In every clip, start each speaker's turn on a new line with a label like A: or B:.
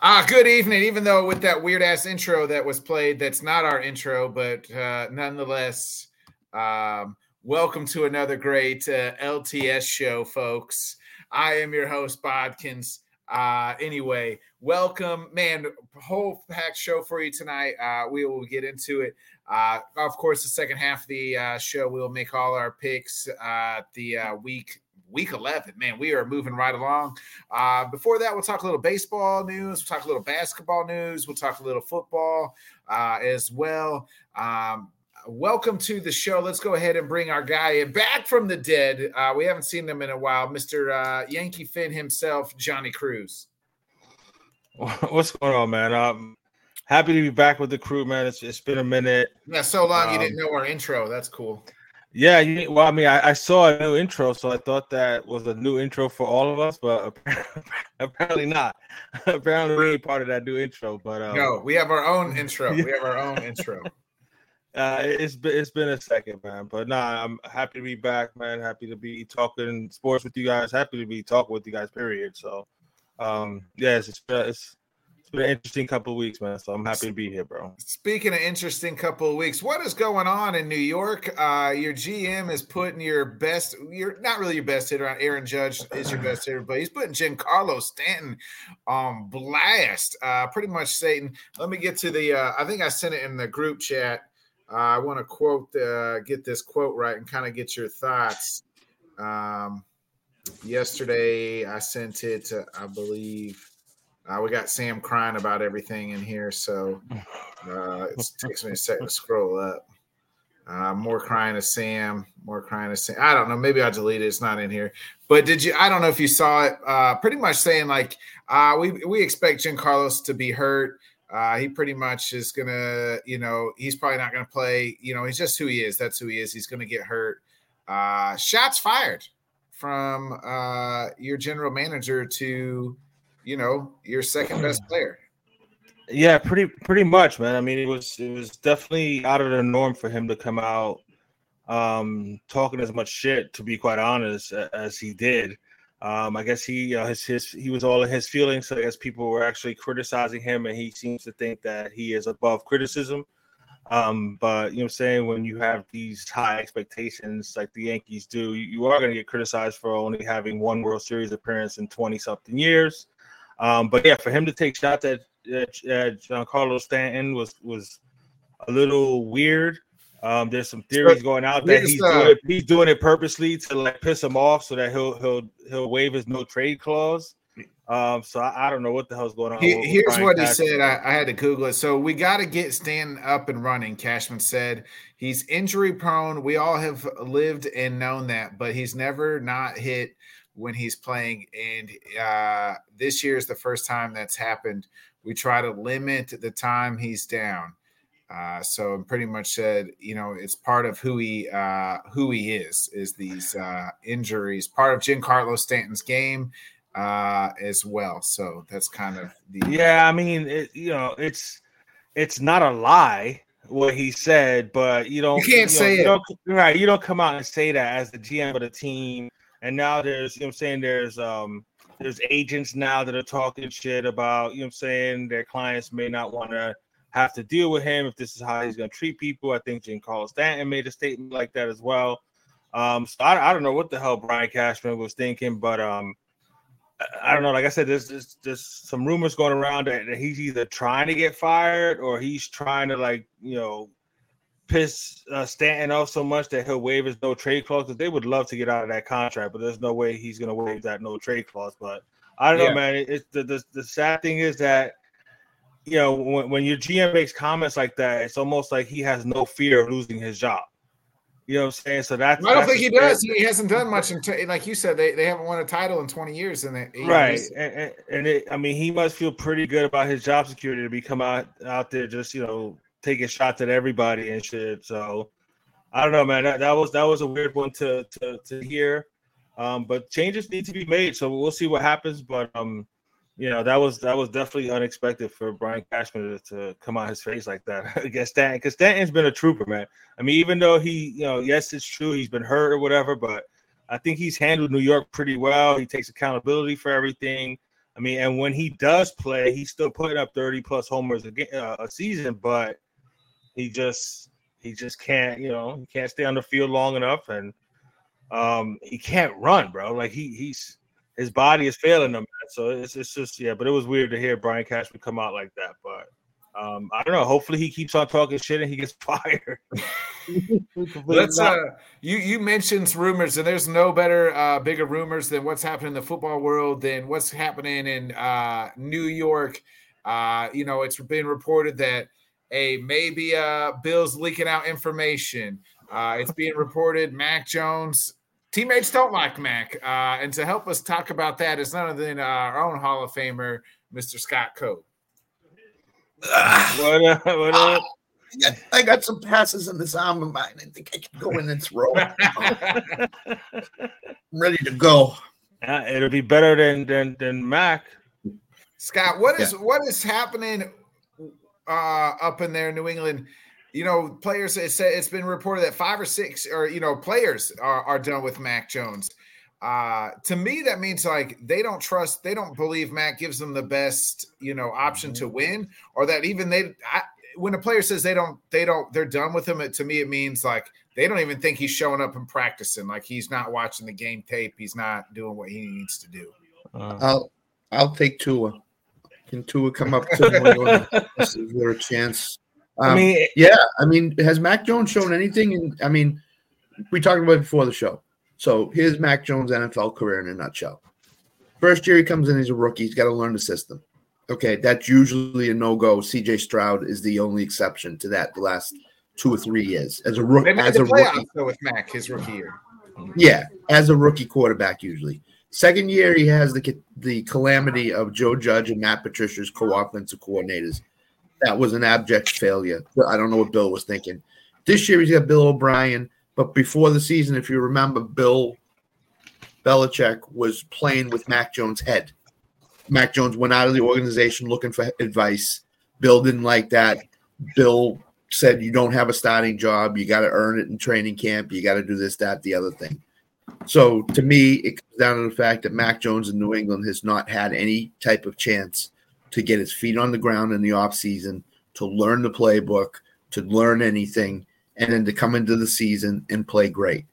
A: Ah, good evening, even though with that weird ass intro that was played, that's not our intro, but uh, nonetheless, um, welcome to another great uh, LTS show, folks. I am your host, Bodkins. Uh, anyway, welcome, man. Whole packed show for you tonight. Uh, we will get into it. Uh, of course, the second half of the uh, show, we'll make all our picks uh, the uh, week week 11 man we are moving right along uh, before that we'll talk a little baseball news we'll talk a little basketball news we'll talk a little football uh, as well um, welcome to the show let's go ahead and bring our guy in back from the dead uh, we haven't seen him in a while mr uh, yankee finn himself johnny cruz
B: What's going on, man? I'm happy to be back with the crew, man. It's, it's been a minute.
A: yeah so long you
B: Um,
A: didn't know our intro that's cool
B: Yeah, you, well, I mean, I, I saw a new intro, so I thought that was a new intro for all of us, but apparently, apparently not. apparently, we ain't part of that new intro. But um,
A: no we have our own intro we have our own intro
B: uh, it- it's been it's been a second, man. But nah, I'm happy to be back, man. Happy to be talking sports with you guys. Happy to be talking with you guys. Period. So, um, yes, it's been, it's, it's been an interesting couple of weeks, man. So I'm happy to be here, bro.
A: Speaking of interesting couple of weeks, what is going on in New York? Uh, your GM is putting your best, you're not really your best hitter on Aaron Judge is your best hitter, but he's putting Giancarlo Stanton on blast. Uh, pretty much Satan. Let me get to the, uh, I think I sent it in the group chat. Uh, I want to quote, uh, get this quote right and kind of get your thoughts. Um, yesterday I sent it, uh, I believe. Uh, we got Sam crying about everything in here, so uh, it takes me a second to scroll up. Uh, more crying to Sam. More crying to Sam. I don't know. Maybe I deleted it. It's not in here. But did you? I don't know if you saw it. Uh, pretty much saying like uh, we we expect Jim Carlos to be hurt. Uh, he pretty much is gonna, you know, he's probably not gonna play. You know, he's just who he is. That's who he is. He's gonna get hurt. Uh, shots fired from uh, your general manager to, you know, your second best player.
B: Yeah, pretty pretty much, man. I mean, it was it was definitely out of the norm for him to come out um talking as much shit, to be quite honest, a- as he did. Um, I guess he uh, his his he was all in his feelings, so I guess people were actually criticizing him, and he seems to think that he is above criticism. Um, but you know, what I'm saying when you have these high expectations like the Yankees do, you, you are going to get criticized for only having one World Series appearance in 20 something years. Um, but yeah, for him to take shots at at, at Giancarlo Stanton was was a little weird. Um, there's some theories going out that
A: Here's,
B: he's
A: uh,
B: doing it, he's doing it purposely to like piss him off so that he'll he'll he'll waive his no trade clause. Um, so I, I don't know what the hell's going on.
A: He-
B: with- with
A: here's
B: Brian
A: what he
B: Cashman.
A: said. I, I had to Google it. So we got to get Stan up and running. Cashman said he's injury prone. We all have lived and known that, but he's never not hit when he's playing. And uh, this year is the first time that's happened. We try to limit the time he's down. Uh, so it pretty much said, you know, it's part of who he uh, who he is is these uh, injuries, part of Giancarlo Stanton's game uh, as well. So that's kind of the
B: Yeah, I mean, it, you know, it's it's not a lie what he said, but you don't
A: You can't
B: know,
A: say
B: you
A: it.
B: don't- right. You don't come out and say that as the GM of the team. And now there's you know what I'm saying there's um there's agents now that are talking shit about you know what I'm saying their clients may not want to have to deal with him if this is how he's going to treat people. I think Giancarlo Stanton made a statement like that as well. Um, so I, I don't know what the hell Brian Cashman was thinking, but um, I- I don't know. Like I said, there's there's, there's some rumors going around that, that he's either trying to get fired or he's trying to like you know piss uh, Stanton off so much that he'll waive his no trade clause. Because they would love to get out of that contract, but there's no way he's gonna waive that no trade clause. But I don't
A: Yeah.
B: know, man. It- It's the, the the sad thing is that you know when, when your GM makes comments like that, it's almost like he has no fear of losing his job. You know what I'm saying? So that's
A: I don't
B: that's
A: think
B: the
A: he
B: scary-
A: does. He hasn't done much, in t- like you said. They, they haven't won a title in twenty years, and they, you know,
B: right
A: he's-
B: and, and, and it, i mean he must feel pretty good about his job security to be come out out there just you know taking shots at everybody and shit so i don't know man that, that was that was a weird one to to, to hear um but changes need to be made so we'll see what happens but um you know that was that was definitely unexpected for Brian Cashman to, to come out his face like that against Stanton because Stanton's been a trooper, man. I mean, even though he, you know, yes, it's true he's been hurt or whatever, but I think he's handled New York pretty well. He takes accountability for everything. I mean, and when he does play, he's still putting up 30 plus homers a, game, uh, a season, but he just he just can't, you know, he can't stay on the field long enough and um he can't run, bro. Like he he's his body is failing him. Man. So it's it's just yeah, but it was weird to hear Brian Cashman come out like that, but um, I don't know. Hopefully, he keeps on talking shit and he gets fired.
A: Let's. Uh, you you mentioned rumors, and there's no better, uh, bigger rumors than what's happening in the football world than what's happening in uh, New York. Uh, you know, it's been reported that a maybe uh, Bills leaking out information. Uh, it's being reported Mac Jones teammates don't like Mac, uh, and to help us talk about that is none other than uh, our own Hall of Famer, Mr. Scott Cope.
B: Ah.
C: what up? What up? I got, I got some passes in this arm of mine. I think I can go in and throw. I'm ready to go.
B: Uh, it'll be better than than than Mac.
A: Scott, what is yeah. what is happening uh, up in there, in New England? You know, players. It said it's been reported that five or six, or you know, players are, are done with Mac Jones. Uh, to me, that means like they don't trust, they don't believe Matt gives them the best, you know, option to win, or that even they, I, when a player says they don't, they don't, they're done with him. It, to me, it means like they don't even think he's showing up and practicing. Like he's not watching the game tape. He's not doing what he needs to do.
C: Uh, I'll, I'll take Tua. Can Tua come up to Is there a chance? Um, I mean, yeah. I mean, has Mac Jones shown anything? And I mean, we talked about before the show. So here's Mac Jones' NFL career in a nutshell. First year he comes in, he's a rookie. He's got to learn the system. Okay, that's usually a no go. CJ Stroud is the only exception to that. The last two or three years as a rookie, as a rookie
A: with Mac his rookie year.
C: Yeah, as a rookie quarterback usually. Second year he has the the calamity of Joe Judge and Matt Patricia's co-offensive coordinators. That was an abject failure. I don't know what Bill was thinking. This year he's got Bill O'Brien. But before the season, if you remember, Bill Belichick was playing with Mac Jones' head. Mac Jones went out of the organization looking for advice. Bill didn't like that. Bill said, You don't have a starting job. You got to earn it in training camp. You got to do this, that, the other thing. So to me, it comes down to the fact that Mac Jones in New England has not had any type of chance to get his feet on the ground in the offseason, to learn the playbook, to learn anything and then to come into the season and play great.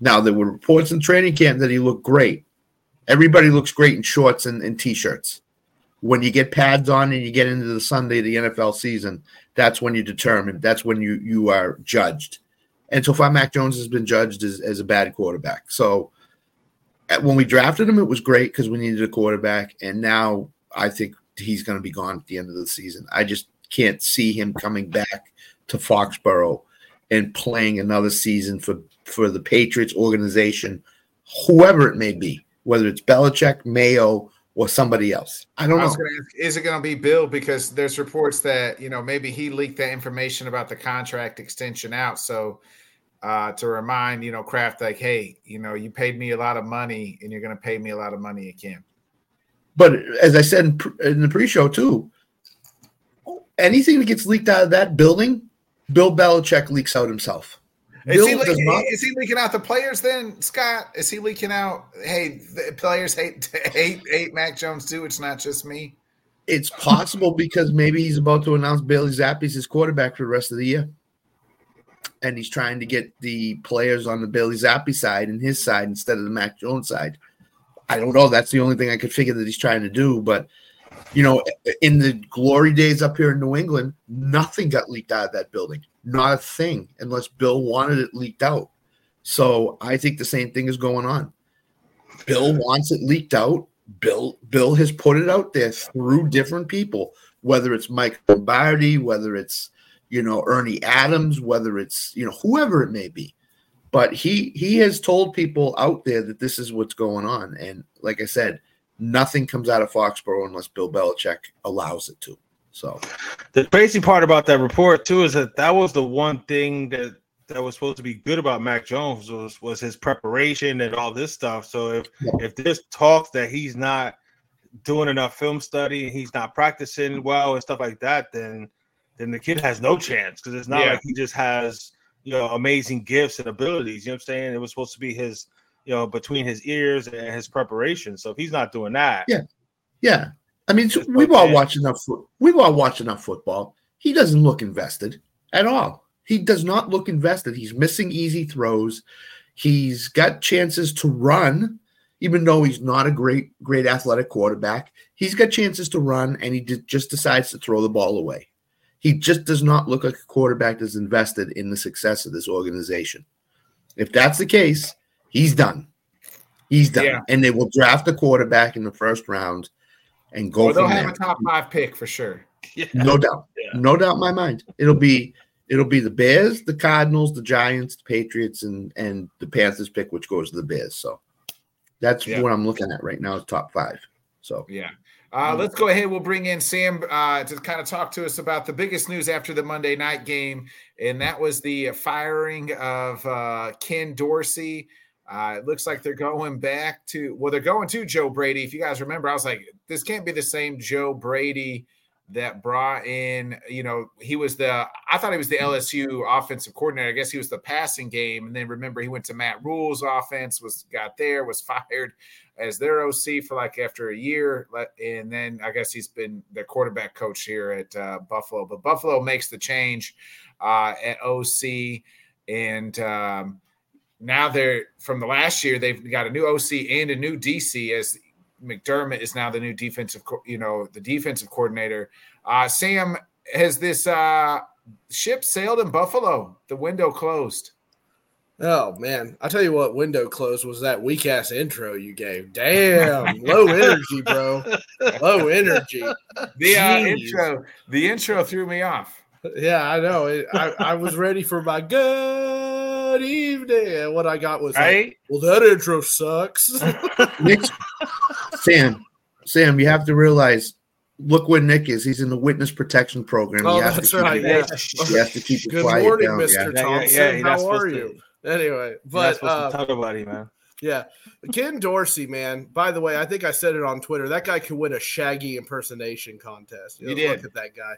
C: Now there were reports in training camp that he looked great. Everybody looks great in shorts and, and, t-shirts. When you get pads on and you get into the Sunday of the NFL season, that's when you determine. That's when you you are judged. And so far, Mac Jones has been judged as, as a bad quarterback. So when we drafted him, it was great because we needed a quarterback. And now I think he's going to be gone at the end of the season. I just can't see him coming back to Foxborough and playing another season for for the Patriots organization, whoever it may be, whether it's Belichick, Mayo, or somebody else. I don't I know.
A: Ask, is it going to be Bill? Because there's reports that you know maybe he leaked that information about the contract extension out. So uh, to remind you know Kraft, like, hey, you know, you paid me a lot of money, and you're going to pay me a lot of money again.
C: But as I said in, pre- in the pre-show too, anything that gets leaked out of that building Bill Belichick leaks out himself.
A: Is he, leaking, not, is, he leaking, out the players then, Scott? Is he leaking out? Hey, the players hate hate hate Mac Jones too. It's not just me.
C: It's possible because maybe he's about to announce Bailey Zappi's his quarterback for the rest of the year, and he's trying to get the players on the Bailey Zappi side and his side instead of the Mac Jones side. I don't know. That's the only thing I could figure that he's trying to do, but you know, in the glory days up here in New England, nothing got leaked out of that building, not a thing, unless Bill wanted it leaked out. So I think the same thing is going on. Bill wants it leaked out. Bill Bill has put it out there through different people, whether it's Mike Lombardi, whether it's you know Ernie Adams, whether it's you know whoever it may be. But he he has told people out there that this is what's going on, and like I said, nothing comes out of Foxborough unless Bill Belichick allows it to. So
B: the crazy part about that report too is that that was the one thing that that was supposed to be good about Mac Jones was was his preparation and all this stuff. So if yeah. if there's talk that he's not doing enough film study and he's not practicing well and stuff like that, then then the kid has no chance because it's not yeah. like he just has you know amazing gifts and abilities. You know what I'm saying? It was supposed to be his you know, between his ears and his preparation. So if he's not doing that,
C: yeah, Yeah, I mean, so we've all watched enough. Fo- we've all watched enough football. He doesn't look invested at all. He does not look invested. He's missing easy throws. He's got chances to run, even though he's not a great, great athletic quarterback. He's got chances to run, and he d- just decides to throw the ball away. He just does not look like a quarterback that's invested in the success of this organization. If that's the case, he's done. He's done,
A: Yeah.
C: and they will draft a quarterback in the first round and go
A: Or they'll
C: from
A: have
C: there.
A: a top five pick for sure.
B: Yeah.
C: No doubt.
B: Yeah.
C: No doubt in my mind. It'll be it'll be the Bears, the Cardinals, the Giants, the Patriots, and and the Panthers pick, which goes to the Bears. So that's
A: Yeah.
C: what I'm looking at right now is top five. So
A: Yeah. Uh, let's go ahead. We'll bring in Sam uh, to kind of talk to us about the biggest news after the Monday night game, and that was the firing of uh, Ken Dorsey. Uh, it looks like they're going back to well, they're going to Joe Brady. If you guys remember, I was like, this can't be the same Joe Brady that brought in. You know, he was the I thought he was the LSU offensive coordinator. I guess he was the passing game, and then remember he went to Matt Rule's offense, was got there, was fired as their OC for like after a year, let- and then I guess he's been their quarterback coach here at uh, Buffalo. But Buffalo makes the change uh, at OC, and um, now they're from the last year they've got a new OC and a new DC as McDermott is now the new defensive, co- you know, the defensive coordinator. Uh, Sam, has this uh, ship sailed in Buffalo? The window closed.
D: Oh man, I tell you what, window close was that weak ass intro you gave. Damn, low energy, bro. Low energy.
A: The uh,
D: Jeez.
A: intro, the intro threw me off.
D: Yeah, I know. It, I, I was ready for my good evening, and what I got was like,
B: Right?
D: well, that intro sucks.
C: Nick's Sam, Sam, you have to realize look where Nick is. He's in the witness protection program.
D: oh,
C: You have to
D: that's
C: keep it-
D: right. Yeah.
C: You have to keep it
D: Good
C: quiet
D: morning,
C: down, yeah.
D: Mister
B: Yeah, yeah,
D: Thompson.
B: yeah, you're not
D: How are
B: supposed to-
D: you? Anyway,
B: You're not
D: but
B: supposed
D: uh,
B: to tell nobody, man.
D: Yeah. Ken Dorsey, man. By the way, I think I said it on Twitter. That guy could win a Shaggy impersonation contest.
A: You did.
D: Look at that guy.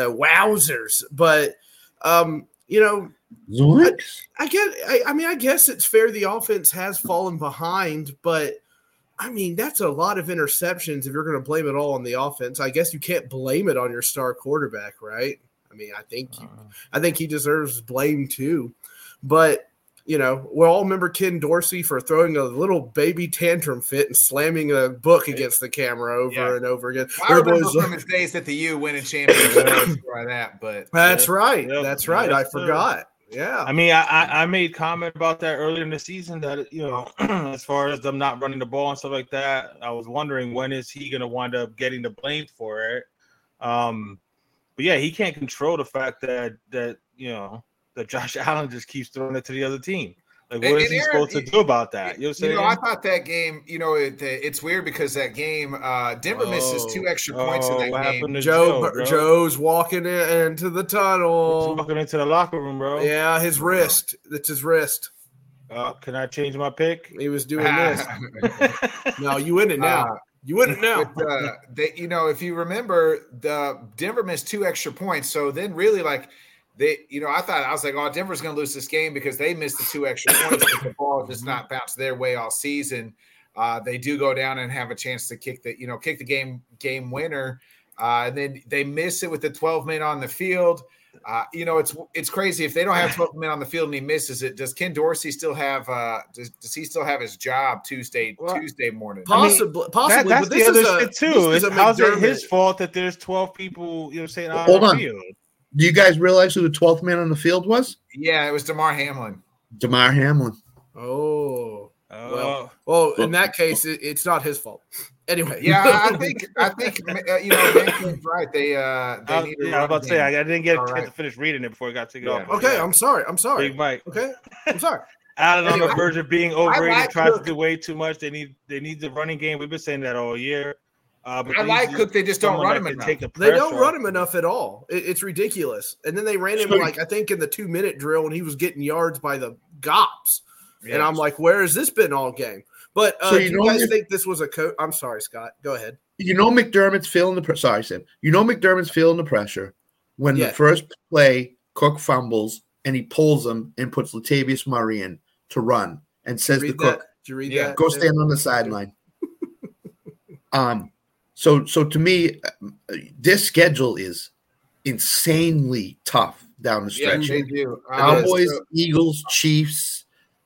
D: Uh, wowzers. But, um, you know,
C: Zoinks.
D: I get. I, I mean, I guess it's fair. The offense has fallen behind, but I mean, that's a lot of interceptions. If you're going to blame it all on the offense, I guess you can't blame it on your star quarterback, right? I mean, I think you, I think he deserves blame too. But you know, we all remember Ken Dorsey for throwing a little baby tantrum fit and slamming a book against the camera over
A: Yeah.
D: and over again.
A: I remember
D: Everybody's like-
B: uh,
A: from his days at the U winning championships or that, but
D: that's
B: Yeah.
D: right.
B: Yeah.
D: That's right.
B: Yeah,
D: I
B: sir.
D: forgot. Yeah.
B: I mean, I, I I made comment about that earlier in the season that you know, as far as them not running the ball and stuff like that, I was wondering when is he going to wind up getting the blame for it. Um, but yeah, he can't control the fact that that you know that Josh Allen just keeps throwing it to the other team. Like,
A: And-
B: what is
A: and
B: he
A: Aaron,
B: supposed to
A: it-
B: do about that? You know, what I'm
A: you
B: saying?
A: know, I thought that game. You know, it, it's weird because that game, uh, Denver misses
D: Oh.
A: two extra points
B: oh,
A: in
B: what
A: that game.
B: happened to
D: Joe,
B: Joe?
D: Joe
B: bro?
D: Joe's walking in, into the
B: He's
D: tunnel.
B: walking into the locker room, bro.
D: Yeah, his wrist. It's his wrist.
B: Uh, can I change my pick?
D: He was doing
B: Ah.
D: this. No, you in it now.
A: Uh,
D: you in it now.
A: But, uh, they, you know, if you remember, the Denver missed two extra points. So then, really, like they, you know, I thought I was like, oh, Denver's going to lose this game because they missed the two extra points. but the ball does not bounce their way all season. Uh, they do go down and have a chance to kick the, you know, kick the game game winner. Uh, and then they miss it with the 12 men on the field. Uh, you know, it's it's crazy if they don't have 12 men on the field and he misses it. Does Ken Dorsey still have? Uh, does, does he still have his job Tuesday
B: Well,
A: Tuesday morning?
B: I mean,
D: Possibly, possibly.
B: That- that's
D: but this
B: the other
D: is a,
B: shit too.
D: This
B: It's,
D: is a
B: how's it his
D: McDermott.
B: fault that there's twelve people? You know, what I'm saying on
C: Hold
B: the
C: on.
B: field.
C: Do you guys realize who the 12th man on the field was?
A: Yeah, it was Damar Hamlin.
C: Damar Hamlin.
D: Oh,
B: Oh,
D: well. In that case, it, it's not his fault. Anyway,
A: Yeah, I think I think uh, you know Mankind's right. They uh they
B: I,
A: need
B: yeah, I was about to say I, I didn't get
A: All
B: a chance to
A: right.
B: finish reading it before it got taken
A: Yeah.
B: off.
D: okay, I'm sorry. I'm sorry.
B: Big Mike.
D: Okay, I'm sorry.
B: Allen on
A: Anyway,
B: the verge of being overrated.
A: like
B: tries
A: Cook.
B: to do way too much. They need they need the running game. We've been saying that all year. Uh, but
A: I
B: they
A: like
B: need
A: Cook. They just don't
B: someone
A: run
B: that
A: him
B: can
A: enough.
B: take the
D: They don't
B: pressure
D: run
B: off
D: him enough at all. It, it's ridiculous. And then they ran him
C: So-
D: like I think in the two minute drill, and he was getting yards by the gops.
A: Yeah.
D: And I'm like, where has this been all game? But uh,
C: So
D: do
C: you
D: you
C: know
D: guys
C: if-
D: think this was a coach? I'm sorry, Scott. Go ahead.
C: you know McDermott's feeling the pr- sorry Sam. You know McDermott's feeling the pressure when
D: Yeah.
C: the first play Cook fumbles and he pulls him and puts Latavius Murray in to run and says
D: Did you
C: to
D: read
C: Cook,
D: that? Did you read
A: Yeah,
D: that?
C: "Go
D: there?
C: stand on the sideline." um, So so to me, uh, this schedule is insanely tough down the
A: Yeah,
C: stretch.
A: they do. Uh,
C: Cowboys,
A: so
C: Eagles, Chiefs.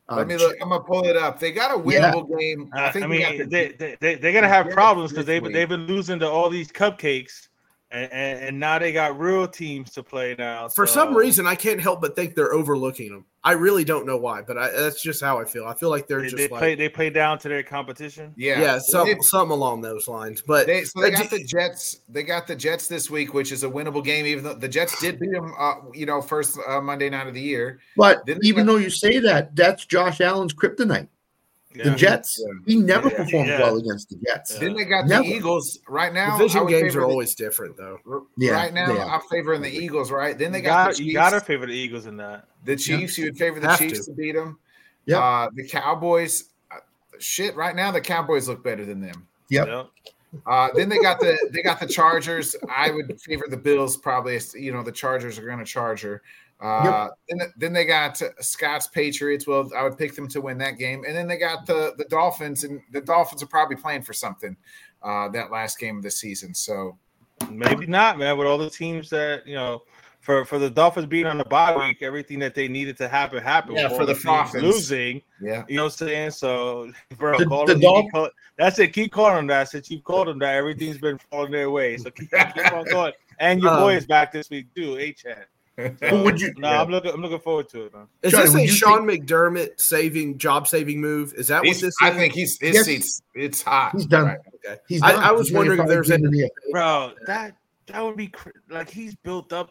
C: uh,
A: let me look. I'm gonna pull it up. They got a
C: Yeah.
A: winnable game.
B: I, Uh, I
A: we got the-
B: mean, they, they, they, they're going to have problems because
A: this
B: they've,
A: week.
B: they've been losing to all these cupcakes, and, and, and now they got real teams to play now.
D: For some
B: so
D: reason, I can't help but think they're overlooking them. I really don't know why, but I, that's just how I feel. I feel like they're
B: they,
D: just
B: they
D: like
B: play they play down to their competition.
D: yeah,
A: yeah,
D: some,
A: They-
D: something along those lines. But
A: They, so they
D: Uh,
A: got
D: d-
A: the Jets. They got the Jets this week, which is a winnable game. Even though the Jets did beat them, uh, you know, first uh, Monday night of the year.
C: But
A: Didn't
C: even
A: they-
C: though you say that, that's Josh Allen's kryptonite.
B: Yeah.
C: The Jets. He never
B: Yeah.
C: performed
B: Yeah.
C: well against the Jets.
A: Then they got
C: Never.
A: the Eagles. Right now, I
D: division
A: would
D: games
A: favor
D: are
A: the-
D: always different, though.
C: Yeah,
A: right now,
C: they are.
A: I'm favoring the Eagles. Right then, they
B: you
A: got,
B: got
A: the
B: you
A: Chiefs.
B: got to favor the Eagles in that.
A: the Chiefs. You would favor the
D: Have
A: Chiefs
D: to.
A: to, beat them.
C: Yeah.
A: Uh, the Cowboys. uh, Shit, right now the Cowboys look better than them.
C: Yep.
B: Yep.
A: Uh, then they got the they got the Chargers. I would favor the Bills probably. You know the Chargers are going to Charger. Uh, then, then they got Scott's Patriots. Well, I would pick them to win that game. And then they got the the Dolphins, and the Dolphins are probably playing for something uh, that last game of the season. So
B: Maybe not, man. With all the teams that you know, for for the Dolphins being on the bye week, everything that they needed to happen happened.
A: Yeah,
B: with
A: for
B: all
A: the
B: teams
A: Dolphins.
B: losing,
A: yeah,
B: you know what I'm saying? So, bro,
C: The-
B: call
C: the
B: them, you keep
C: Dolph-
B: call- that's it. Keep calling them that. Since you called them that, everything's been falling their way. So keep, keep on going. And your
D: Um,
B: boy is back this week too. A chat.
C: Who would you?
B: No, I'm looking. I'm looking forward to it, man.
D: Is
C: Johnny,
D: this
C: would
D: a
C: you
D: Sean McDermott saving job saving move? Is that what
A: He's-
D: this?
A: I
D: is?
A: think he's his
C: Yes.
A: seat's it's hot.
C: He's done.
A: right
C: He's
D: I-
C: done.
D: I was
C: He's gonna
D: wondering if
C: probably
D: there's
C: be
D: any-
C: in the-
B: bro that that would be cr- like he's built up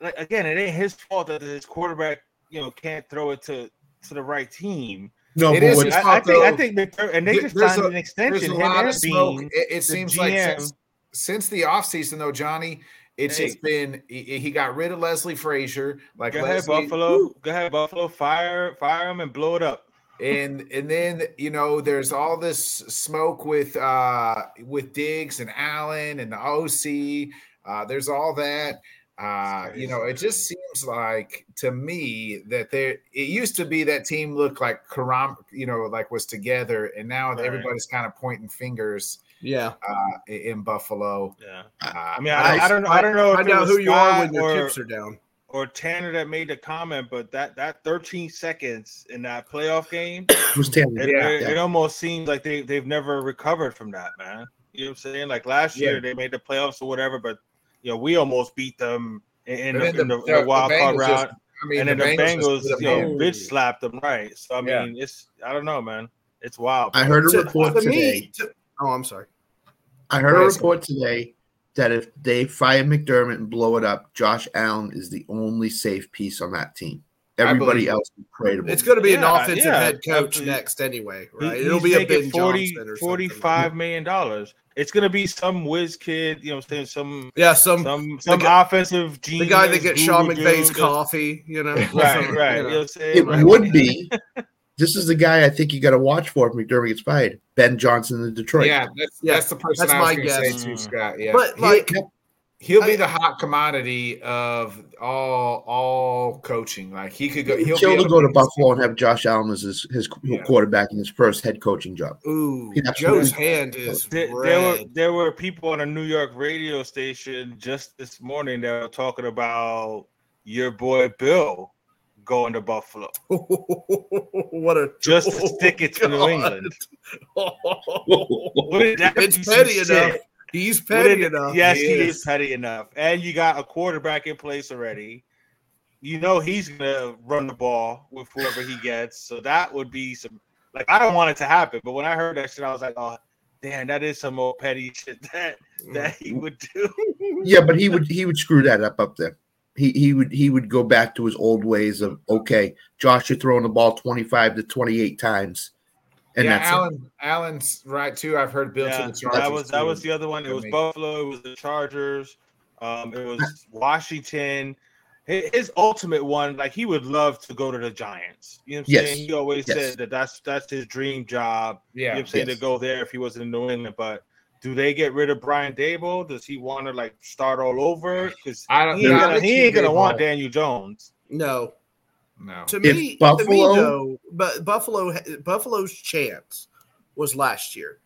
B: like again it ain't his fault that his quarterback you know can't throw it to to the right team
C: No,
A: It
C: but
A: is
C: what-
A: his
B: I, I
A: fault,
B: think i
A: though.
B: think McDermott, and they
A: There-
B: just
A: there's
B: signed
A: a-
B: an
A: There's
B: extension
A: a
B: him
A: lot
B: and
A: of smoke.
B: Bean.
A: It, it seems like since, since the offseason though, Johnny, it's
B: Hey.
A: just been he, he got rid of Leslie Frazier. Like
B: go ahead
A: Leslie-
B: buffalo go ahead buffalo fire fire him and blow it up
A: and and then you know there's all this smoke with uh with Diggs and Allen and the OC. Uh, there's all that. Uh, you know, it just seems like to me that there it used to be that team looked like Karam, you know, like was together, and now
B: Right.
A: everybody's kind of pointing fingers
D: Yeah,
A: uh, i- in Buffalo.
B: yeah
A: Uh,
B: i mean i, I, don't know i don't know if
D: I
B: it
D: know
B: was
D: who you are when
B: Scott
D: your
B: or-
D: chips are down.
B: or tanner that made the comment but that that 13 seconds in that playoff game
C: it was Tanner.
B: It,
A: Yeah.
B: it, it almost seems like they they've never recovered from that, man. You know what I'm saying? Like last
A: Yeah.
B: year they made the playoffs or whatever, but you know we almost beat them in, in,
A: And
B: the,
A: then the-
B: in the,
A: the-
B: the wild
A: the
B: card
A: Bengals
B: round,
A: just- I mean,
B: and then the Bengals,
A: just put
B: you
A: them
B: know,
A: in.
B: bitch slapped them, right? So I
A: Yeah.
B: mean, it's I don't know, man. It's wild.
C: I heard a
D: To,
C: report
D: to
C: today.
D: me, to- oh, I'm sorry.
C: I heard a
A: Crazy.
C: report today that if they fire McDermott and blow it up, Josh Allen is the only safe piece on that team.
A: I believe
C: Everybody
A: it.
C: else is tradable.
D: It's going to be an
B: Yeah,
D: offensive
B: yeah.
D: head coach
B: Uh,
D: next anyway,
B: He-
D: right?
B: he's
D: It'll be a
B: making
D: Ben
B: 40,
D: Johnson or something like
B: 45 million dollars. It's gonna be some whiz kid, you know, what I'm saying some
D: that. Yeah, some
B: some some
D: guy-
B: offensive genius.
D: the guy that gets Sean
B: guru
D: McVay's
B: dude that-
D: coffee, you know?
B: Right, right. You
D: You
B: know
D: know.
B: what I'm saying?
C: it
B: Like,
C: would be. This is the guy I think you got to watch for if McDermott gets fired. Ben Johnson in Detroit.
A: Yeah, that's,
D: Yeah,
A: that's the person
D: that's
A: I was
D: my
A: going to say
B: guess.
A: too, Scott. Yeah,
D: But
C: He-
D: like,
A: He'll be
D: I-
A: the hot commodity of all all coaching. Like he could go. He'll be
C: Kill
A: able
C: to go to
A: be-
C: Buffalo and have Josh Allen as his, his
A: Yeah.
C: quarterback in his first head coaching job.
D: ooh,
C: He'd have to
D: Joe's
C: win.
D: hand is
B: There,
D: red.
B: there were there were people on a New York radio station just this morning that were talking about your boy Bill going to Buffalo
D: what a
B: just to stick it to New
D: Oh, God.
B: England.
D: it's
B: Wouldn't that be some
D: petty
B: shit?
D: enough. He's
B: Wouldn't
D: petty
B: it-
D: enough.
B: Yes,
A: He
B: he,
A: is.
B: is. petty enough, and you got a quarterback in place already. You know he's gonna run the ball with whoever he gets, so that would be some. Like I don't want it to happen, but when I heard that shit, I was like, oh. Damn, that is some old petty shit that, that he
D: Mm.
B: would do.
C: Yeah, but he would he would screw that up up there. He he would he would go back to his old ways of okay, Josh, you're throwing the ball twenty five to twenty eight times, and
A: yeah,
C: that's it.
A: Alan. Allen's right too. I've heard Bill
B: Yeah,
A: to the Chargers.
B: That was that
A: too.
B: was the other one. It was
A: Amazing.
B: Buffalo. It was the Chargers. Um, it was Washington. Hi- His ultimate one, like he would love to go to the Giants. You know what I'm
C: Yes.
B: saying? He always
C: Yes.
B: said that that's that's his dream job. You know
A: yeah.
B: what I'm saying
C: Yes.
B: to go there if he was in New England. But do they get rid of Brian Dable? Does he want to like start all over? Because
A: I don't.
B: he
A: know.
B: ain't gonna, he ain't gonna
A: Dable.
B: want Daniel Jones.
D: No,
A: No.
D: to
C: If
D: me, to me
C: Buffalo-
D: though, but Buffalo, Buffalo's chance was last year.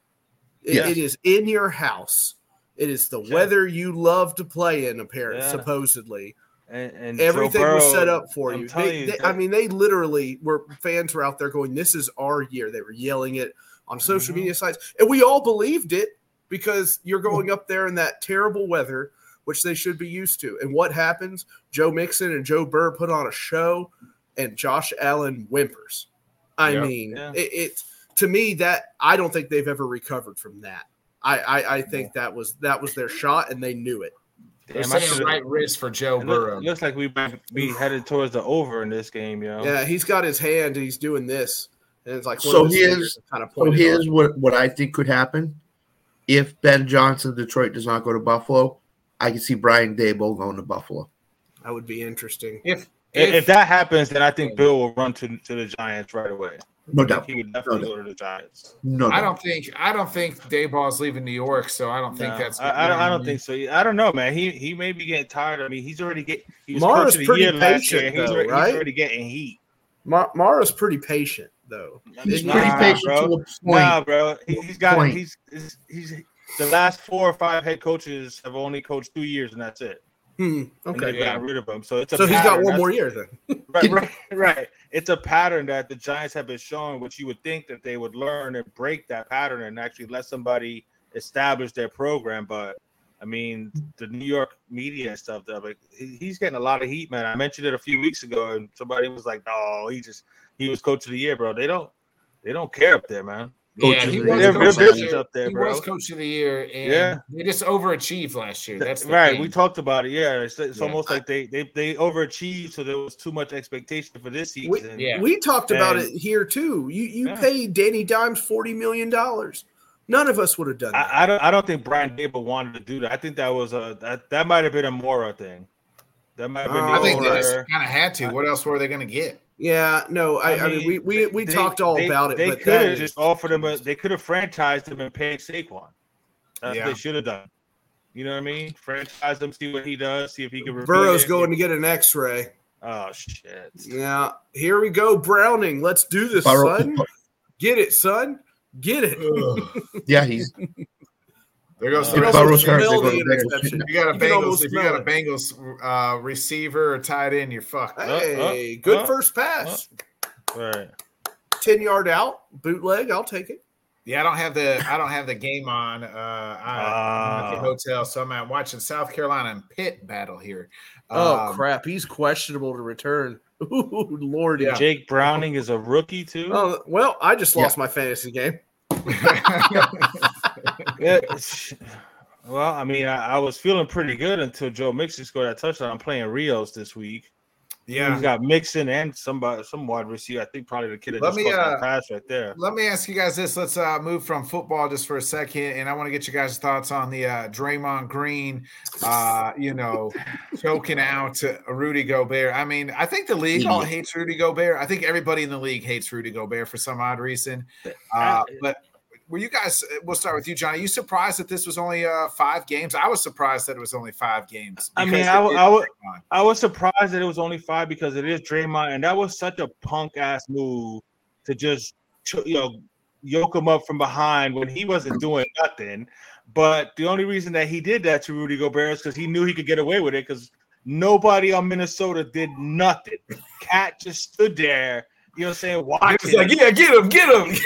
D: It-
C: Yes.
D: it is in your house. It is the weather you love to play in, apparently,
B: Yeah.
D: supposedly.
B: And, and Joe
D: Everything was
B: Burrow,
D: set up for
B: I'm
D: you.
B: telling
D: They-
B: you,
D: they-
B: that-
D: I mean, they literally were fans were out there going, This is our year. They were yelling it on social
B: Mhm.
D: media sites. And we all believed it because you're going up there in that terrible weather, which they should be used to. And what happens? Joe Mixon and Joe Burr put on a show, and Josh Allen whimpers. I
A: Yeah.
D: mean,
B: Yeah.
D: It, it to me that I don't think they've ever recovered from that. I, I, I think that was that was their shot and they knew it.
A: They're
B: Damn, I
A: saying
B: should've-
A: right wrist for Joe
B: it look-
A: Burrow.
B: looks like we might be headed towards the over in this game, yo.
D: Yeah, he's got his hand. He's doing this, and it's like one
C: So
D: of his
C: here's-
D: fingers kind of
C: So
D: pointed.
C: here's
D: on.
C: what, what I think could happen. If Ben Johnson of Detroit does not go to Buffalo, I can see Brian Dable going to Buffalo.
D: That would be interesting.
A: If
B: If,
A: if,
B: if that happens, then I think Bill will run to, to the Giants right away.
C: No
B: I think
C: doubt.
B: he would definitely
C: No
B: go to the Giants.
C: No doubt.
A: I don't think I don't think Dayball's leaving New York, so I don't think
B: No,
A: that's.
B: I, I, don't- I don't think so. I don't know, man. He he may be getting tired. I mean, he's already getting. He was
D: Mara's
B: coach of the
D: pretty
B: year last year.
D: patient,
B: he's,
D: though,
B: already,
D: right?
B: he's already getting heat.
D: Ma- Mara's pretty patient though.
C: He's
D: Nah,
C: pretty patient
B: bro.
C: to a point.
B: Nah, bro. He, he's got.
C: Point.
B: He's, he's he's the last four or five head coaches have only coached two years, and that's it.
D: Hmm,
B: And
D: okay,
B: they've gotten rid of him. So it's a
D: so he's got
B: pattern.
D: one
B: That's-
D: more year then.
B: Right, right, right. It's a pattern that the Giants have been showing, which you would think that they would learn and break that pattern and actually let somebody establish their program. But I mean, the New York media and stuff, though, like he- he's getting a lot of heat, man. I mentioned it a few weeks ago, and somebody was like, "Oh, he just he was coach of the year, bro." They don't they don't care up there, man.
A: Yeah,
C: Coach
A: he
C: of
A: was coach
C: the year.
A: of
B: They're-
A: the
B: they're business
A: year.
B: up there,
A: He
B: bro.
A: was coach of the year, and
B: Yeah.
A: they just overachieved last year. That's the
B: right.
A: thing.
B: We talked about it. Yeah, it's, it's
A: Yeah.
B: almost like they, they they overachieved, so there was too much expectation for this
D: We-
B: season.
A: Yeah.
D: We talked about
B: And-
D: it here too. You you
B: Yeah.
D: paid Danny Dimes forty million dollars. None of us would have done that.
B: I, I don't. I don't think Brian Dable wanted to do that. I think that was a that, that might have been a Mora thing. That might have been.
D: Uh,
B: the
A: I think they
B: owner.
A: just kind of had to. What else were they going to get?
D: yeah, no, I, I, mean, we we, we
B: they-
D: talked all
B: they-
D: about it.
B: They
D: but
B: could
D: that
B: have
D: is-
B: just offered him. A, they could have franchised him and paid Saquon. That's
A: Yeah.
B: what they should have done. You know what I mean? Franchise him, see what he does, see if he can. repeat
D: Burrow's
B: it.
D: going to get an X-ray.
B: Oh shit!
D: Yeah, here we go, Browning. Let's do this,
C: Burrow-
D: son. Get it, son. Get it.
A: Uh,
C: yeah, he's
A: There goes.
B: Uh,
A: there
C: if
A: goes-
C: Burrow's hurt,
D: smell
C: they're
D: the
C: going to
D: interception.
A: you got a
D: you can
A: Bengals.
D: almost
A: If you
D: smell
A: got a Bengals uh, receiver or tight end, you're fucked.
B: Uh,
D: Hey,
B: uh,
D: good
B: uh,
D: first pass.
B: All right.
D: 10 yard out, bootleg. I'll take it.
A: Yeah, I don't have the I don't have the game on. Uh, I'm at the
B: Ah.
A: hotel, so I'm out watching South Carolina and Pitt battle here.
D: Oh,
A: Um,
D: crap. He's questionable to return. Ooh, Lord.
A: Yeah.
B: Jake Browning is a rookie too.
D: Oh, well, I just lost my fantasy game.
B: Yeah. Well, I mean, I, I was feeling pretty good until Joe Mixon scored that touchdown. I'm playing Rios this week.
A: yeah.
B: He's got Mixon and somebody, some wide receiver. I think probably the kid that
A: Let
B: just
A: me,
B: caught
A: uh,
B: that pass right there.
A: Let me ask you guys this. Let's uh, move from football just for a second, and I want to get you guys' thoughts on the uh, Draymond Green, uh, you know, choking out to Rudy Gobert. I mean, I think the league all
C: Idiot.
A: hates Rudy Gobert. I think everybody in the league hates Rudy Gobert for some odd reason. Uh,
B: I-
A: but were you guys? We'll start with you, Johnny. You surprised that this was only uh, five games? I was surprised that it was only five games.
B: I mean,
A: because
B: I
A: it
B: w-
A: is
B: I w-
A: Draymond.
B: I was surprised that it was only five because it is Draymond, and that was such a punk ass move to just cho- you know yoke him up from behind when he wasn't doing nothing. But the only reason that he did that to Rudy Gobert is because he knew he could get away with it because nobody on Minnesota did nothing. Cat just stood there, you know, what I'm saying,
A: I
B: "Watch
A: was
B: it."
A: like, yeah, get him, get him.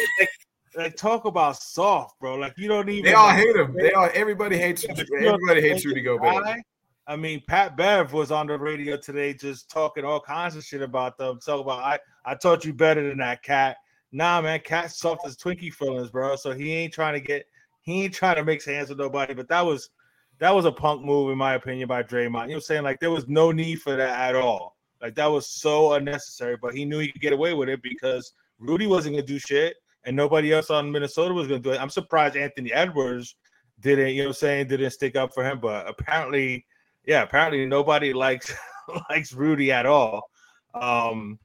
B: Like, talk about soft, bro. Like you don't even.
A: They all hate him. They all. Everybody hates. Everybody hates Rudy Gobert.
B: Why? I mean, Pat Bev was on the radio today just talking all kinds of shit about them. Talking about I, I taught you better than that cat. Nah, man, cat soft as Twinkie fillings, bro. So he ain't trying to get he ain't trying to mix hands with nobody. But that was that was a punk move, in my opinion, by Draymond. You know what I'm saying? Like there was no need for that at all. Like that was so unnecessary, but he knew he could get away with it because Rudy wasn't gonna do shit and nobody else on Minnesota was gonna do it. I'm surprised Anthony Edwards didn't, you know what I'm saying, didn't stick up for him. But apparently, yeah, apparently nobody likes likes Rudy at all. Um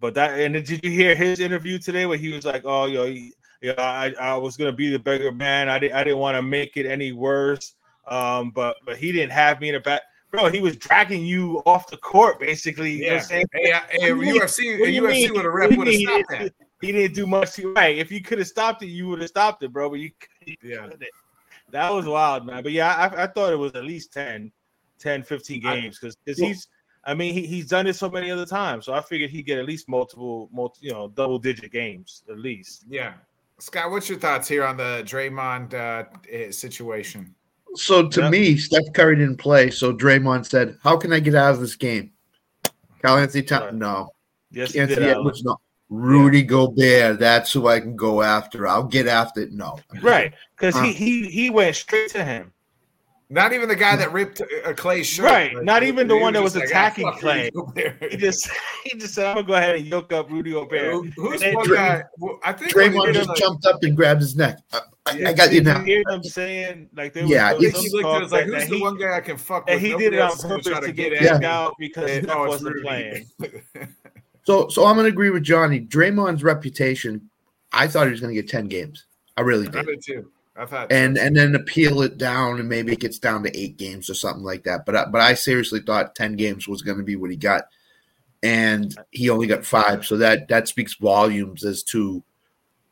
B: but that and then did you hear his interview today where he was like, Oh, yo, he- yeah, I, I was gonna be the bigger man. I didn't I didn't want to make it any worse. Um, but but he didn't have me in the back. Bro, he was dragging you off the court, basically. You know what I'm
A: Yeah.
B: saying?
A: Hey, I- hey,
B: What do you
A: UFC,
B: what do you
A: UFC
B: mean?
A: would have
B: What
A: rep
B: do you
A: would have
B: mean?
A: stopped that.
B: He didn't do much to right. If you could have stopped it, you would have stopped it, bro. But you, you
A: Yeah.
B: couldn't. that was wild, man. But yeah, I, I thought it was at least 10, 10, 15 games because he's. I mean, he, he's done it so many other times, so I figured he'd get at least multiple, multi, you know, double digit games at least.
A: Yeah, Scott, what's your thoughts here on the Draymond uh, situation?
C: So to
B: Yeah.
C: me, Steph Curry didn't play. So Draymond said, "How can I get out of this game?" Cal Anthony Town,
B: Right.
C: no.
B: Yes, he did.
C: Anthony
B: Alan.
C: Edwards, no. Rudy Gobert, that's who I can go after. I'll get after it. No,
B: Right, because
C: Huh.
B: he he he went straight to him.
A: Not even the guy that ripped uh, Clay's shirt.
B: Right, not even the
A: he
B: one that
A: just
B: was
A: "Ah,
B: attacking
A: fuck
B: Clay."
A: you, Gobert."
B: He just he just said, "I'm gonna go ahead and yoke up Rudy Gobert."
A: Who- Who's
B: And
A: one
C: Dray-
A: guy? Well, I think when he
C: Draymond
A: did
C: just
A: it,
C: jumped up and grabbed his neck. I, I- I
A: Yeah,
C: got you
B: Did
C: now.
B: You hear them saying like they
C: Yeah,
A: I
B: were
A: think
C: Yes.
A: he looked at it, was like, "Who's
B: that
A: the
B: he,
A: one guy I can fuck with?"
B: and he
A: Nobody
B: did it on
A: else is gonna
B: purpose
A: try
B: to get
A: at
B: kicked
A: me.
B: out because
A: And,
B: Steph
A: oh, it's
B: wasn't
A: Rudy.
B: playing.
C: So, so I'm gonna agree with Johnny. Draymond's reputation. I thought he was gonna get ten games. I really
A: I
C: did.
A: did too. I thought.
C: and and then appeal it down and maybe it gets down to eight games or something like that but I, but i seriously thought 10 games was going to be what he got and he only got five so that that speaks volumes as to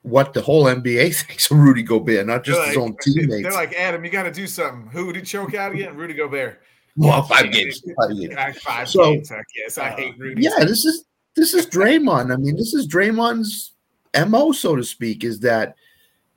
C: what the whole nba thinks of rudy gobert not just
A: They're
C: his
A: like-
C: own
A: They're
C: teammates
A: like, Adam, you got to do something. Who would he choke out again? Rudy Gobert.
C: well five games, five games.
A: I, five
C: So-
A: games, I guess.
B: uh,
A: I hate Rudy.
C: yeah this is this is draymond i mean this is draymond's mo so to speak is that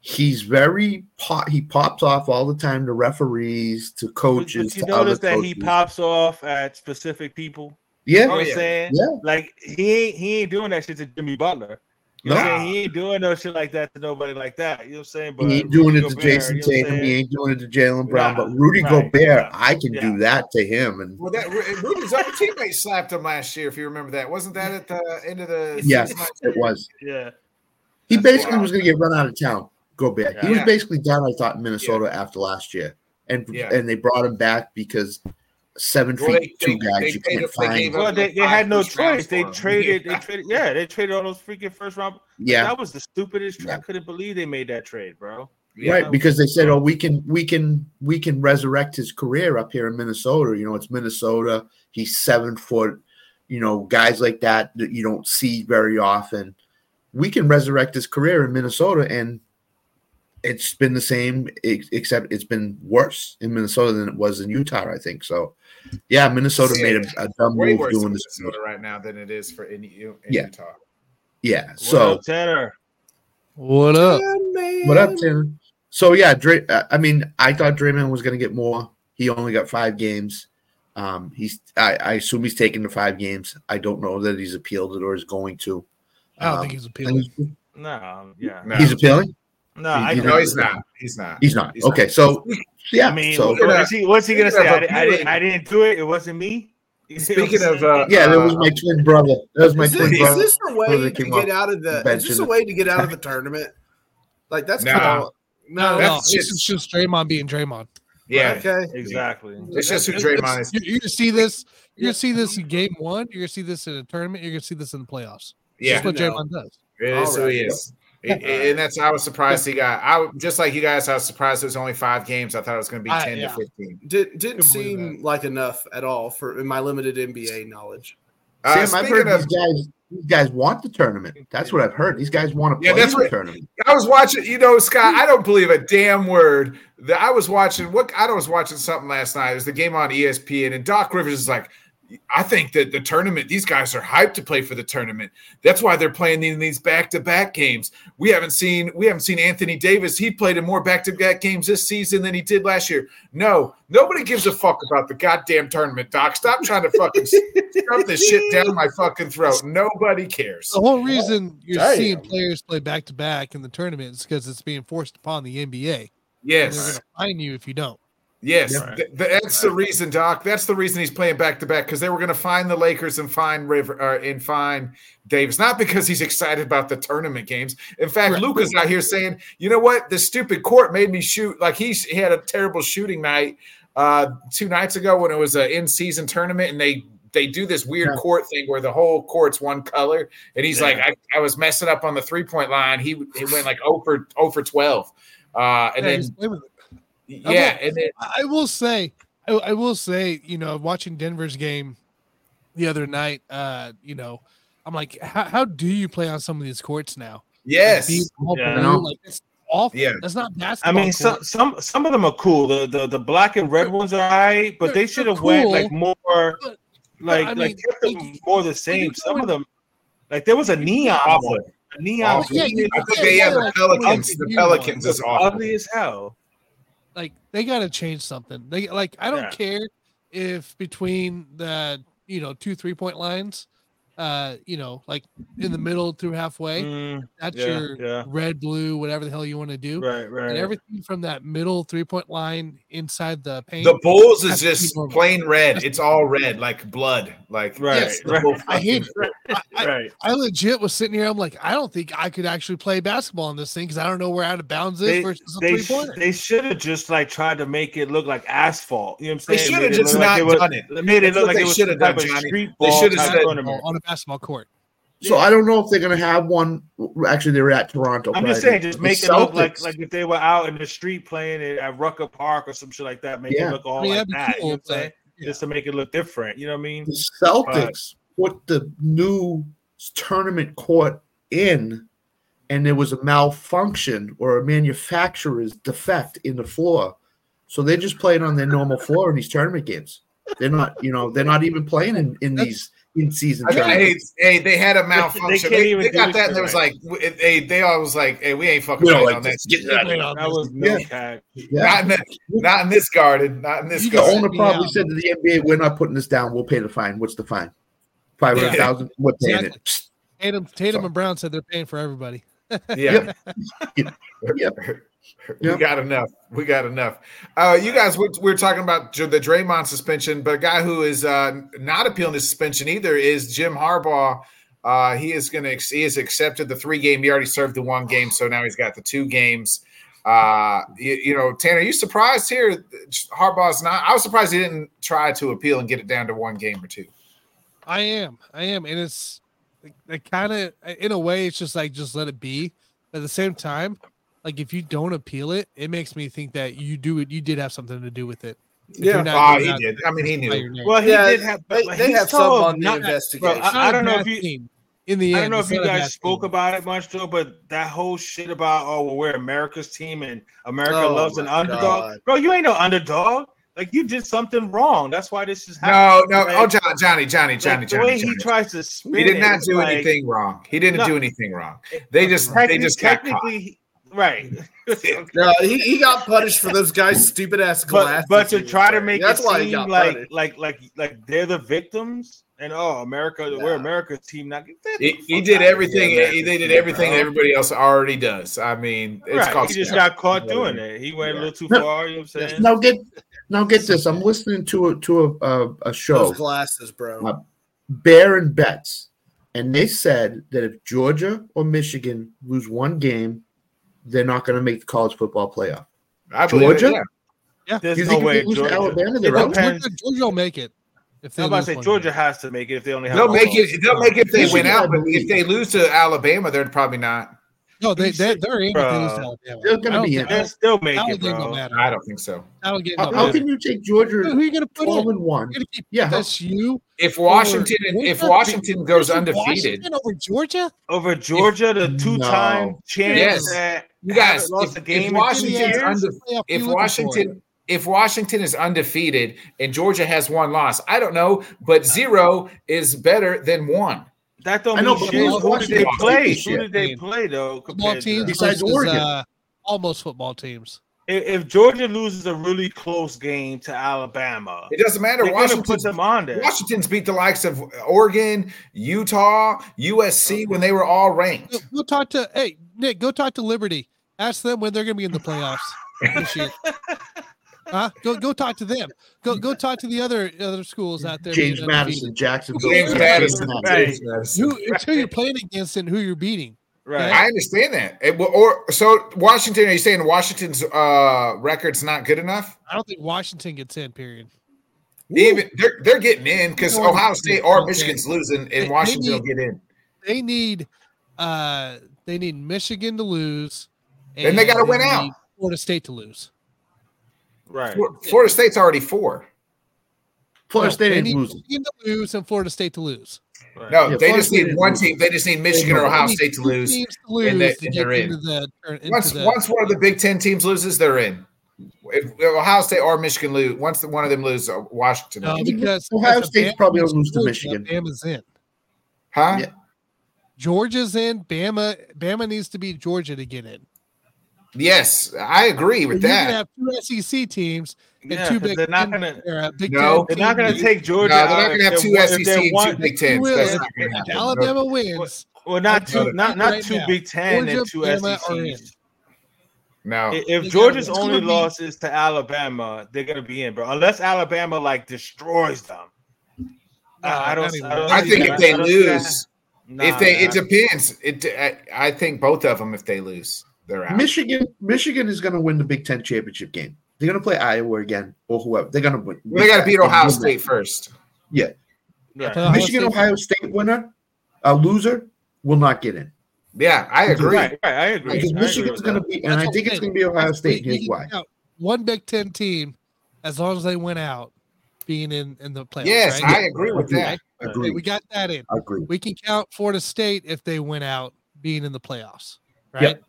C: he's very pop, he pops off all the time to referees to
B: But,
C: coaches
B: but you
C: to other
B: notice that he
C: coaches.
B: pops off at specific people.
C: yeah
B: You know
A: Oh,
B: what
A: yeah.
B: I'm saying?
C: Yeah.
B: Like he ain't he ain't doing that shit to Jimmy Butler. You know what I'm
A: Nah.
B: saying? He ain't doing no shit like that to nobody like that. You know what I'm saying?
C: he ain't doing
B: Rudy
C: it to
B: Gobert,
C: Jason
B: you know what I'm
C: Tatum. He
B: saying?
C: ain't doing it to Jalen Brown.
B: Nah,
C: but Rudy
B: right,
C: Gobert,
B: yeah,
C: I can do
B: yeah.
C: that to him. And
A: Well, that Rudy's own teammate slapped him last year. If you remember that, wasn't that at the end of the?
C: yes,
A: season last
C: it
A: year?
C: was.
B: Yeah.
C: He
A: That's
C: basically
A: wild.
C: was going to get run out of town. Gobert. He was
A: Yeah.
C: basically done. I thought in Minnesota after last year, and
A: Yeah.
C: and they brought him back because seven
A: Well,
C: feet
A: they- they-
C: two guys
A: they
C: you
A: paid
C: can't
A: up- they gave
C: find.
A: up-
B: Well, they,
A: like
B: they
A: five
B: had no
A: first rounds
B: choice.
A: for
B: They
A: him.
B: traded. They
A: Yeah.
B: traded. Yeah, they traded all those freaking first round.
C: Yeah,
B: That was the stupidest. Tra-
C: Yeah.
B: I couldn't believe they made that trade, bro.
A: Yeah.
C: right. Because they said, "Oh, we can, we can, we can resurrect his career up here in Minnesota." You know, it's Minnesota. He's seven foot. You know, guys like that that you don't see very often. We can resurrect his career in Minnesota, and it's been the same, ex- except it's been worse in Minnesota than it was in Utah. I think so. Yeah, Minnesota made a, a dumb
A: Way
C: move
A: worse in
C: doing this.
A: Minnesota right now than it is for in, in
C: Yeah.
A: Utah.
C: Yeah,
B: What
C: so
B: up, Tanner.
E: What up?
C: What up, Tim? So yeah, Dray, uh, I mean, I thought Draymond was going to get more. He only got five games. Um, he's I, I assume he's taken the five games. I don't know that he's appealed it or is going to.
E: I don't
C: Um,
E: think he's
C: and
E: appealing.
C: he's,
B: No, um, yeah,
A: No,
C: he's appealing.
B: no.
C: He-
B: I
C: he-
A: no, he's not. He's not.
C: He's not.
A: He's
C: okay, so yeah.
B: I mean,
C: so
A: look at
B: what's he, what's he gonna
A: speaking of
B: say? I, didn't- I, didn't,
A: appealing-
B: I didn't do it. It wasn't me. You know what I'm
A: Speaking of,
B: saying?
A: uh,
C: yeah, that was
A: uh,
C: my twin brother. That was my
D: is, this,
C: twin
D: is
C: brother.
D: this a way
C: brother
D: to
C: came
D: get
C: off
D: out of the? Is this
C: bench
D: a
C: and-
D: way to get out of the tournament? Like that's
A: Nah.
D: kind of
E: No, no,
A: That's
E: this
A: just-
E: is just Draymond being Draymond.
A: yeah,
D: okay.
B: exactly.
A: it's just who
E: It's-
A: Draymond
E: it's-
A: is.
E: you- You're gonna see this. You're gonna see this in game one. You're gonna see this in a tournament. You're gonna see this in the playoffs. It's
A: Yeah,
E: just what
D: No.
E: Draymond does.
A: It is
D: All
A: who
D: right.
A: he is. And- and that's I was surprised he got. I w- just like you guys. I was surprised it was only five games. I thought it was going to be
E: I-
A: ten
E: yeah.
A: to fifteen.
D: Did, didn't
E: Couldn't believe
D: seem like enough at all for in my limited NBA knowledge.
A: Uh,
C: Sam, I've
A: speaking
C: heard
A: of,
C: these guys. These guys want the tournament. That's what I've heard. These guys want to
A: Yeah,
C: play
A: that's
C: the
A: what-
C: tournament.
A: I was watching. You know, Scott, I don't believe a damn word that I was watching. What I was watching something last night. It was the game on E ESPN, and Doc Rivers is like, I think that the tournament. These guys are hyped to play for the tournament. That's why they're playing in these back to back games. We haven't seen we haven't seen Anthony Davis. He played in more back to back games this season than he did last year. No, nobody gives a fuck about the goddamn tournament, Doc. Stop trying to fucking shove this shit down my fucking throat. Nobody cares.
E: The whole reason you're
C: damn.
E: seeing players play back to back in the tournament is because it's being forced upon the NBA. And they're
A: Yes.
E: gonna find you if you don't.
A: Yes,
B: Yeah.
A: th- th- that's the reason, Doc. That's the reason he's playing back to back because they were going to find the Lakers and find River or and find Davis. Not because he's excited about the tournament games. In fact,
E: Right.
A: Luca's out here saying, "You know what? The stupid court made me shoot." Like he, he had a terrible shooting night uh, two nights ago when it was an in season tournament, and they they do this weird
C: Yeah.
A: court thing where the whole court's one color, and he's
B: Yeah.
A: like, I, "I was messing up on the three point line." He he went like 0 for 0 for twelve, uh, and
E: Yeah,
A: then
E: just play with it.
A: yeah, and then
E: I I will say, I, I will say, you know, watching Denver's game the other night, uh, you know, I'm like, how, how do you play on some of these courts now?
A: yes.
E: Like, being all
B: Yeah.
E: blue,
C: No.
E: like, it's awful.
A: Yeah.
E: That's not
B: I
E: basketball.
B: mean, some
E: court.
B: some some of them are cool. The the, the black and red ones are alright, but they
E: They're-
B: should
E: they're
B: have went
E: cool,
B: like more,
E: but-
B: like
E: I mean,
B: like kept them
E: you-
B: more the
E: you
B: same.
E: go
B: Some
E: in-
B: of them, like there was a neon
A: Awful.
B: one, a neon,
A: Awful.
E: Oh, yeah, you,
A: I think they have
E: yeah,
A: the Pelicans. The
E: you want.
A: Pelicans is awful.
B: ugly as hell.
E: like they got to change something. They like I don't
B: Yeah.
E: care if between the you know two three point lines, uh, you know, like in the middle through halfway,
B: Mm,
E: that's
B: yeah,
E: your
B: yeah.
E: red blue whatever the hell you want to do,
B: right, right.
E: and everything from that middle three point line inside the paint.
A: The Bulls is
E: That's what
A: just
E: you want.
A: plain red. It's all red, like blood. Like
B: Right,
A: it's the
B: right.
A: whole
E: I hate
A: fucking-
E: I-
B: right.
E: I legit was sitting here. I'm like, I don't think I could actually play basketball in this thing because I don't know where out of bounds is
B: They,
E: versus a
B: they,
E: three pointer.
B: sh- they should have just like tried to make it look like asphalt. You know what I'm
A: They
B: saying?
A: should
B: Made
A: have
B: it
A: just
B: look like
A: not
B: it was-
A: done it.
B: Made it
A: That's
B: look
A: what
B: like
A: they
B: it was
A: should
B: some
A: have done,
B: type of
A: Johnny.
B: street
A: They
B: ball
A: should have
B: type
A: said-
B: tournament.
E: on a basketball court.
C: So I don't know if they're going to have one. Actually, they were at Toronto.
B: I'm just
C: Friday.
B: saying, just
C: The
B: make it look like
C: Celtics-
B: like if they were out in the street playing it at Rucker Park or some shit like that. Make
C: Yeah.
B: it look all
E: I mean,
B: like
E: that'd be
B: that.
E: cool,
B: you know what I'm
E: but-
B: saying?
E: yeah.
B: Just to make it look different. You know what I mean?
C: the Celtics put the new tournament court in, and there was a malfunction or a manufacturer's defect in the floor, so they're just playing on their normal floor in these tournament games. They're not, you know, they're not even playing in, in these in season
A: I mean,
C: tournaments.
A: hey, hey, they had a malfunction.
B: can't
A: They,
B: even
A: they
B: do
A: got
B: it
A: that, and there was
B: right.
A: like, w- they they all was like, hey, we ain't fucking
C: You know,
A: playing
C: like,
A: on that.
C: just get out of here.
B: That was
C: Yeah.
B: no yeah.
C: Yeah.
A: Not in, the, not in this garden. Not in this
E: You
C: The
E: know,
A: garden.
C: owner
E: Yeah.
C: probably said to the NBA, "We're not putting this down. We'll pay the fine. What's the fine? Five hundred thousand. We're paying it." Psst.
E: Tatum, Tatum,
C: So-
E: and Brown said they're paying for everybody.
A: Yeah.
C: Yep.
A: We
C: Yep.
A: got enough. We got enough. Uh, you guys, we we were talking about Dr- the Draymond suspension, but a guy who is uh, not appealing his suspension either is Jim Harbaugh. Uh, he is going to he has accepted the three game. He already served the one game, so now he's got the two games. Uh, you, you know, Tanner, you surprised here? that Harbaugh's not. I was surprised he didn't try to appeal and get it down to one game or two.
E: I am, I am, and it's like, like kind of in a way, it's just like just let it be. But at the same time, like if you don't appeal it, it makes me think that you do it. You did have something to do with it. If you're
D: Yeah.
E: not
A: Ah,
E: doing
A: he
E: that
A: did. I mean, he
E: by
A: knew.
E: your name.
B: Well, he
D: Yeah,
B: did have.
D: They,
B: but
D: they
B: he's
D: have some
B: told
D: on the
B: not-
D: investigation.
B: Bro, I- I don't know if you-
E: Team in the
B: I
E: end,
B: don't know
E: it's
B: if you
E: not a bad
B: guys spoke
E: team.
B: about it much though, but that whole shit about oh well, we're America's team and America
D: Oh,
B: loves an
D: my
B: underdog,
D: God.
B: bro. You ain't no underdog. Like you did something wrong. That's why this is happening.
A: No, no.
B: Like-
A: Oh, John, Johnny, Johnny, Johnny,
B: Like, the way
A: Johnny.
B: he
A: Johnny.
B: tries to spin
A: He did not
B: it,
A: do
B: like,
A: anything wrong. He didn't
B: No.
A: do anything wrong. They just they
B: techni-
A: just got caught.
B: technically right.
D: No, he, he got punished for those guys' stupid ass
B: but
D: glasses.
B: but to
D: he was
B: try to
D: wearing.
B: make
D: that's
B: it
D: why he
B: seem
D: got
B: like
D: punished.
B: like like like they're the victims and oh America, we're
D: Nah.
B: America's team. Now get that
A: He,
B: the
A: he
B: fuck
A: did
B: outta here,
A: everything.
B: America's
A: He, they did
B: team,
A: everything
B: bro.
A: that everybody else already does. I mean, it's
B: Right,
A: called.
B: He just
A: scam.
B: got caught doing it. He went a little too far. You know what I'm saying?
C: Now get now get this. I'm listening to a to a a, a show.
D: those glasses, bro.
C: Uh, Bear and Betts, and they said that if Georgia or Michigan lose one game, they're not going to make the college football playoff.
A: I believe it,
C: Georgia?
A: yeah.
B: There's
C: Do you
B: no
C: think if
B: way
C: they lose to
B: Georgia.
C: Alabama,
E: If
C: they're out?
B: depends.
E: Georgia, Georgia will make it. If
B: I'm about to
E: lose
B: say
E: one
B: Georgia
E: game.
B: has to make it if they only have.
A: They'll
B: one
A: make
B: loss.
A: it. They'll make it if they
C: Michigan,
A: win out.
C: I
A: But
C: believe.
A: if they lose to Alabama, they're probably not.
E: No, they, they they're in. if They lose to
B: Bro.
E: Alabama.
C: They're gonna
E: I don't
C: be
E: think
C: in.
B: They'll still make
E: That'll
B: it,
E: give them
B: bro.
E: that.
A: I don't think so.
E: That'll give
C: How,
E: them
C: how
E: that.
C: can you take
E: Who
C: Georgia
E: are you going to put
C: twelve
E: in?
C: and one?
E: You're going to keep
C: Yeah, how-
E: SU
A: If Washington,
E: Or-
A: if Washington goes undefeated,
E: Washington over Georgia?
B: Over Georgia, the two-time
C: No.
B: champs
A: Yes.
B: that
A: you guys,
B: haven't lost
A: if,
B: a
A: if
B: game in
A: Washington's
B: 10 years,
A: unde-
E: Playoff you
A: if
E: looking for?
A: Washington if Washington is undefeated and Georgia has one loss, I don't know, but zero is better than one.
B: that don't
C: I know,
B: mean
C: but
B: shit.
C: who's
B: Who did they
C: Washington?
B: play?
C: Shit.
B: Who did they play though?
E: football
B: Compared to
E: teams
B: that?
C: Besides
E: besides
C: Oregon.
E: uh, almost football teams.
B: if, if Georgia loses a really close game to Alabama,
A: It doesn't matter.
B: they're gonna put
A: Washington's
B: them on there.
A: Washington's beat the likes of Oregon, Utah, USC when they were all
E: Go,
A: ranked.
E: go talk to hey Nick. Go talk to Liberty. Ask them when they're going to be in the playoffs. this year. Huh? Go go talk to them. Go go talk to the other other schools out there.
C: James
E: being
C: Madison,
E: undefeated.
C: Jacksonville,
A: James
E: Yeah.
A: Madison.
B: Right.
A: James Madison.
E: Who, it's who you're playing against and who you're beating.
B: Right.
A: I understand that. It, will- or so Washington. Are you saying Washington's uh, record's not good enough?
E: I don't think Washington gets in. Period.
A: Even they're they're getting in because
E: Or-
A: Ohio State or Michigan's losing,
E: Maybe-
A: and Washington will get in.
E: They need uh they need Michigan to lose.
A: Then they gotta
E: and
A: win out.
E: need Florida State to lose.
B: Right.
A: Flor- Florida State's already four.
C: Florida
E: No,
C: State
E: they
C: ain't
E: need
C: losing.
E: Michigan to lose and Florida State to lose.
B: Right.
A: No, they
C: Yeah, Florida
A: just
C: State
A: need
C: is
A: one
C: losing.
A: team. They just need Michigan
C: They
A: or
C: know.
A: Ohio
E: Only
A: State to
E: two
A: lose.
E: teams to
A: and
E: lose
A: they-
E: to
A: and
E: get
A: they're in.
E: into that- or into
A: Once
E: that.
A: once one of the Big Ten teams loses, they're in. If if Ohio State or Michigan lose, once the, one of them lose, uh, Washington,
E: No,
A: loses.
E: because
C: Ohio
E: because
C: State's
E: Bama-
C: probably gonna lose to
E: Georgia,
C: Michigan.
E: Bama's in.
A: huh?
C: Yeah.
A: Yeah.
E: Georgia's in. Bama. Bama needs to be Georgia to get in.
A: Yes, I agree
E: But
A: with
E: you can
A: that.
E: have two SEC teams and
B: Yeah,
E: two
B: 'cause
E: Big
B: they're not
E: Ten-
B: gonna
E: or a Big
A: No.
E: Ten
B: they're not gonna
E: team.
B: take
A: No, they're
B: Georgia. out
A: not going
B: if
A: to have
B: they
A: two
B: want- if
A: SEC
B: they
A: and two
B: want-
A: Big Tens.
E: Will,
A: That's
E: if
A: not going to happen.
E: Alabama wins.
B: Well, not
E: Georgia
B: two, not not
E: right
B: two
E: now.
B: Big Ten and
E: Georgia,
B: two
E: Bama are in.
B: SECs.
A: No,
B: I-
E: They
B: If
E: gotta
B: Georgia's
E: be- it's
B: only
E: gonna be-
B: loss is to Alabama, they're gonna be in, bro. Unless Alabama like destroys them.
E: No,
B: Uh, I
E: not
B: don't.
E: even.
B: I, don't
A: I think
B: that-
A: if they
B: I don't see that-
A: lose,
B: Nah,
A: if they,
B: nah.
A: it depends. It, I, I think both of them. If they lose, they're out.
C: Michigan, Michigan is going to win the Big Ten championship game. They're going to play Iowa again or whoever. They're going to win.
A: They got to beat Ohio
C: Win that.
A: State first.
B: Right.
E: Ohio
C: Michigan,
E: State-
C: Ohio State winner, a loser will not get in
A: Yeah, I agree.
B: Right, right, I agree.
C: because
B: I agree
C: Michigan's
B: with
C: going to
B: that.
C: be, and I
E: That's
C: think
E: okay.
C: it's going to be Ohio State. and
E: We- we
C: Here's
E: can
C: why.
E: count one Big Ten team, as long as they went out, being in in the playoffs.
A: Yes,
E: right?
A: I agree with that.
E: Okay, we
C: Agree.
E: got that in.
C: Agree.
E: We can count Florida State if they went out, being in the playoffs. Right?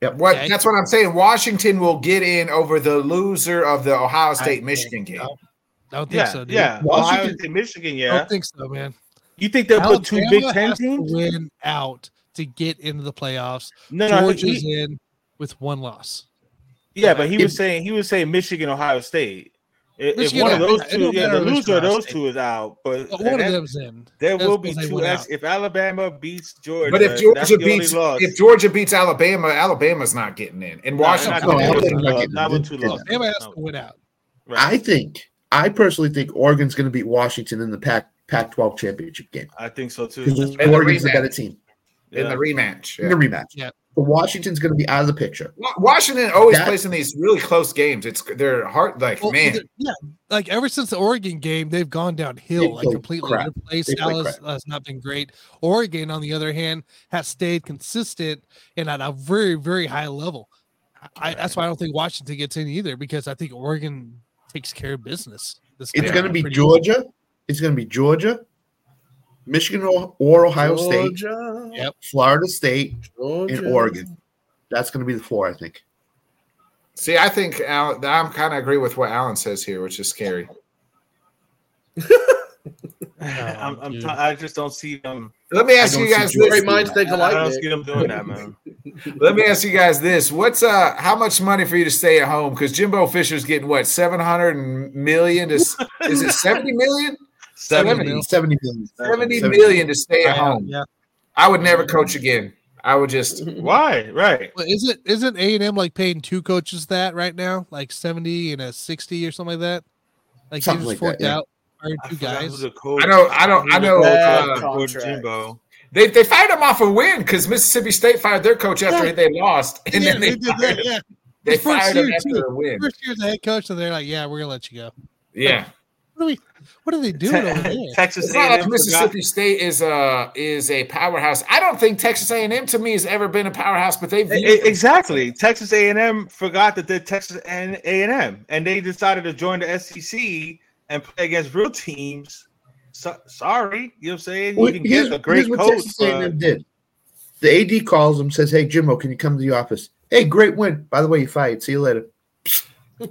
C: Yep.
A: What
E: Okay.
A: that's what I'm saying. Washington will get in over the loser of the Ohio State
E: I-
A: Michigan game.
E: no. I don't think
B: Yeah,
E: so. Dude.
B: yeah.
C: Washington-
B: Ohio State, Michigan,
E: I
B: yeah.
E: don't think so, man.
B: You think they'll put two Big
E: Alabama
B: Ten
E: has to
B: teams?
E: win out to get into the playoffs.
B: No, no. I think
E: Georgia's
B: he-
E: in with one loss.
B: yeah, but he
C: If-
B: was saying he was saying Michigan, Ohio State. I- If,
E: Michigan,
B: one of those
E: it
B: two,
E: don't
B: yeah,
E: matter
B: the
E: which
B: loser of
E: Ohio
B: those
E: State.
B: two is out. But
E: But
B: and
E: one
B: that-
E: of them's in.
B: There
E: That's
B: will be
E: because they
B: two
E: went
B: S.
E: out.
B: If Alabama beats Georgia,
A: But if
B: that's
A: Georgia
B: the only
A: beats
B: loss.
A: if Georgia beats Alabama, Alabama's not getting in. And
B: No,
A: Washington,
B: not with
C: No,
B: two
C: I'm not
B: losses.
C: getting
B: Not with
C: it.
B: two
C: Yeah.
B: losses.
E: Alabama has
B: No.
E: to win out.
B: Right.
C: I think, I personally think Oregon's going to beat Washington in the Pac Pac 12 championship game
B: I think so too.
C: because
A: the
C: Oregon's the
A: rematch.
C: better team
A: in the
B: Yeah.
A: rematch,
C: in
A: yeah.
C: the rematch.
E: Yeah.
C: But Washington's going to be out of the picture.
A: Wa- Washington always
C: That-
A: plays in these really close games. It's they're hard like
E: Well,
A: man.
E: the- yeah, like ever since the Oregon game, they've gone downhill
C: They
E: like
C: played
E: completely.
C: crap.
E: Their play
C: They
E: style
C: played
E: has, has not been great. Oregon, on the other hand, has stayed consistent and at a very, very high level. I, That's why I don't think Washington gets in either because I think Oregon takes care of business. This
C: It's
E: time.
C: going to be
E: Pretty-
C: Georgia. It's going to be Georgia, Michigan or, or Ohio State,
D: Georgia,
E: Yep.
C: Florida State,
D: Georgia.
C: and Oregon. That's going to be the four, I think.
A: See, I think Al, I'm kind of agree with what Alan says here, which is scary.
B: I'm, I'm
E: dude.
B: t- I just don't see them.
A: Let me ask
C: don't
A: you
C: see
A: guys
C: Georgia
A: this.
D: Great minds think
B: I
D: alike.
B: don't
D: Nick.
B: see them doing that, man.
A: Let me ask you guys this: What's uh, how much money for you to stay at home? Because Jimbo Fisher's getting what seven hundred million to s- is it seventy million?
E: Seventy
A: Seventy.
C: 70
E: mil.
C: million.
A: 70
C: 70.
A: million to stay at
E: Yeah,
A: home.
E: Yeah.
A: I would never coach again. I would just
B: Why? Right.
E: Well, isn't isn't A and M like paying two coaches that right now, like seventy and a sixty or something like that? Like
C: Something
E: they
C: like
E: just
C: that,
E: forked
C: yeah.
E: out hired
B: I
E: two
B: forgot who
E: guys.
B: the coach-
A: I know- I don't- I know,
B: Yeah,
A: uh,
B: coach
D: contracts.
B: Jimbo.
A: they they fired him off a win because Mississippi State fired their coach after
E: Yeah.
A: they lost, and
E: yeah,
A: then they,
E: they did
A: fired him.
E: that. Yeah,
A: They
E: His first
A: fired him
E: year,
A: after
E: too.
A: a win.
E: first year as a head coach, and they're like, "Yeah, we're gonna let you go."
A: Yeah,
E: What are we? What are they doing over there?
B: Texas
A: it's not
B: A&M
A: like Mississippi State is a is a powerhouse. I don't think Texas A and M to me has ever been a powerhouse, but they've
B: forgot- E- e- Exactly. Texas A&M forgot that they're Texas and A&M, and they decided to join the SEC and play against real teams. So, sorry, you know what I'm saying?
C: Well,
B: you can
C: here's,
B: get a great
C: here's what
B: coach.
C: Texas
B: but-
C: A&M did. The AD calls him, says, "Hey Jimbo, can you come to the office? Hey, great win. By the way, you fired. See you later.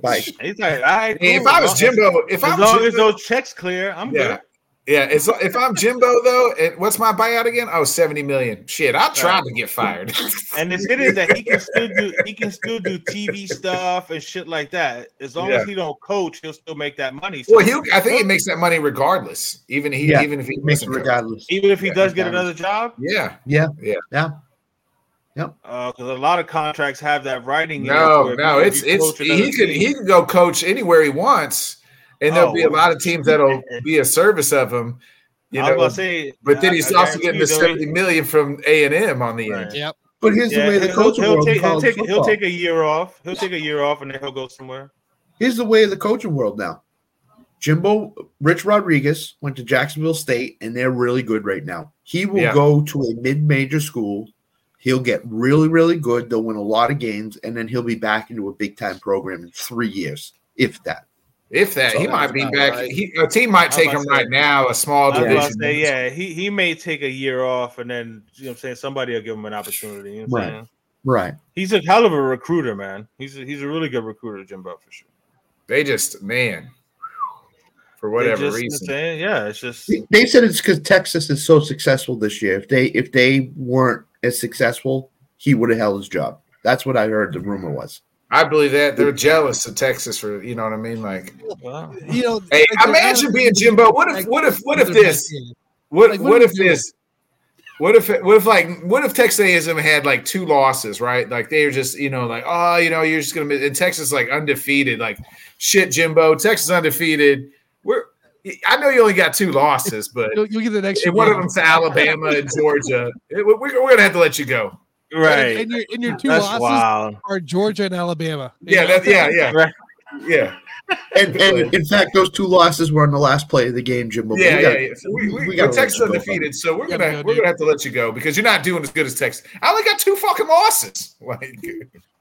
C: Bye."
B: He's like, all right.
A: I mean, if
B: cool.
A: I was Jimbo, if
B: as
A: I'm
B: long
A: Jimbo,
B: as those checks clear, I'm
A: yeah.
B: good.
A: Yeah, it's, if I'm Jimbo though, it, what's my buyout again? Oh, 70 million. Shit, I tried
B: Right.
A: to get fired.
B: And the shit is that he can still do he can still do TV stuff and shit like that. As long as he don't coach, he'll still make that money. So
A: Well, he I think he makes that money regardless, even he
C: Yeah,
A: even if he
C: It makes it
A: doesn't go.
C: regardless.
B: even if he does get
C: regardless.
B: another job,
A: Yeah,
B: because Uh, a lot of contracts have that writing. in it
A: no,
B: where
A: no,
B: if
A: it's
B: you
A: it's
B: coach another
A: he could
B: team-
A: he could go coach anywhere he wants, and there'll
B: Oh,
A: be a lot of teams that'll be a service of him. You
B: I was
A: know,
B: about to say,
A: but then
B: I-
A: he's
B: I
A: also getting the
B: guarantee you
A: seventy million from A and M on the
B: Right.
A: end.
E: Yep.
C: But here's
B: they'll- Yeah,
C: the way the
B: he'll-
C: culture
B: he'll,
C: world
B: take,
C: in
B: he'll,
C: college
B: take, he'll
C: football.
B: take a year off. He'll take a year off and then he'll go somewhere.
C: Here's the way of the coaching world now. Jimbo Rich Rodriguez went to Jacksonville State, and they're really good right now. He will
A: Yeah.
C: go to a mid-major school. He'll get really, really good. They'll win a lot of games, and then he'll be back into a big-time program in three years, if that.
A: If that, he
D: Sounds
A: might be
D: about
A: back.
D: right.
A: He, a team might
B: was
A: take
B: about
A: him
B: to say-
A: right now. A small
B: I was about to
A: division.
B: say, yeah, he, he may take a year off and then you know what I'm saying somebody will give him an opportunity. You know what I'm
C: Right.
B: saying?
C: Right.
B: He's a hell of a recruiter, man. He's a, he's a really good recruiter, Jimbo, for sure.
A: They just man, for
B: They
A: whatever
B: just, you know what I'm
A: reason.
B: saying? Yeah, it's just
C: They- They said it's because Texas is so successful this year. If they if they weren't as successful, he would have held his job. That's what I heard. The rumor was.
A: I believe that they're jealous of Texas for you know what I mean. Like,
B: well,
E: You know,
A: hey,
E: like, they're
A: imagine
E: not-
A: being Jimbo. What if?
E: like,
A: What if? What if
E: they're
A: this?
E: not in.
A: What
E: Like,
A: what,
E: what
A: if
E: do you do?
A: this? What if what if like what if Texanism had like two losses, right? Like they were just you know like oh you know you're just gonna be and Texas like undefeated like shit Jimbo Texas undefeated. We're I know you only got two losses, but
E: You'll, you'll get the next
A: if one of
E: game.
A: them's to Alabama and Georgia. it- we're, we're gonna have to let you go.
E: And-
B: right.
E: And your and your two
B: That's
E: losses
B: wild.
E: are Georgia and Alabama. You
A: Yeah,
E: know?
A: that, yeah, yeah,
B: Right.
A: yeah,
C: And, and in fact, those two losses were on the last play of the game, Jimbo.
A: yeah, yeah.
C: gotta-
A: yeah. So we, we,
C: we
A: got
C: gotta
A: Texas
C: let you go,
A: undefeated, so we're
E: You gotta
A: gonna
E: go,
A: we're
E: dude.
A: gonna have to let you go because you're not doing as good as Texas. I only got two fucking losses. Like,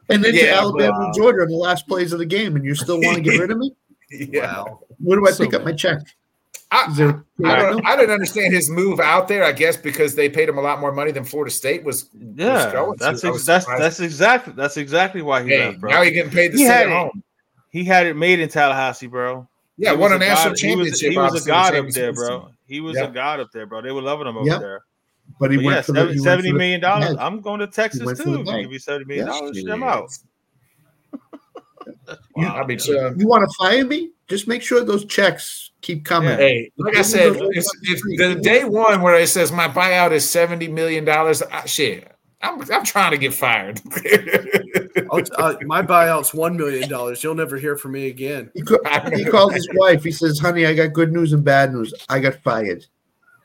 C: And then to
A: Yeah, uh,
C: Alabama
B: wow.
C: and Georgia on the last plays of the game, and you still want to get rid of me?
A: yeah.
D: Wow.
C: Where do I
E: So
C: pick up my
E: bad.
C: check?
A: I-
C: Is there,
A: I
C: I don't
A: don't,
C: know.
A: I didn't understand his move out there. I guess because they paid him a lot more money than Florida State was. was
B: Yeah,
A: going to.
B: that's
A: I
B: ex-
A: was
B: that's
A: surprised.
B: that's exactly that's exactly why he
A: Hey,
B: left, bro.
A: now you're getting paid the
B: He
A: same at
B: had it.
A: home.
B: he had it made in Tallahassee, bro.
A: Yeah,
B: He
A: won a
B: was god-
A: national
B: he was-
A: championship.
B: He was,
A: obviously,
B: a god up
A: championship
B: there,
A: team.
B: bro. He was
A: Yeah.
B: a god up there, bro. They were loving him over
C: Yeah.
B: there.
C: But he
B: But yeah,
C: went for the
B: seven-
C: he went
B: seventy
C: for the-
B: million dollars.
C: Yes.
B: I'm going to Texas
C: went for
B: too.
C: the
B: If you
C: bank.
B: give me seventy million
C: Yes,
B: dollars,
C: he
B: them out.
C: You-
A: I'll be chilling.
C: You want to fire me? Just make sure those checks keep coming.
B: Yeah.
A: Hey, like I said, if, if the day one where it says my buyout is seventy million dollars, shit, I'm I'm trying to get fired.
D: I'll- uh, my buyout's one million dollars. You'll never hear from me again.
C: He, ca- he calls his wife. He says, "Honey, I got good news and bad news. I got fired,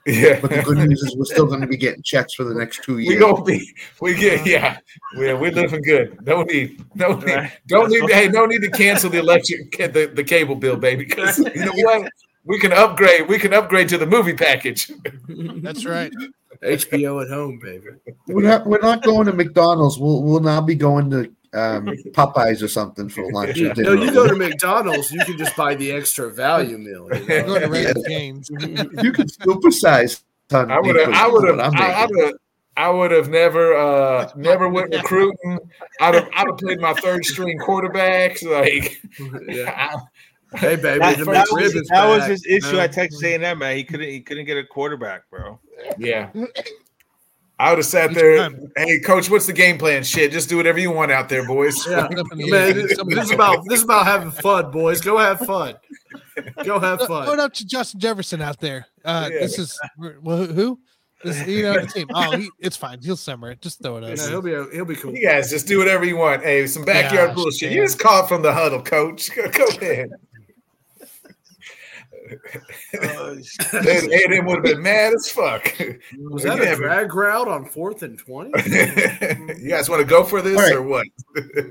A: yeah,
C: but the good news is we're still going to be getting checks for the next two
A: we
C: years."
A: gonna be we get yeah we're, we're living good. No need, no need.
B: Right.
A: Don't
B: That's
A: need, hey, no need to cancel the electric, ca- the, the cable bill, baby. Because you know what, we can upgrade. We can upgrade to the movie package.
E: That's right.
D: HBO at home, baby.
C: We're not, we're not going to McDonald's. We'll we'll now be going to um, Popeyes or something for lunch. or
D: No,
C: dinner.
D: you go to McDonald's, you can just buy the extra value meal. you know?
E: Going to Raising Cane's.
C: You can supersize. ton
A: I would have. I
C: equals
A: would have.
C: what I'm
A: I
C: making.
A: would have. I would have never, uh, never went recruiting. I'd have, I'd have played my third string quarterbacks. Like,
D: yeah.
A: I-
D: Hey, baby,
B: That,
D: the
B: that
D: McRib
B: was,
D: is
B: that was
D: back.
B: his issue
D: No.
B: at Texas A&M, man. He couldn't he couldn't get a quarterback, bro.
A: yeah, I would have sat
E: Each
A: there.
E: time.
A: Hey, coach, what's the game plan? Shit, just do whatever you want out there, boys.
D: Yeah.
E: Up in the air.
D: Man, this, this is about this is about having fun, boys. Go have fun. Go have
E: Going
D: fun.
E: up to Justin Jefferson out there. Uh,
A: Yeah.
E: This is well, who? This, you know, the team. Oh, he, it's fine. He'll summer it. Just throw it
D: No,
E: over.
D: he'll be he'll be cool.
A: You guys just do whatever you want. Hey, some backyard
E: Gosh,
A: bullshit. You
E: man.
A: just call it from the huddle, coach. Go, go ahead.
D: Oh,
A: They, they would have been mad as fuck.
D: Was that a drag route on fourth and twenty?
A: you guys want to go for this
C: All right.
A: or what?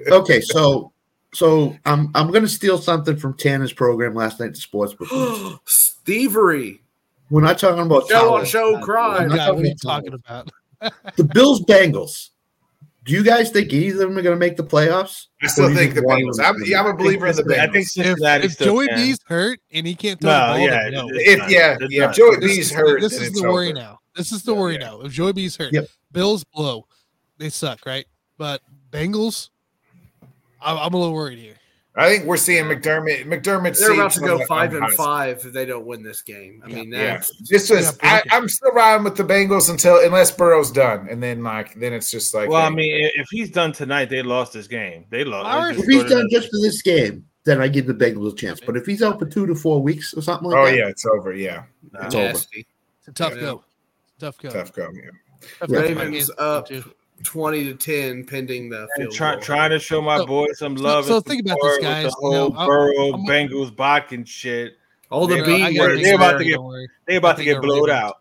C: okay, so so I'm I'm gonna steal something from Tanner's program last night at the sports book.
D: Thievery.
C: We're not talking about
D: Show on
C: towels.
D: show crime.
E: God, what are you
C: Nothing.
E: talking about?
C: the Bills Bengals. Do you guys think either of them are gonna make the playoffs?
A: I still
C: Or do you
A: think the
C: one of
A: Bengals.
C: them's
A: I'm,
C: gonna-
A: yeah, I'm a believer in the
B: I
A: Bengals.
B: think
E: If,
B: Cincinnati
E: if
B: still
E: Joey
B: can.
E: B's hurt and he can't throw
B: No,
E: the ball,
B: yeah,
E: then no.
B: it's
A: If
B: not.
A: yeah,
B: It's
A: yeah,
B: not.
A: if Joey
E: This
A: B's
E: is-
A: hurt.
E: This
A: then
E: is
A: it's
E: the worry
A: over.
E: now. This is the
A: Yeah,
E: worry
A: yeah.
E: now. If Joey B's hurt,
C: Yep.
E: Bills blow. They suck, right? But Bengals, I'm, I'm a little worried here.
A: I think we're seeing McDermott. McDermott.
D: They're about to go five and five if they don't win this game. I mean,
A: Yeah,
D: that's
A: this was.
E: Yeah,
A: I, I'm still riding with the Bengals until unless Burrow's done, and then like then it's just like.
B: Well, I
A: hey,
B: mean, i- if he's done tonight, they lost this game. They lost.
E: Ours-
C: If he's done just for this game, then I give the Bengals a chance. But if he's out for two to four weeks or something like
A: oh
C: that,
A: yeah, it's over. Yeah,
B: Nah.
C: it's over.
D: nasty.
E: It's a tough
D: Yeah.
E: go. Tough go.
A: tough go. Yeah.
E: Tough
C: Yeah.
E: go.
D: Ravens
B: uh,
D: up
E: Too.
D: twenty to ten, pending the
B: And
D: field
B: try,
D: goal.
B: trying to show my
E: So-
B: boy some
E: so-
B: love. and
E: so think about this,
B: support with
E: guys.
B: The whole
E: No, I'm-
B: Burrow
E: I'm-
B: Bengals Bach and shit.
D: all the
B: They're-
E: I
D: B
E: gotta
B: word.
D: words.
E: make
B: They're
E: it
B: about
E: work,
B: to get-
E: don't worry.
B: They about to
E: think
B: get
E: they're
B: blowed
E: Ravens.
B: out.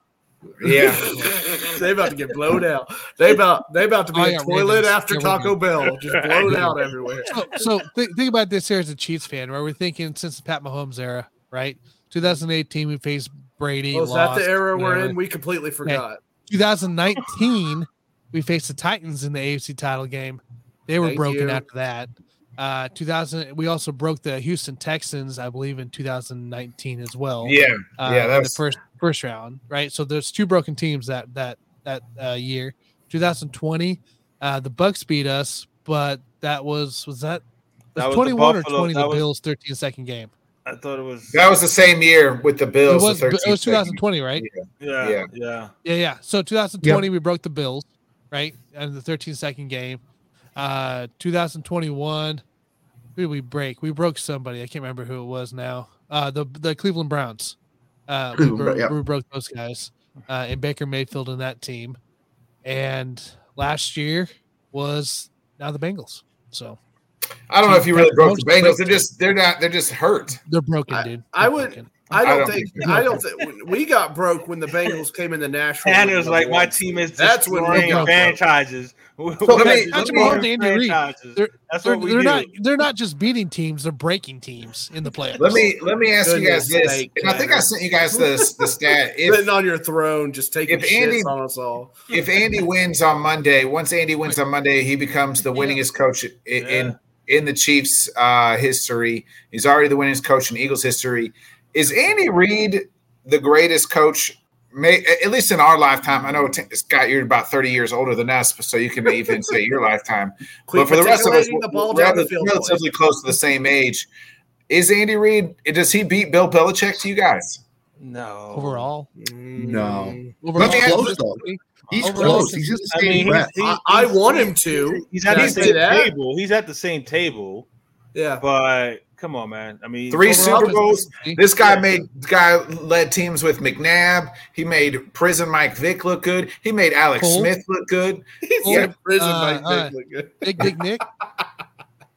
A: Yeah.
D: they about to get blown out. They about they about to be
E: Oh,
D: a
E: yeah,
D: toilet
E: Ravens.
D: after
E: Yeah,
D: Taco Bell, just blown out everywhere.
E: So, so thi- think about this here as a Chiefs fan, right? We're thinking since the Pat Mahomes era, right? 2018, we faced Brady.
D: Oh, is that
E: lost,
D: the era we're
E: whatever.
D: in? We completely forgot.
E: 2019, we faced the Titans in the AFC title game. They were
D: Thank
E: broken
D: you.
E: after that. Uh, 2000. We also broke the Houston Texans, I believe, in 2019 as well.
A: Yeah,
E: uh,
A: yeah,
E: in the
A: that's
E: first first round, right? So there's two broken teams that that that uh, year. 2020, uh, the Bucks beat us, but that was was that,
B: That was the
E: 21
B: Buffalo-
E: or 20
B: that
E: the
B: was-
E: Bills 13 second game.
B: I thought it was.
A: that was the same year with the
E: It
A: Bills.
E: was
A: the
E: it
A: 13th
E: was
A: pick.
E: 2020, right?
B: yeah,
A: yeah.
B: yeah,
E: Yeah, yeah. So 2020 we broke the Bills, right? And the 13 second game. Uh 2021 who did we break? We broke somebody. I can't remember who it was now. Uh the the Cleveland Browns. Uh we,
C: Cleveland
E: bro-
C: Brown- yeah.
E: we broke those guys. Uh and Baker Mayfield and that team. And last year was now the Bengals. So
A: I don't know if you really broke the
E: Most
A: Bengals.
E: breaks.
A: They're just they're not they're just hurt.
E: they're broken, dude.
D: I
E: They're
D: would-
E: broken.
D: I
A: I
D: don't,
A: don't
D: think,
A: think-
D: I don't think we got broke when the Bengals came in the national.
B: And it was like my
D: what?
B: team is
D: That's what
B: destroying
E: we're-
B: franchises.
A: me-
E: That's what Andy Reid-
B: That's
E: They're,
B: what we
E: they're
B: do.
E: not they're not just beating teams, they're breaking teams in the playoffs.
A: Let me let me ask you guys
D: Goodness
A: this.
D: sake,
A: and I think I
D: Tanner.
A: sent you guys this the stat. If
D: sitting on your throne, just taking
A: If
D: shits
A: Andy-
D: on us all.
A: if Andy wins on Monday, once Andy wins on Monday, he becomes the winningest coach in
B: Yeah.
A: in, in the Chiefs' uh, history. He's already the winningest coach in Eagles history. Is Andy Reid the greatest coach? May, at least in our lifetime, I know T- Scott, you're about 30 years older than us, so you can even say your lifetime.
D: Quit
A: but for the rest of us,
D: articulating the ball
A: we're
D: down the field. boys.
A: relatively close to the same age. Is Andy Reid? Does he beat Bill Belichick to you guys?
B: No.
E: overall.
C: No.
E: overall
A: Not
C: close, though. He's
E: Overall,
C: close. He's in
B: Oh,
C: the
B: I
C: same
B: mean, he's,
C: breath.
B: he's,
D: I, I want him to.
B: He's at
D: Can
B: the
D: I say
B: same
D: that?
B: table. He's at the same table.
D: Yeah.
B: But come on, man. I mean,
A: Three
E: Overall
A: Super Bowls.
E: consistency.
A: This guy made guy led teams with McNabb. He made prison Mike Vick look good. He made Alex
E: Cole.
A: Smith look good.
D: He's
A: Yeah.
D: in prison.
E: Uh,
D: Mike
E: uh,
D: Vick.
E: Big Big Nick.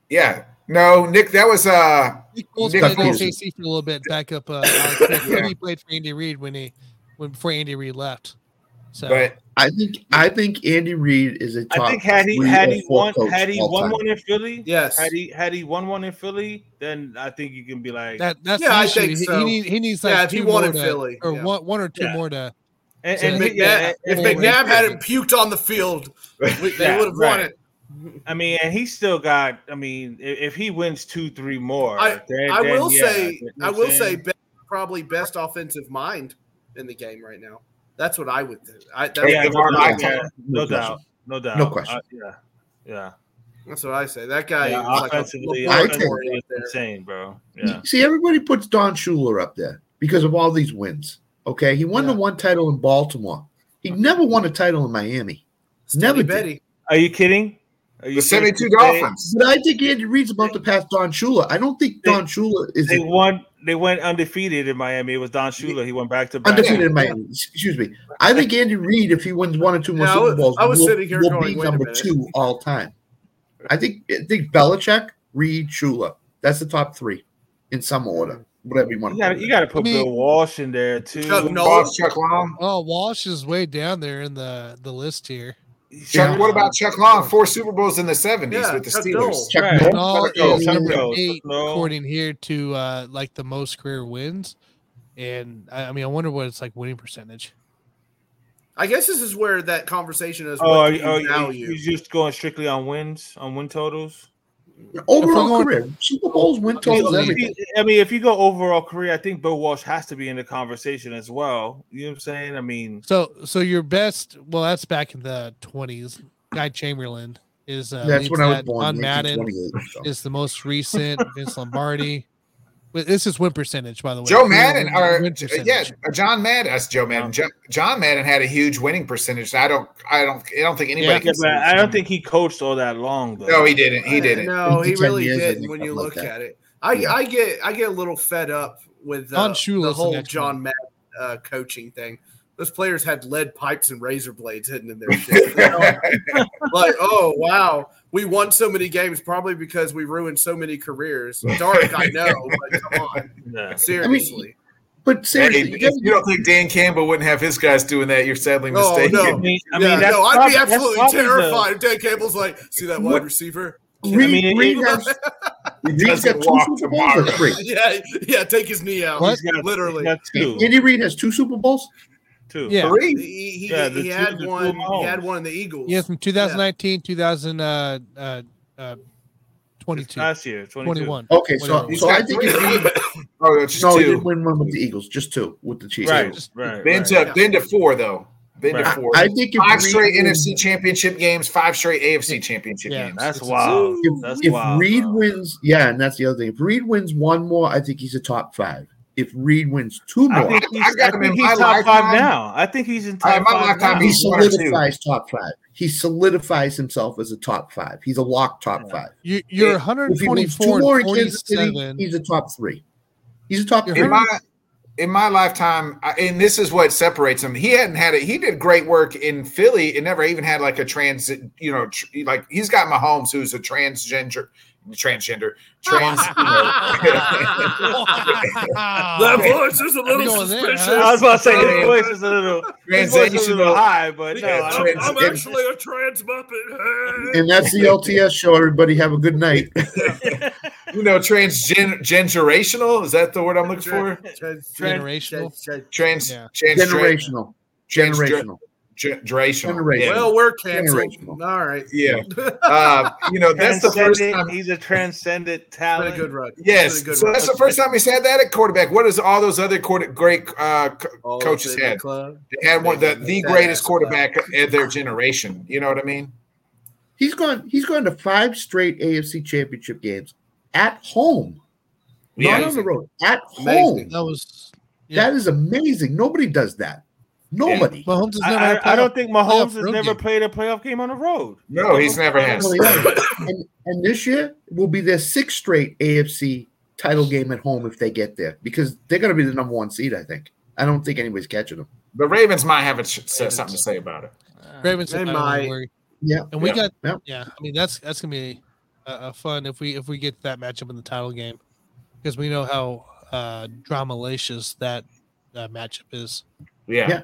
A: Yeah. No, Nick, that was uh
E: Nick Foles
A: Nick
E: played in
A: Foles.
E: OKC for a little bit. Back up. Uh, Alex Smith.
A: Yeah.
E: He played for Andy Reid when he when before Andy Reid left. So
A: but
C: I think I think Andy Reid is a top.
B: I think had he
C: three
B: had
C: or
B: he
C: four
B: won
C: coach
B: had he
C: all
B: won
C: time.
B: one in Philly,
D: Yes.
B: had he had he won one in Philly, then I think you can be like,
E: that that's
D: Yeah,
E: the
D: I
E: issue.
D: think
E: He-
D: so.
E: He, need, he needs like
D: Yeah, if he
E: two
D: wanted
E: more to-
D: Philly.
E: or
D: yeah.
E: one one or two
B: Yeah.
E: more to.
B: and,
E: So-
B: and
D: McNabb,
B: he- yeah,
D: if
B: and-
E: Andy
D: McNabb hadn't puked on the field, we, they
B: Yeah,
D: would have won
B: right.
D: it.
B: I mean, and he still got. I mean, i- if, he wins two, three more,
D: I-
B: then-
D: I
B: then
D: will
B: yeah,
D: say,
B: you know
D: I
B: what
D: will
B: I'm
D: say,
B: saying?
D: be- probably best offensive mind in the game right now. That's what I would. Do. I, that's,
B: yeah,
A: if
B: no,
A: our
B: doubt,
A: lives-
B: yeah,
C: No
B: no
C: question.
B: doubt, no doubt,
C: No question.
B: Uh, yeah, yeah.
D: that's what I say. That guy
B: Yeah,
D: was like a
B: offensively,
C: I
D: laboratory
C: think-
B: offensively,
D: out
B: it's
D: there.
B: insane, bro. Yeah,
C: See, everybody puts Don Shula up there because of all these wins. Okay, he won
E: Yeah.
C: the one title in Baltimore. He never won a title in Miami. Never
D: Steady
C: did.
D: Betty.
B: are you kidding? Are you
A: the
B: kidding?
A: 72
B: They-
A: Dolphins.
C: But I think Andy Reid's about to pass Don Shula. I don't think
B: They-
C: Don Shula is
B: They won. They went undefeated in Miami. It was Don Shula. He went back to back.
C: undefeated in Miami. Excuse me. I think Andy Reid, if he wins one or two more
D: Yeah, I
C: Super
D: was-
C: Bowls,
D: I was
C: will,
D: sitting here
C: will
D: going,
C: be
D: wait a
C: number
D: minute.
C: two all time. I think I think Belichick, Reid, Shula. That's the top three in some order, whatever you want
B: You
C: to.
B: gotta, you gotta put
E: I mean-
B: Bill Walsh in there too.
D: Chuck Noll-
A: Boss Chuck Long.
E: Oh, Walsh is way down there in the the list here.
A: Chuck,
C: Yeah.
A: What about Chuck Long? Four Super Bowls in the 70s
D: Yeah,
A: with the
D: Chuck
A: Steelers.
D: Noll.
C: Chuck
B: Right.
C: Noll.
E: All
A: Chuck
E: is
A: Noll.
E: Oh, number
B: Chuck Noll.
E: eight
B: Chuck Noll.
E: according here to uh like the most career wins, and I, I mean I wonder what it's like winning percentage.
D: I guess this is where that conversation is.
B: Oh,
D: What
B: are
D: do
B: you, are
D: you
B: you,
D: value?
B: you just going strictly on wins, on win totals?
C: Overall
E: going-
C: career, Super Bowls, win totals,
B: I
C: everything.
B: mean, I mean, if you go overall career, I think Bill Walsh has to be in the conversation as well. You know what I'm saying? I mean,
E: So so your best well that's back in the twenties. Guy Chamberlain is uh,
C: That's
E: leads
C: when I was
E: that.
C: born.
E: Don Madden
C: 1928, so.
E: is the most recent. Vince Lombardi. Wait, This is win percentage, by the way.
A: Joe
E: Career
A: Madden,
E: win-
A: or
E: win
A: uh, yeah,
E: percentage.
A: or John Madden. That's Joe Madden. Jo- John Madden had a huge winning percentage. I don't, I don't, I don't think anybody.
E: Yeah,
B: yeah,
A: can
B: but I don't think he coached all that long, though.
A: No, he didn't. He
D: Uh,
A: didn't.
D: No, he
C: Fifty, ten
D: really
C: years, I
D: didn't.
C: think,
D: When you
C: something like
D: look
C: that.
D: at it, I,
C: Yeah.
D: I get I get a little fed up with uh,
E: Don Shula's
D: the
E: the
D: whole
E: next
D: John
E: one.
D: Madden uh, coaching thing. Those players had lead pipes and razor blades hidden in their shit. You know? like, oh wow, we won so many games probably because we ruined so many careers. Dark, I know, but come on,
B: Yeah.
D: seriously.
C: But
A: Hey,
C: seriously,
A: if you don't think Dan Campbell wouldn't have his guys doing that, you're sadly
D: No,
A: mistaken.
D: no.
B: I mean, I
D: Yeah,
B: mean, that's
D: no, I'd
B: probably-
D: be
B: that's
D: absolutely
B: probably the-
D: terrified if Dan Campbell's like, see that wide
C: What-
D: receiver?
C: Reed,
B: I mean, it-
C: Reed
B: it-
C: has,
A: He
C: Reed's
A: doesn't
C: got two
A: walk
C: Super Bowls
A: tomorrow.
C: or three.
D: Yeah, yeah, take his knee out.
E: What?
B: he's got-
D: Literally.
B: he's got two,
C: Andy Reid has two Super Bowls.
B: two.
E: Yeah.
A: Three.
D: He, he,
B: Yeah,
D: he
B: the two-
D: had
B: the two
D: one. He
B: Mahomes.
D: had one in the Eagles.
E: Yeah, from 2019, 2000, uh, uh, uh,
B: It's
E: 22,
B: last year, 22.
E: 21.
C: Okay, so,
E: Whatever.
C: so I think if he,
A: oh, no, just
C: no, he
A: two.
C: didn't win one with the Eagles, just two with the Chiefs.
B: Right,
E: Just-
B: right.
A: Been
B: right.
A: to been to four though. Been to
B: Right.
A: four.
C: I think if
A: five
C: Reed
A: straight
C: wins-
A: NFC Championship games. Five straight AFC Championship
E: Yeah.
A: games.
B: That's
E: It's-
B: wild.
C: if,
B: That's
C: if
B: wild.
C: Reed wins, yeah, and that's the other thing. If Reed wins one more, I think he's a top five. If Reed wins two
B: I
C: more,
B: think
A: I
B: he's, I
A: got him
B: think
A: in
B: he's
A: my
B: top
A: lifetime.
B: five now. I think he's in
A: All
B: top
A: right, my
B: five
A: lifetime,
B: now.
C: he
A: he's one or two.
C: solidifies top five. He solidifies himself as a top five. He's a lock top
B: Yeah.
C: five.
E: You, you're
C: If he wins two
E: 124
C: more
E: and
C: in Kansas City,
E: 47.
C: he's a top three. He's a top
E: You're
C: three.
A: in my in my lifetime, I- and this is what separates him. He hadn't had it. He did great work in Philly, and never even had like a trans. You know, tr- like he's got Mahomes, who's a transgender, transgender, trans. you know.
D: That voice is a
E: We
D: little
E: going there,
D: suspicious.
B: I was about to say
A: Yeah.
B: his voice is a little, his voice is a little
A: Transitional.
B: high, but
A: Yeah,
B: no, I
D: I'm,
B: don't,
A: trans-
D: I'm actually a trans muppet. Hey.
C: and that's the LTS show. Everybody have a good night.
A: you know, transgenerational. Is that the word I'm looking for?
E: Generational.
A: Trans,
E: Yeah.
A: trans,
C: Generational,
A: Trans-
C: generational.
A: gen- generational.
C: Generational.
A: Yeah.
D: Well, we're canceled.
C: Generational.
D: All right.
A: yeah. Uh, you know, that's the first
B: Transcendent-
A: time.
B: He's a transcendent
D: Had
B: talent.
D: a good run.
A: Yes,
D: Had a good
A: so
D: run.
A: that's the first time he's had that at quarterback. What is all those other quarter, great uh, co-
D: All
A: coaches
D: in the
A: had.
D: club.
A: They had one of the, the
D: Badass
A: greatest quarterback of their generation. You know what I mean?
C: He's gone. He's gone to five straight AFC Championship games at home,
A: Yeah,
C: not on
A: he's-
C: the road. At
D: Amazing.
C: home.
E: That was
C: That is amazing. Nobody does that. Nobody.
E: Mahomes has
B: I,
E: never had
B: I- I don't think Mahomes has
E: road
B: never
E: game.
B: played a playoff game on the road.
A: No, he's never had.
C: Really does. and, and this year will be their sixth straight AFC title game at home if they get there, because they're going to be the number one seed. I think. I don't think anybody's catching them.
A: The Ravens might have a ch- s- something to say about it.
E: Ravens
D: They
E: have
D: might.
E: worry.
C: Yeah.
E: And we
A: Yeah.
E: got
C: Yeah.
E: yeah. I mean that's that's gonna be a, a fun if we if we get that matchup in the title game because we know how uh dramalicious that uh, matchup is.
A: Yeah.
C: Yeah.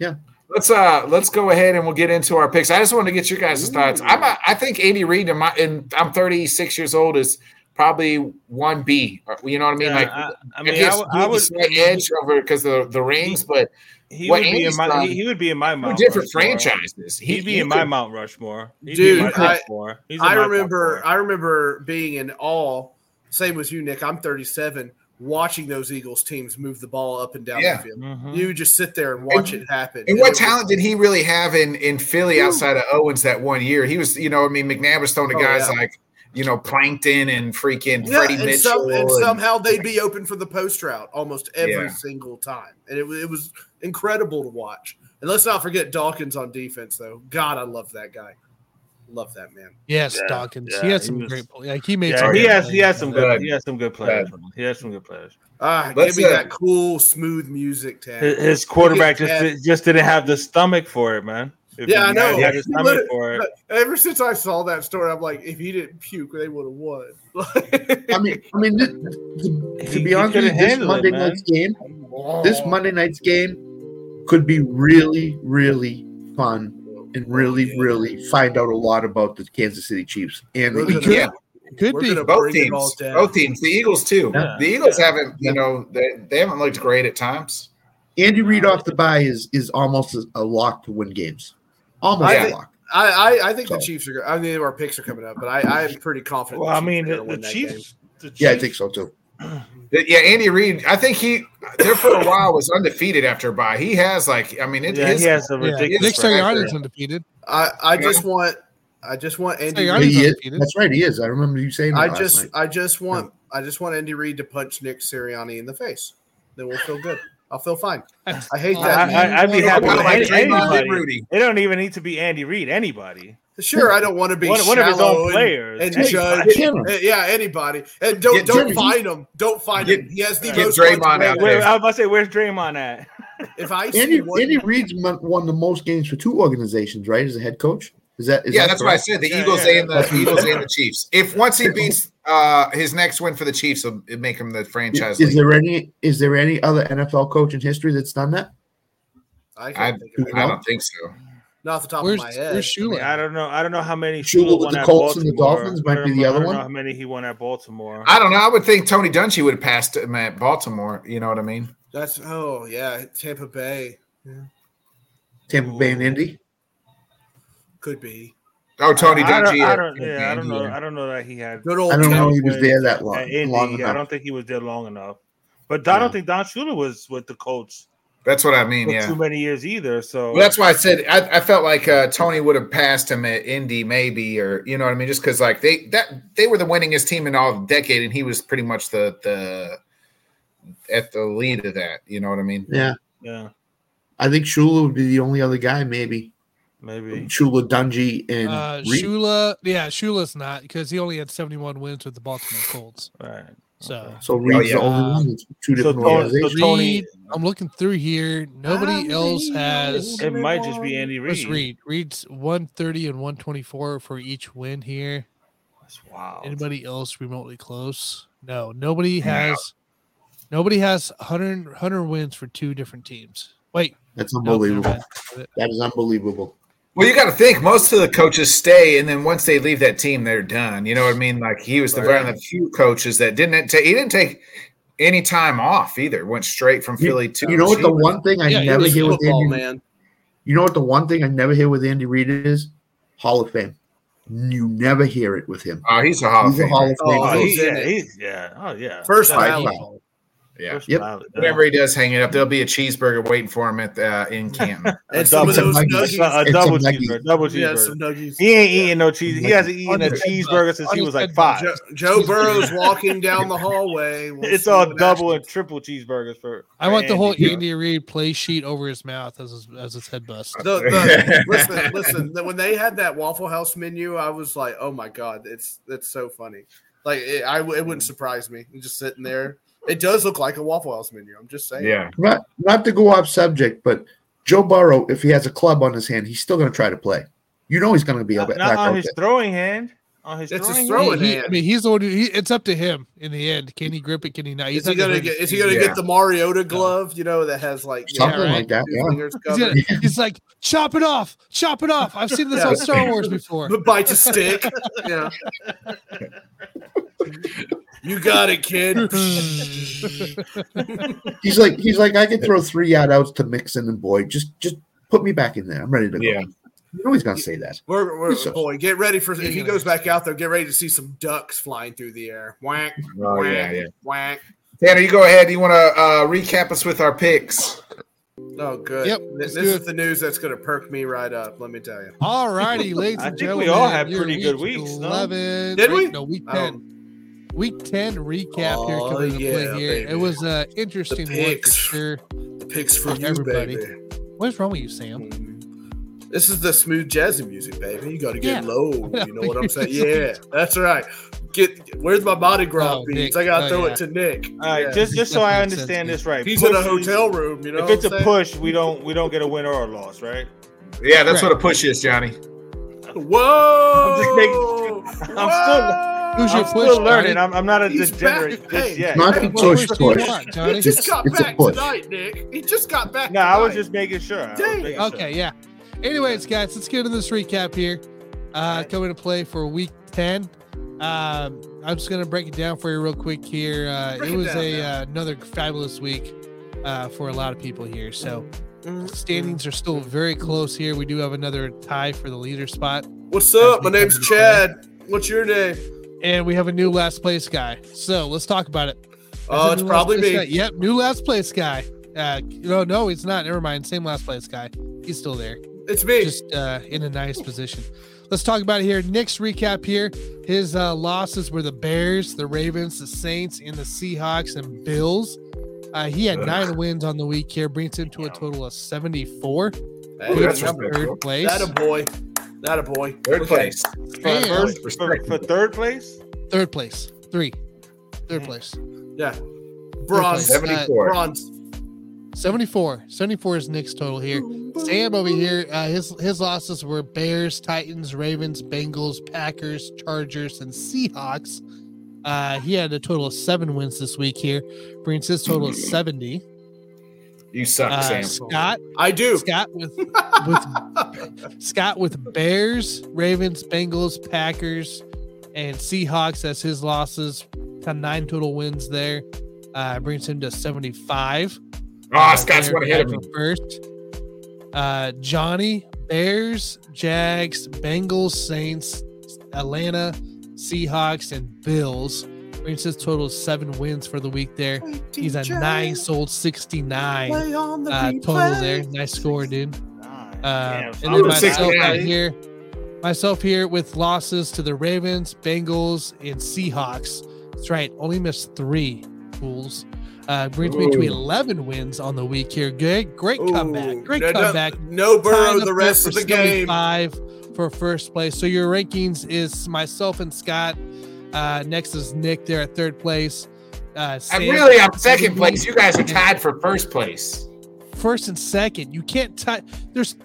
C: Yeah.
A: Let's uh let's go ahead and we'll get into our picks. I just want to get your guys' thoughts. I'm a, I think Andy Reid in my and I'm 36 years old is probably one B. uh, You know what I mean?
B: Yeah,
A: like
B: I, I
A: I,
B: mean, I,
A: guess
B: w- I
A: would
B: would.
A: slight edge over because the the rings, but
B: He
A: what
B: would be
A: Andy's
B: in my.
A: done-
B: He, he would be in my
A: two
B: Mount.
A: different
B: Rushmore.
A: franchises.
B: He'd be
A: you
B: in my
A: could-
B: Mount Rushmore. He'd be
D: Dude,
B: in my
D: I-
B: top four. He's in
D: I
B: my top
D: remember.
B: four.
D: I remember being in awe. Same with you, Nick. I'm 37. Watching those Eagles teams move the ball up and down
A: Yeah.
D: the field.
B: Mhm.
D: You just sit there and watch it happen.
A: And what
D: it was-
A: talent did he really have in in Philly outside of Owens that one year? He was, you know, I mean, McNabb was throwing to
D: Oh,
A: guys
D: yeah.
A: like, you know, Plankton and freaking
D: Yeah,
A: Freddie
D: and,
A: Mitchell.
D: some, and
A: and-
D: somehow they'd be open for the post route almost every
A: Yeah.
D: single time, and it, wa- it was incredible to watch. And let's not forget Dawkins on defense, though. God, I love that guy. Love that man.
E: Yes,
B: Yeah,
E: Dawkins.
B: yeah,
E: he had
B: he
E: some
B: was-
E: great play. Like he made
B: Yeah,
E: some
B: he
E: great
B: has. He
E: plays.
B: has some
A: Good.
B: good. He has some good players. He has some good players.
D: Ah,
A: Let's,
D: give me
A: uh,
D: that cool, smooth music tag.
B: His, his quarterback
D: Look
B: just
D: at
B: di- just didn't have the stomach for it, man. If
D: Yeah, I
B: he had-
D: know.
B: Had the
D: He
B: stomach
D: literally-
B: for it.
D: But ever since I saw that story, I'm like, if he didn't puke, they would have won.
C: I mean, I mean, th- to, to
B: He-
C: be
B: he
C: honest, with
B: couldn't
C: you, this
B: handle it,
C: Monday
B: man.
C: night's game, this Monday night's game could be really, really fun and really, really find out a lot about the Kansas City Chiefs and the
D: We're gonna-
C: Eagles.
A: Yeah.
E: Could
D: We're
E: be.
D: gonna
A: both
D: bring it all
A: teams,
D: down.
A: both teams, the Eagles too.
B: Yeah.
A: The Eagles
D: Yeah.
A: haven't, you
C: Yeah.
A: know, they, they haven't looked great at times.
C: Andy Reid off the bye is is almost a- a lock to win games, almost
A: Yeah.
C: a lock.
D: I, I, I think the
A: Oh.
C: So.
D: Chiefs are. go- I mean, our picks are coming up, but I, I'm pretty confident.
B: Well,
D: the
B: I
D: Chiefs
B: mean, the,
D: are gonna
B: the
D: win that game.
B: Chiefs. The Chiefs
C: Yeah, I think so too.
A: But yeah, Andy Reid, I think he there for a while was undefeated after a bye. He has like, I mean, it,
B: Yeah,
A: his-
B: he has a
E: Yeah.
B: ridiculous.
E: Nick
A: Next time-
E: Sirianni's undefeated.
D: I, I
A: Yeah.
D: just want, I just want Andy.
E: Sirianni's
D: Reid-
C: He is-
E: undefeated.
C: that's right. He is. I remember you saying. That
D: I
C: last
D: just,
C: night.
D: I just want, I just want Andy Reid to punch Nick Sirianni in the face. Then we'll feel good. I'll feel fine. I hate that.
B: I- I- I'd be
A: I
B: happy
A: like
B: with any-
A: Draymond and
B: anybody.
A: Rudy.
B: They don't even need to be Andy Reid. Anybody.
D: sure, I don't want to be
B: One, one of his
D: shallow
B: own
D: and-
B: players.
D: and
B: Anybody.
D: Judge.
C: Tanner,
D: Uh, Yeah, anybody. And don't
A: Get
D: don't
C: Jimmy.
D: find him. Don't find
A: Get-
D: him. He has the
A: get
D: most
A: Draymond
D: points
A: out
D: made.
B: Where, I was about to say, where's Draymond at?
D: If I see
C: Andy,
D: one,
C: Andy Reid's mon- won the most games for two organizations, right? As a head coach, is that? Is
A: yeah,
C: that
A: that's
C: correct?
A: why I said the
B: Yeah,
A: Eagles
B: yeah.
A: and the Eagles and the Chiefs. If once he beats uh, his next win for the Chiefs, it'll it'll make him the franchise.
C: Is
A: leader.
C: there any is there any other NFL coach in history that's done that?
D: I can't
A: I-
D: think of it.
A: I don't think so.
D: Not off the top
E: Where's
D: of my head.
E: where's Shula?
B: I don't know. I don't know how many
C: Shula
B: Shula
C: with
B: won
C: the
B: at
C: Colts and the
B: Baltimore.
C: Dolphins
B: I
C: might be
B: don't
C: the
B: know-
C: other
B: I
C: one.
B: don't know how many he won at Baltimore.
A: I don't know. I would think Tony Dungy would have passed him at Baltimore. You know what I mean?
D: That's oh yeah, Tampa Bay
C: Tampa Bay and Indy.
D: could be.
A: Oh, Tony
B: I, I don't,
A: DG.
B: I don't, yeah, I don't know. I don't know that he had.
D: Good old
C: I don't know.
D: Ted
C: He was there
D: Williams.
C: that long.
B: at Indy.
C: long
B: I
C: enough.
B: don't think he was there long enough. But I
C: Yeah.
B: don't think Don Shula was with the Colts
A: That's what I mean.
B: for
A: Yeah.
B: too many years either. So
A: Well, that's why I said I, I felt like uh, Tony would have passed him at Indy, maybe, or you know what I mean, just because like they that they were the winningest team in all the decade, and he was pretty much the the at the lead of that. You know what I mean?
C: Yeah,
B: yeah,
C: I think Shula would be the only other guy, maybe
B: maybe.
C: Shula, Dungy, and
E: Uh,
C: Reed.
E: Shula, yeah, Shula's not because he only had 71 wins with the Baltimore Colts.
B: All right.
E: So
C: So Reed's
A: Oh, yeah.
C: the only one. It's
B: So
C: two different
B: Tony, so
C: organizations.
B: Tony,
E: Reed, I'm looking through here. Nobody else has.
B: it might just be Andy Reid.
E: Let's read. Reed's 130 and 124 for each win here.
B: That's
D: Oh,
B: wild.
E: Anybody else remotely close? No, nobody has. Nobody has 100, 100 wins for two different teams. Wait,
C: That's
E: no, never
C: unbelievable.
E: mind.
C: That is unbelievable.
A: Well, you got to think most of the coaches stay, and then once they leave that team, they're done. You know what I mean? Like he was the
B: Right.
A: one of the few coaches that didn't take he didn't take any time off either. Went straight from Philly to
C: You know what the
A: Chiefs.
C: one thing I
E: Yeah, he
C: never
E: was
C: hear with
D: football
C: Andy.
D: man.
C: You know what the one thing I never hear with Andy Reid is Hall of Fame. You never hear it with him.
A: Oh, he's a Hall of
C: He's a Hall
A: Famer.
C: of Fame.
D: Oh,
B: Oh,
C: coach.
B: he,
D: he's in
B: yeah,
D: it.
B: he's, yeah. Oh, yeah.
D: First
C: Five
D: round.
C: round.
A: Yeah.
B: First
C: Yep.
B: ballot, yeah.
A: Whenever he does hang it up, there'll be a cheeseburger waiting for him at uh, in Canton.
D: And some of
C: It's a
D: those
C: Nuggies.
B: It's not-
D: nuggies.
B: a
C: It's a
B: double
C: nugget.
B: cheeseburger. Double
D: Yeah,
B: cheeseburger.
D: some nuggies.
B: He ain't eating no cheese. He
C: Nugget.
B: hasn't eaten a
E: Hundred head
B: cheeseburger
E: bucks.
B: since he
E: Hundred
B: was like
E: head
B: five.
D: Joe, Joe Burrow's walking down the hallway. We'll
B: It's
D: see
B: all
D: what
B: double and
D: happens.
B: triple cheeseburgers for.
E: I want the
B: for
E: whole
B: Andy.
E: Andy Reid play sheet over his mouth as his, as his head bust.
D: The, the, listen, listen. the- When they had that Waffle House menu, I was like, "Oh my god, it's that's so funny." Like, it, I it wouldn't surprise me. Just sitting there, it does look like a Waffle House menu. I'm just saying.
A: yeah.
C: Not, not to go off subject, but Joe Burrow, if he has a club on his hand, he's still going to try to play. You know he's going to be
B: Not,
C: up,
B: not
C: back
B: on
C: out
B: his
C: there.
B: throwing hand. On his
D: It's
B: throwing,
D: his throwing
B: hand.
E: He- he- I
D: hand.
E: mean, he's the one who. He, it's up to him in the end. Can he grip it? Can he not? He's
D: Is he
E: not
D: gonna
E: hurt
D: get?
E: his
D: Is he gonna
A: Yeah.
D: get the Mariota glove? You know that has like you know,
C: Something
E: Yeah,
C: like that.
D: two
C: Yeah.
D: fingers
E: He's,
D: covered.
E: gonna- he's like, chop it off, chop it off. I've seen this
D: Yeah.
E: on Star Wars before.
D: But bite a stick. yeah. You got it, kid.
C: He's like he's like I could throw three out outs to Mixon and Boyd. Just just put me back in there. I'm ready to go.
A: Yeah.
C: You know he's going to say that.
D: We're, we're,
C: Jesus.
D: boy, get ready for if he goes back out there, get ready to see some ducks flying through the air. Whack,
A: Oh
D: whack,
A: yeah, yeah.
D: whack.
A: Tanner, you go ahead. You want to uh, recap us with our picks?
D: Oh, good.
E: Yep,
D: Th-
E: let's
D: This,
E: do
D: is
E: it.
D: the news that's going to perk me right up. Let me tell you.
E: All righty, ladies
B: I
E: and
B: think
E: gentlemen.
B: we all had
E: your
B: pretty good
E: week
B: weeks, no?
E: 11,
D: Did
E: wait,
D: we?
E: No, week
D: Oh.
E: 10. Week 10 recap here
D: Oh,
E: coming into
D: yeah,
E: play here.
D: baby.
E: It was an interesting one for
D: picks.
E: sure.
D: Oh, Picks for you,
E: Everybody.
D: baby. Hmm.
E: What is wrong with you, Sam?
D: This is the smooth jazzy music, baby. You got to get
E: Yeah.
D: low. You know what I'm saying? Yeah, that's right. Get where's my body
E: Oh,
D: gras beats?
E: Nick.
D: I got to
E: Oh,
D: throw
E: yeah.
D: it to Nick.
B: All right,
D: Yeah.
B: just just so I
E: That makes sense,
B: understand
E: yeah.
B: this right.
D: he's
B: Push
D: in a
B: is-
D: hotel room. You know,
B: If
D: what
B: it's
D: I'm
B: a
D: saying?
B: push, we don't we don't get a win or a loss, right?
A: Yeah, that's
E: Right.
A: what a push is, Johnny.
D: Whoa!
B: I'm just making- I'm still-
E: Who's
B: I'm
E: your
B: still
E: push,
B: learning.
E: Johnny?
B: I'm, I'm not a
D: He's
B: degenerate
D: back.
B: just
D: Hey.
B: yet.
C: Not
E: What
C: the push
E: push do you
C: push.
E: want,
D: He
E: Johnny?
D: just got
C: It's a
D: back
C: push.
D: tonight, Nick. He just got back.
B: No, I was
D: tonight.
B: just making sure. I was
D: Dang.
B: making sure.
E: Okay, yeah. Anyways, guys, let's get into this recap here. Uh, coming to play for week 10. Um, I'm just going to break it down for you real quick here. Uh,
D: Break
E: it
D: it
E: was
D: down
E: a
D: now.
E: uh, another fabulous week uh, for a lot of people here. So
D: Mm-hmm.
E: standings are still very close here. We do have another tie for the leader spot.
D: What's up? My name's Chad. What's your name?
E: And we have a new last place guy. So let's talk about it.
D: Oh,
E: Is it
D: it's
E: new
D: probably
E: last place
D: me.
E: guy? Yep, new last place guy. Uh, no, no, he's not. Never mind. Same last place guy. He's still there.
D: It's me.
E: just uh, in a nice position. Let's talk about it here. Nick's recap here. His uh, losses were the Bears, the Ravens, the Saints, and the Seahawks and Bills. Uh, he had nine wins on the week here, brings him to a total of 74.
D: Hey,
A: Ooh, that's
D: number-
E: Third place.
D: that a boy. That a boy.
A: Third
D: Okay.
A: place.
B: For,
E: And
B: first, for, for third place,
E: third place. Three. Third place.
D: Yeah. Bronze.
E: Third place.
A: Seventy-four.
D: Bronze.
E: 74. 74 is Nick's total here. Sam over here, uh, his his losses were Bears, Titans, Ravens, Bengals, Packers, Chargers, and Seahawks. Uh, he had a total of seven wins this week here, brings his total to 70.
A: you suck,
E: Uh,
A: Sam.
E: Scott,
D: I do.
E: Scott with with Scott with Bears, Ravens, Bengals, Packers, and Seahawks as his losses. To nine total wins there, uh, brings him to seventy five.
A: Oh, Scott's one ahead of me.
E: First, uh, Johnny Bears, Jags, Bengals, Saints, Atlanta, Seahawks, and Bills. Brings his total to seven wins for the week there. He's a nine sold 69 uh, total there. Nice score, dude. Uh, and then
A: Ooh,
E: myself
A: 69.
E: out here, myself here with losses to the Ravens, Bengals, and Seahawks. That's right, only missed three fools. Uh, brings me to
A: Ooh.
E: 11 wins on the week here. Good, great
D: Ooh,
E: comeback, great
D: no, no-
E: comeback.
D: No, Burrow
E: Tied
D: the
E: up
D: rest
E: there
D: of
E: for
D: the game.
E: 75 for first place. So your rankings is myself and Scott. Uh, next is Nick there at third place. Uh,
A: I'm
E: Sam-
A: really on second
E: Sam-
A: place. You guys are tied for first place.
E: First and second. You can't tie. There's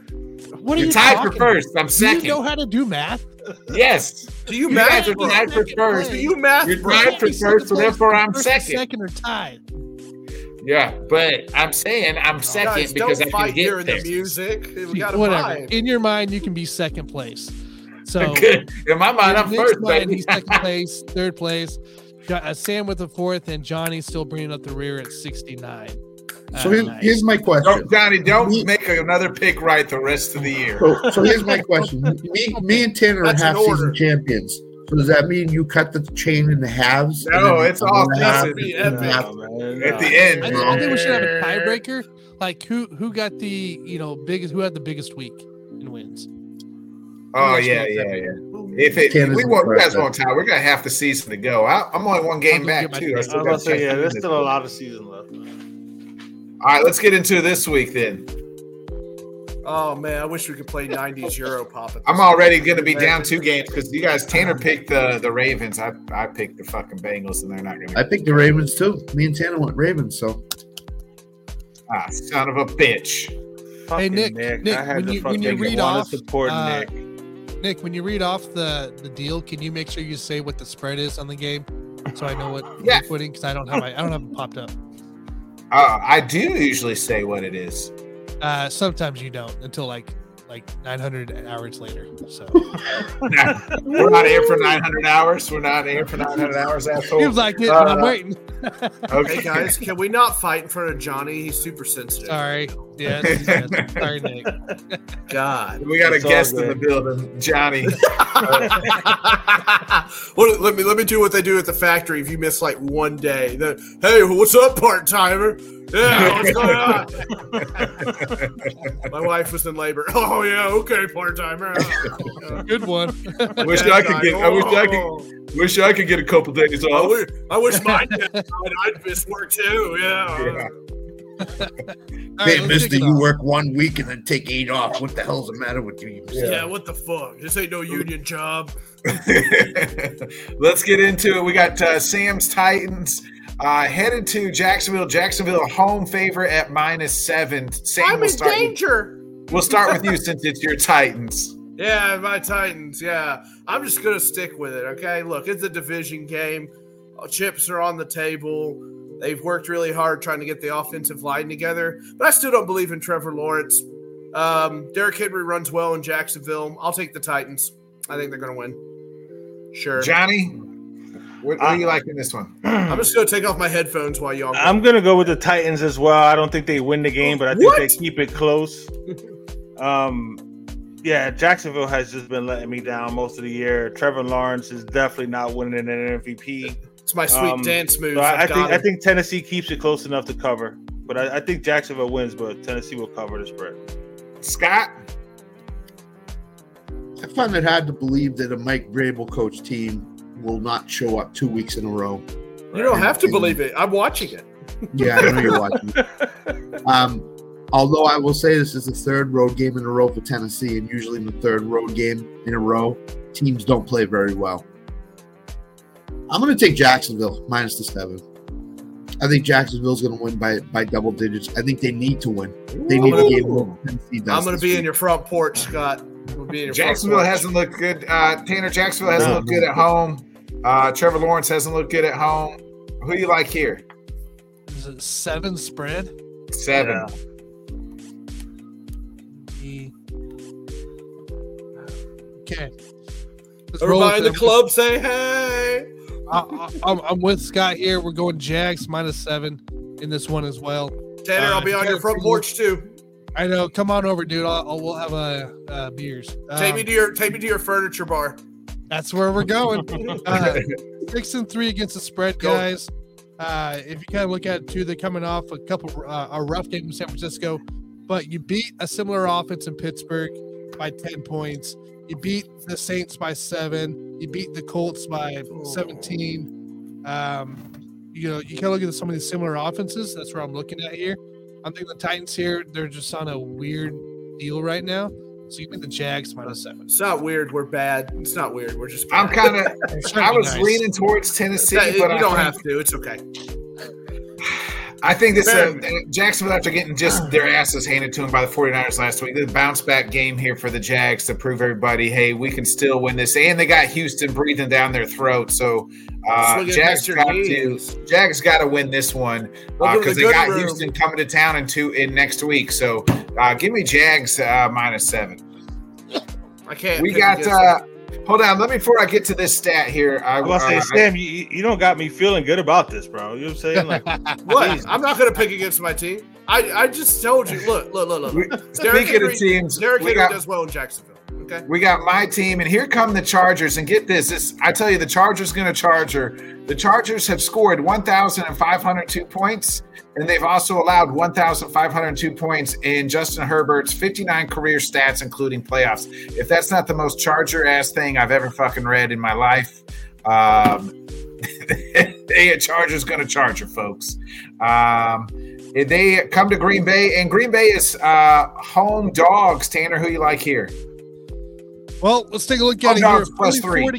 E: what are
A: You're
E: you
A: tied for
E: talking
A: first. I'm
E: about? Do
A: second.
E: you know how to do math?
A: yes.
D: Do you
A: You guys
D: math?
A: are
E: bro.
A: tied for
E: Second
A: first.
D: Do
E: place.
D: you math?
A: You're
D: bro?
A: tied for
E: Second
A: first, so
E: place,
A: therefore I'm
E: first and
A: second.
E: Second or tied.
A: Yeah, but I'm saying I'm second
D: Guys,
A: because I
D: don't
A: can
D: fight
A: get
D: during
A: there.
D: the music. We gotta
E: Whatever.
D: fight.
E: In your mind, you can be second place. So
A: Good. In my mind, I'm
E: Nick's
A: first,
E: mine,
A: baby.
E: he's second place, third place. Jo- uh, Sam with the fourth, and Johnny still bringing up the rear at 69.
C: So
E: Uh,
C: here's,
E: nice.
C: here's my question.
A: Don't, Johnny,
C: Me-
A: don't make another pick right the rest of the year.
C: So, so here's my question. Me, me and Tanner are
D: That's an
C: half season
D: order.
C: champions. So does that mean you cut the chain in halves? and
A: No,
C: then
A: it's all
C: one
A: season.
C: half
D: That'd be
C: and one
D: epic.
C: half?
B: man,
A: At
B: nah.
A: the end.
E: I,
A: man.
E: I think we should have a tiebreaker. Like who who got the you know biggest who had the biggest week and wins.
A: Oh, yeah, yeah, yeah. If it,
C: Canada's
A: we won't, you guys
C: impressive.
A: won't tie. We got half the season to go. I, I'm only one game
E: I'll go
A: back
E: get my
A: too. I
E: pick.
B: I was
A: still
B: about to
A: got
B: say, yeah,
A: check
B: there's
A: in
B: still a
A: this.
B: lot of season left. man.
A: All right, let's get into this week then.
D: Oh man, I wish we could play '90s Euro pop. at
A: I'm
D: this
A: already going to be down two games because you guys Tanner picked the the Ravens. I I picked the fucking Bengals, and they're not going
C: I
A: to.
C: picked the Ravens too. Me and Tanner went Ravens, so
A: Ah, son of a bitch.
B: Fucking
E: Nick, Nick,
B: I had
E: when
B: to
E: you- when you
B: fucking
E: read
B: wanna
E: off,
B: support
E: uh,
B: Nick.
E: Nick, when you read off the the deal, can you make sure you say what the spread is on the game, so I know what
A: Yeah.
E: you're putting? Because I don't have my, I don't have it popped up.
A: Uh, I do usually say what it is.
E: Uh, sometimes you don't until like like 900 hours later. So
A: We're not here for 900 hours. We're not here for 900 hours, asshole.
E: seems like it. but I'm
A: Uh,
E: waiting.
A: Okay,
D: Hey guys, can we not fight in front of Johnny? He's super sensitive.
E: Sorry. Yeah. that's- that's- Sorry, Nick.
D: God.
A: We got a
B: It's all
A: guest in
B: good.
A: the building, Johnny.
D: well, let me let me do what they do at the factory. If you miss like one day, then hey, what's up, part timer? Yeah, what's going on? My wife was in labor. Oh yeah, okay, Oh, part timer.
E: Good one.
A: Wish I could get. I wish I could. Wish I could get a couple days
D: I
A: off.
D: wish, I wish mine dad died. I'd miss work too. Yeah.
A: Yeah.
E: All
C: hey,
E: right, let's kick
C: Mister,
E: it
C: you
E: off.
C: work one week and then take eight off. What the hell's the matter with you?
D: yeah.
A: Yeah.
D: what the fuck? This ain't no union job.
A: Let's get into it. We got uh, Sam's Titans uh, headed to Jacksonville. Jacksonville home favor at minus seven. Sam, we'll start. With,
D: danger.
A: we'll start with you since it's your Titans.
D: Yeah, my Titans. Yeah, I'm just gonna stick with it. Okay, look, it's a division game. Uh, Chips are on the table. They've worked really hard trying to get the offensive line together, but I still don't believe in Trevor Lawrence. Um, Derrick Henry runs well in Jacksonville. I'll take the Titans. I think they're gonna win. Sure.
A: Johnny, what, what do
B: Uh,
A: you like in this one?
D: I'm just gonna take off my headphones while y'all.
B: I'm gonna go with the Titans as well. I don't think they win the game, but I think they keep it close. Um, yeah, Jacksonville has just been letting me down most of the year. Trevor Lawrence is definitely not winning an MVP.
D: it's my sweet
B: um,
D: dance move.
B: So I, I
D: I've
B: think
D: got
B: I
D: it.
B: think Tennessee keeps it close enough to cover, but I, I think Jacksonville wins, but Tennessee will cover the spread.
A: Scott,
C: I find it hard to believe that a Mike Vrabel coach team will not show up two weeks in a row.
D: you don't have to believe it. I'm watching it.
C: Yeah, I know you're watching. Um, although I will say this is the third road game in a row for Tennessee, and usually in the third road game in a row, teams don't play very well. I'm going to take Jacksonville minus the seven. I think Jacksonville's going to win by by double digits. I think they need to win. They need a game. more than Tennessee does
D: I'm gonna
C: this
D: be in
C: week.
D: your front porch, Scott. I'm gonna be in your front
A: Jacksonville
D: porch.
A: hasn't looked good. Uh, Tanner, Jacksonville hasn't
B: No,
A: looked good at home. Uh, Trevor Lawrence hasn't looked good at home. Who you like here?
E: Is it seven spread?
A: Seven.
B: Yeah.
E: The- E. Okay. Let's roll
D: Everybody in
E: with
D: the
E: it.
D: club say hey.
E: I, I, I'm, I'm with Scott here. We're going Jags minus seven in this one as well.
D: Tanner,
E: Uh,
D: I'll be on your front porch too.
E: I know. Come on over, dude. I'll, I'll- we'll have a uh, beers.
D: take
E: Um,
D: me to your take me to your furniture bar.
E: That's where we're going. Uh, six and three against the spread,
D: Go.
E: guys. Uh, if you kind of look at it too, they're coming off a couple uh, a rough game in San Francisco, but you beat a similar offense in Pittsburgh by ten points. You beat the Saints by seven. You beat the Colts by seventeen. Um, you know, you kind of look at some of these similar offenses. That's where I'm looking at here. I'm thinking the Titans here. They're just on a weird deal right now. So you think the Jags minus seven?
D: It's not weird. We're bad. It's not weird. We're just.
A: I'm
D: bad.
A: kind of. I was
E: Nice.
A: leaning towards Tennessee,
D: Yeah,
A: but
D: you
A: I
D: don't
A: think-
D: have to. It's okay.
A: I think this uh,
D: Fair.
A: Jacksonville after getting just their asses handed to them by the 49ers last week. The bounce back game here for the Jags to prove everybody, hey, we can still win this. And they got Houston breathing down their throat. So uh,
D: Swing it
A: Jags
D: past your
A: got to
D: knees.
A: Jags got to win this one
D: Welcome to
A: because
D: the
A: they
D: good
A: got
D: room.
A: Houston coming to town in two in next week. So uh, give me Jags uh, minus seven.
D: I can't.
A: We
D: pick
A: got.
D: against
A: Uh, hold on, let me before I get to this stat here. I,
B: I'm about to say,
A: uh,
B: Sam, you, you you don't got me feeling good about this, bro. You know what I'm saying? Like,
D: them. what? I'm not going to pick against my team. I, I just told you. Look, look, look, look.
A: we-
D: look. Derrick
A: speaking
D: Henry,
A: of teams,
D: Derrick
A: we
D: Henry
A: got
D: does well in Jacksonville. Okay.
A: We got my team, and here come the Chargers. And get this, this I tell you, the Chargers going to Charger. The Chargers have scored 1,502 points, and they've also allowed 1,502 points in Justin Herbert's 59 career stats, including playoffs. If that's not the most Charger ass thing I've ever fucking read in my life, um, they a Chargers going to Charger, folks. Um, they come to Green Bay, and Green Bay is uh, home dogs. Tanner, who you like here?
E: Well, let's take a look
A: Oh,
E: at it
A: no,
E: here.
A: it's plus
E: 40,
A: three.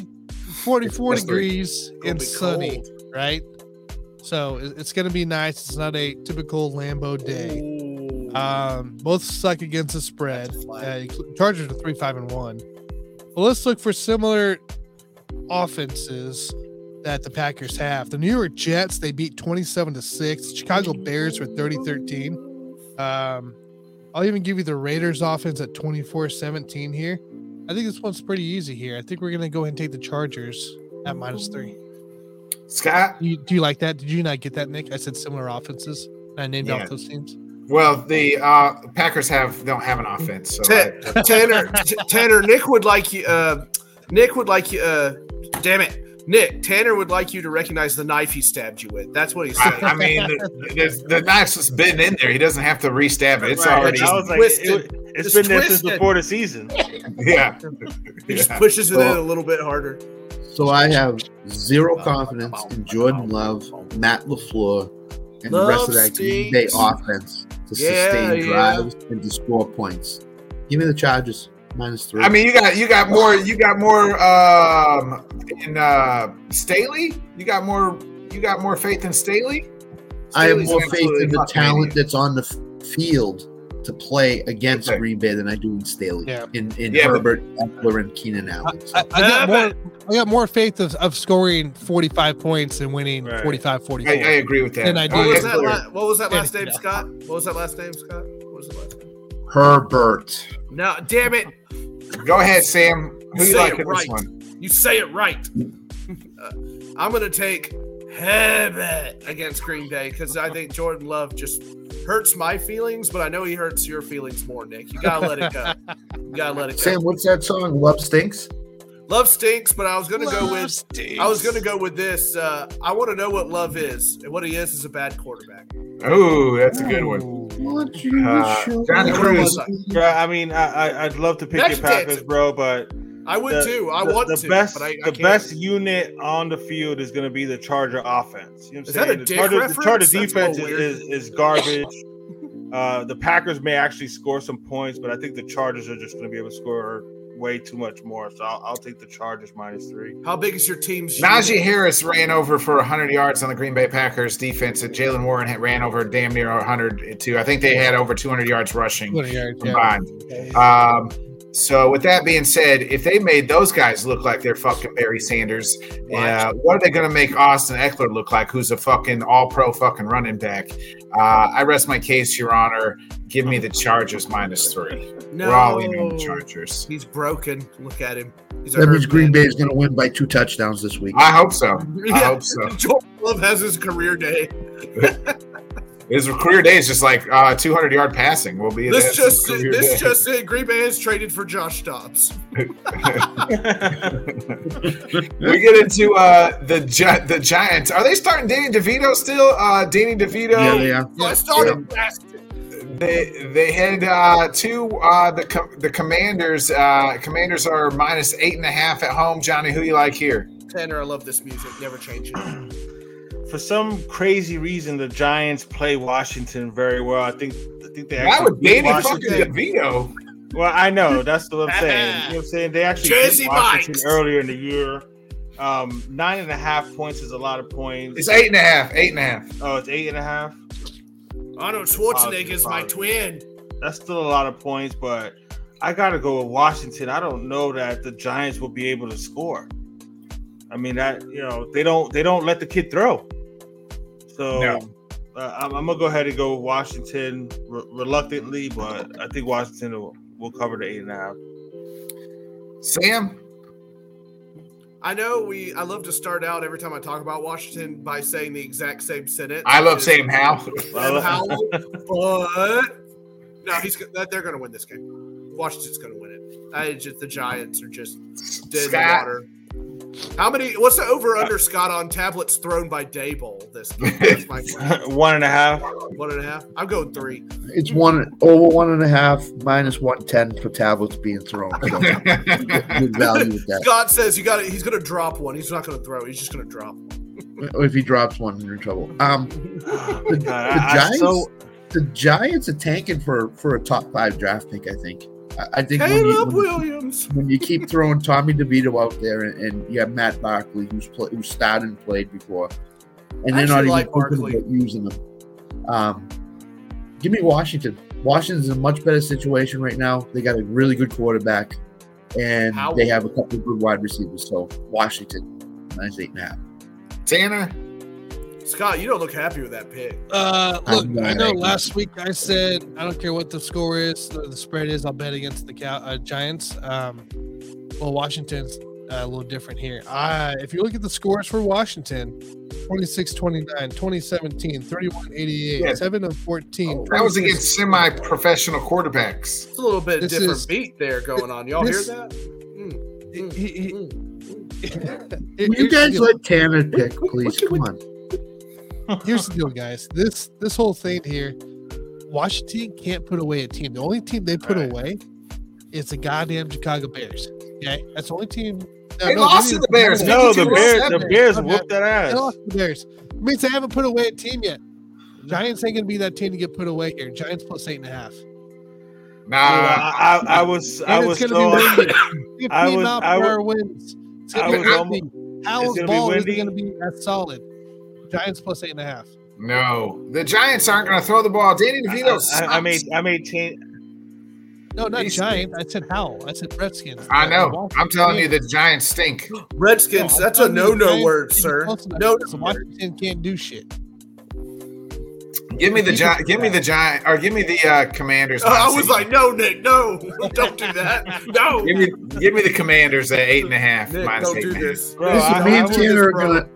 E: 40 44
A: It's plus three.
E: degrees
D: It'll
E: and
D: be
E: sunny,
D: cold.
E: right? So it- it's going to be nice. It's not a typical Lambo day.
D: Ooh.
E: Um, both suck against the spread.
D: That's a flag.
E: Uh, Chargers are three, five, and one. Well, let's look for similar offenses that the Packers have. The New York Jets they beat twenty-seven to six. Chicago Bears were 30-13. Um, I'll even give you the Raiders offense at 24-17 here. I think this one's pretty easy here. I think we're gonna go ahead and take the Chargers at minus three.
A: Scott?
E: Do you, do you like that? Did you not get that, Nick? I said similar offenses. and I named
A: Yeah.
E: off those teams.
A: Well, the uh, Packers have don't have an offense. So
D: Ta- Tanner, T- Tanner, Nick would like you. Uh, Nick would like you. Uh, damn it, Nick. Tanner would like you to recognize the knife he stabbed you with. That's what he's
A: I,
D: saying.
A: I mean, the, there's- the knife's just been in there. He doesn't have to restab it. It's
D: Right.
A: already
B: I was like,
D: twisted.
B: it, has
D: It's
B: been there since
D: twisted.
B: before the season.
A: yeah.
D: He just
A: Yeah.
D: pushes it in
C: Well-
D: a little bit harder.
C: So I have zero confidence in Jordan Love, Matt LaFleur, and the rest of that Green Bay
D: Love
C: offense to
D: Yeah,
C: sustain
D: yeah.
C: drives and to score points. Give me the Chargers minus three.
A: I mean, you got you got more you got more um, in uh, Staley. You got more you got more faith in Staley.
C: I have
A: Staley's
C: more
A: an
C: faith in
A: absolute
C: the
A: fucking
C: talent
A: idiot.
C: that's on the f- field to play against
A: Okay.
C: Green Bay than I do in Staley,
E: Yeah.
C: in, in
A: Yeah, but-
C: Herbert, Eckler, and Keenan Allen. So
E: I, I got more. I got more faith of, of scoring 45 points and winning
B: Right.
E: 45 44.
A: I, I agree with that. Oh,
E: And I do.
D: What was that?
A: Eckler-
D: La- what was that last name,
E: Yeah.
D: Scott? What was that last name, Scott? What was it last? Name?
C: Herbert.
D: No, damn it!
A: Go ahead, Sam. Who
D: Say
A: you like
D: it
A: in this
D: right.
A: one?
D: You say it right. Uh, I'm gonna take Herbert against Green Bay because I think Jordan Love just hurts my feelings, but I know he hurts your feelings more, Nick. You gotta let it go. You gotta let it go.
C: Sam, what's that song? Love Stinks?
D: Love stinks, but I was gonna go with I was gonna go with this. Uh, I want to know what love is, and what he is is a bad quarterback.
A: Oh, that's a good one. Uh, Johnny Cruz.
B: Bro, I mean, I, I, I'd love to pick
D: Next
B: your Packers,
D: Jetson.
B: bro, but
D: I would
B: The-
D: too. I
B: the,
D: want
B: the
D: to.
B: best,
D: but I, I
B: the
D: can't.
B: best unit on the field is going to be the Charger offense. You know what I'm saying?
D: Is that a
B: the,
D: dick
B: Charger, the
D: reference?
B: Charger
D: That's a little
B: defense
D: weird.
B: is, is garbage. uh, the Packers may actually score some points, but I think the Chargers are just going to be able to score way too much more. So I'll, I'll take the Chargers minus three.
D: How big is your team's?
A: Najee Harris ran over for 100 yards on the Green Bay Packers defense, and Jalen Warren had ran over damn near 100 too. I think they had over 200 yards rushing
E: 20 yards, yeah.
A: combined. Um, so, with that being said, if they made those guys look like they're fucking Barry Sanders, uh, what are they going to make Austin Eckler look like, who's a fucking all pro fucking running back? Uh, I rest my case, Your Honor. Give me the Chargers minus three.
D: No,
A: We're all in on the Chargers.
D: He's broken. Look at him. He's a
C: That means
D: hurt
C: Green Bay
D: man.
C: is going to win by two touchdowns this week.
A: I hope so. I
D: Yeah.
A: hope so.
D: Jordan Love has his career day.
A: His career day is just like uh, 200 yard passing. Will be
D: This
A: that's
D: just
A: his career
D: this
A: day.
D: just in, Green Bay has traded for Josh Dobbs.
A: we get into uh, the Gi- the Giants. Are they starting Danny DeVito still? Uh, Danny DeVito.
C: Yeah, they are.
D: I started last
A: They they head uh, to uh, the com- the Commanders. Uh, commanders are minus eight and a half at home. Johnny, who you like here?
D: Tanner, I love this music. Never changes.
B: For some crazy reason, the Giants play Washington very well. I think I think they
A: Why
B: actually
A: would
B: beat
A: Danny
B: Washington.
A: fucking DeVito?
B: Well, I know that's what I'm saying. You know what I'm saying? They actually
D: Jersey
B: beat Washington
D: Mike's.
B: earlier in the year. Um, nine and a half points is a lot of points.
A: It's eight and a half. Eight and a half.
B: oh, it's eight and a half.
D: Arnold Schwarzenegger's my twin.
B: That's still a lot of points, but I gotta go with Washington. I don't know that the Giants will be able to score. I mean, that you know they don't they don't let the kid throw. So
A: No.
B: uh, I'm, I'm gonna go ahead and go with Washington re- reluctantly, but I think Washington will, will cover the eight and a half.
A: Sam.
D: I know we. I love to start out every time I talk about Washington by saying the exact same sentence.
A: I love
D: as
A: Sam Howe.
D: Sam Howell, but no, he's go- that- they're going to win this game. Washington's going to win it. I just the Giants are just dead
A: Scott.
D: in the water. How many? What's the over under Scott on tablets thrown by Dayball this game? That's my question.
B: One and a half.
D: One and a half. I'm going three.
C: It's one over one and a half minus one ten for tablets being thrown. So, good value with that.
D: Scott says you got to He's going to drop one. He's not going to throw. He's just going to drop. one.
C: If he drops one, you're in trouble. Um,
D: Uh,
B: the,
C: Giants? the Giants are tanking for for a top five draft pick. I think. I, I think when you,
D: Caleb
C: when, you-
D: Williams.
C: when you keep throwing Tommy DeVito out there and, and you have Matt Barkley who's play, who's started and played before, and they're
D: actually
C: not even
D: like
C: thinking
D: Barkley.
C: about using them. Um, give me Washington. Washington's in a much better situation right now. They got a really good quarterback, and
D: Howell.
C: they have a couple of good wide receivers. So Washington, minus eight and a half.
A: Tanner.
D: Scott, you don't look happy with that pick.
E: Uh,
C: I'm
E: look, I
C: not
E: know
C: angry.
E: last week I said I don't care what the score is, the, the spread is. I'll bet against the Cow- uh, Giants. Um, well, Washington's uh, a little different here. Uh, if you look at the scores for Washington, 26-29, 2017, 31-88,
A: Yeah. Oh,
E: 7 of 14.
A: That was
E: 26.
A: against semi-professional quarterbacks.
D: It's a little bit
E: This
D: different
E: is-
D: beat there going on. Y'all
E: this-
D: hear that?
B: Mm,
E: He- he- he- Here-
C: Will you
E: here's the
C: guys
E: deal.
C: let Tanner pick, please? Come on.
E: here's the deal, guys. This this whole thing here, Washington can't put away a team. The only team they put
B: Right.
E: away is the goddamn Chicago Bears. Okay, that's the only team. no,
A: They
E: no,
A: lost to
E: it is-
A: the Bears.
E: no,
B: No, the
A: 52
B: Bears, the
A: seven.
B: Bears
E: Okay.
B: whooped that
E: They
B: ass.
E: lost to the Bears. It means they haven't put away a team yet. Giants ain't gonna be that team to get put away here. Giants plus eight and a half.
B: Ah.
A: Nah.
B: I, I, I was, I
E: And
B: was
E: it's gonna
B: so,
E: be windy. Fifteen
B: I was-
E: mile
B: I
E: per hour winds. It's
B: I
E: gonna
B: was
E: be
B: almost-
E: windy. Howell's
B: gonna be
E: ball isn't
B: windy.
E: gonna be that solid. Giants plus eight and a half.
A: No. The Giants aren't going to throw the ball. Danny
B: I,
A: DeVito.
B: I, I made, I made change.
E: No, not
A: He's-
E: Giants. I said Howell. I said Redskins.
A: I know. I'm telling you,
E: that.
A: the Giants stink.
D: Redskins, that's a no no word, sir. No,
E: So Washington can't do shit.
A: Give me the Giant. Give me the Giant. Or give me the uh, Commanders.
D: I was like, no, Nick, no, don't do that. No,
A: give me, give me the Commanders at eight and a half.
D: Nick,
A: minus
D: don't
A: eight
D: do
A: and a half.
D: this.
B: Bro,
C: Listen,
B: I-
C: me
B: I
C: and
B: was-
C: Tanner are
D: bro.
C: gonna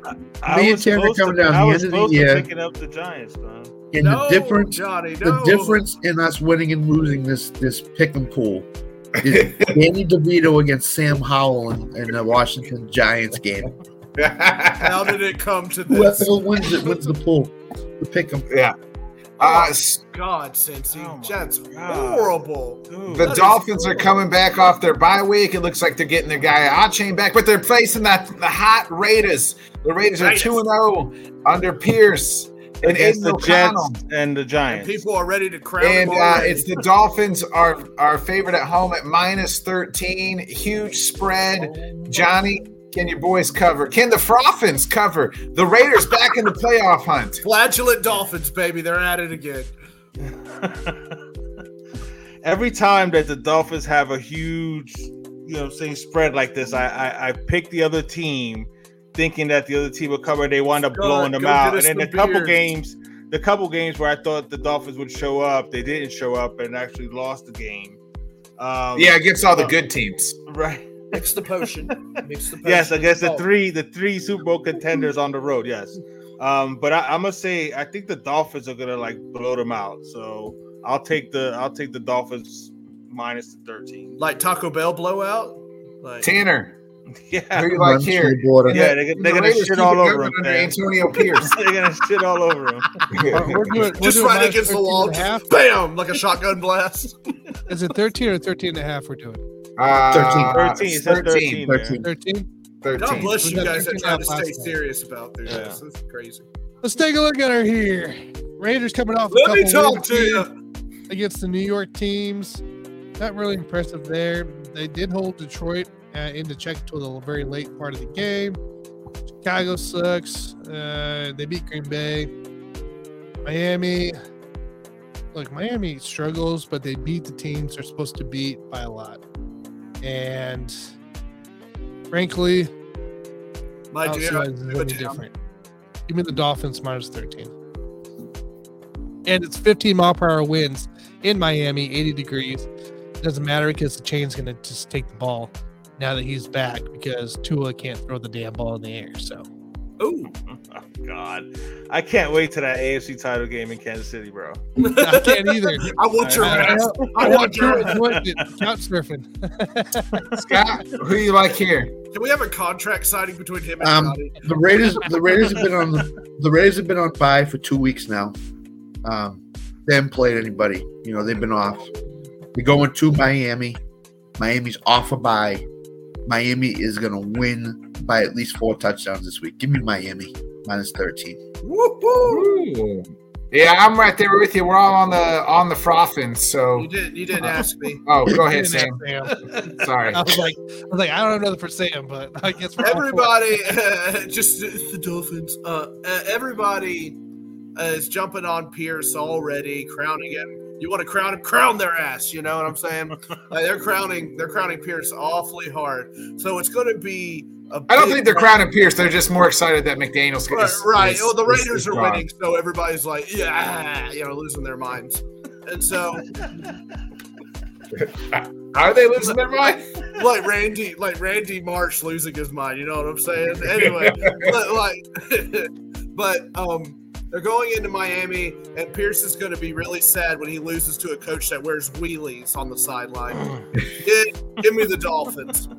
B: I
C: Me and
B: was
C: Tanner
B: close to-
C: coming down
B: I
C: the
B: was
C: end of the
B: close to
C: year.
B: picking up the Giants, man.
C: in
D: No,
C: the difference
D: Johnny,
C: the
D: no.
C: difference in us winning and losing this this pick and pool is Danny DeVito against Sam Howell in, in the Washington Giants game.
D: How did it come to this?
C: Whoever wins it wins the pool. The pick 'em.
A: uh, s-
D: God, Cincy,
B: Oh my
D: that's
B: God.
D: horrible.
B: Dude,
A: the
D: That is
A: Dolphins are
D: cool.
A: coming back off their bye week. It looks like they're getting their guy Achane back, but they're facing that the hot Raiders. The Raiders are
D: Raiders.
A: two and zero under Pierce and
B: against
A: Aiden
B: the
A: O'Connell.
B: Jets and the
D: And
B: Giants.
D: people are ready to crown
A: And
D: him
A: uh,
D: already.
A: it's the Dolphins are our favorite at home at minus thirteen. Huge spread. Johnny, can your boys cover? Can the Froffins cover? The Raiders back in the playoff hunt.
D: flagellant dolphins, baby. They're at it again.
B: Every time that the Dolphins have a huge, you know, what I'm saying spread like this, I, I I pick the other team, thinking that the other team will cover. They wind up
D: Scott,
B: blowing them
D: go
B: out,
D: get
B: and
D: us
B: then the
D: some
B: couple
D: beers.
B: games, the couple games where I thought the Dolphins would show up, they didn't show up and actually lost the game. Um,
A: Yeah, against all the good teams.
B: right.
D: Mix the potion. Mix the potion.
B: Yes, against the
D: Oh.
B: three the three Super Bowl contenders on the road. Yes, Um, but I, I'm gonna say I think the Dolphins are gonna like blow them out. So I'll take the I'll take the Dolphins minus the 13.
D: Like Taco Bell blowout. Like
A: Tanner,
B: Yeah,
A: who you like
C: Runs to
A: here?
C: the border.
B: Yeah, they- they're
A: The
B: gonna
A: Raiders
B: shit
A: keep it
B: all
A: going
B: over him,
A: under
B: man.
A: Antonio Pierce.
B: they're gonna shit all over them.
E: We're- we're doing- we're
D: just
E: doing
D: right
E: minus
D: against the
E: 13
D: wall,
E: and a half.
D: just bam, like a shotgun blast.
E: Is it 13 or 13 and a half we're doing?
A: Uh,
B: 13, it says 13.
C: 13.
E: 13?
A: 13.
D: God bless you
E: We got
D: guys that
E: 13
D: try to
E: out last
D: stay
E: time.
D: serious about this.
B: Yeah.
D: This is crazy.
E: Let's take a look at her here. Raiders coming off a
D: Let me
E: couple
D: talk
E: wins
D: to you.
E: against the New York teams. Not really impressive there. They did hold Detroit uh, into check until the very late part of the game. Chicago sucks. Uh, they beat Green Bay. Miami. Look, Miami struggles, but they beat the teams they're supposed to beat by a lot. And frankly,
D: My
E: I don't see
D: dear, um,
E: why
D: I
E: this is
D: do a
E: any
D: damn.
E: different. Give me the Dolphins minus 13. And it's 15 mile per hour winds in Miami, 80 degrees. Doesn't matter because the chain's going to just take the ball now that he's back because Tua can't throw the damn ball in the air. So
D: Ooh.
B: Oh, God, I can't wait to that AFC title game in Kansas City, bro.
E: I can't either.
D: I want your
E: I,
D: ass.
E: know-
D: I
E: I know
D: want your
E: Tua
D: ass.
E: enjoyed it, couch surfing.
A: Scott, who you like here?
D: Can we have a contract signing between him and
C: Um,
D: Johnny?
C: The Raiders, the Raiders have been on the, the Raiders have been on bye for two weeks now. Um, they haven't played anybody. You know they've been off. They're going to Miami. Miami's off a bye. Miami is going to win by at least four touchdowns this week. Give me Miami minus thirteen.
D: Woo-hoo.
A: Yeah, I'm right there with you. We're all on the on the frothing. So,
D: You didn't. You didn't
E: uh,
D: ask me.
A: oh, go ahead,
E: Didn't
A: Sam.
E: ask Sam.
A: Sorry.
E: I was like, I was like, I don't have nothing for Sam, but I guess we're all for it.
D: Everybody, uh, just the Dolphins. Uh, uh, everybody uh, is jumping on Pierce already, crowning him. You want to crown him? Crown their ass. You know what I'm saying? Like, they're crowning. They're crowning Pierce awfully hard. So it's going to be. I
A: I don't think they're Crown and Pierce. They're just more excited that McDaniel's
D: Right,
A: is-
D: right.
A: is-
D: oh, the
A: is-
D: Raiders
A: is
D: are
A: gone.
D: winning, so everybody's like, yeah, you know, losing their minds. And so,
A: Are they losing their mind?
D: like Randy, like Randy Marsh losing his mind. You know what I'm saying? Anyway, but like, but um, they're going into Miami, and Pierce is going to be really sad when he loses to a coach that wears wheelies on the sideline. give, give me the Dolphins.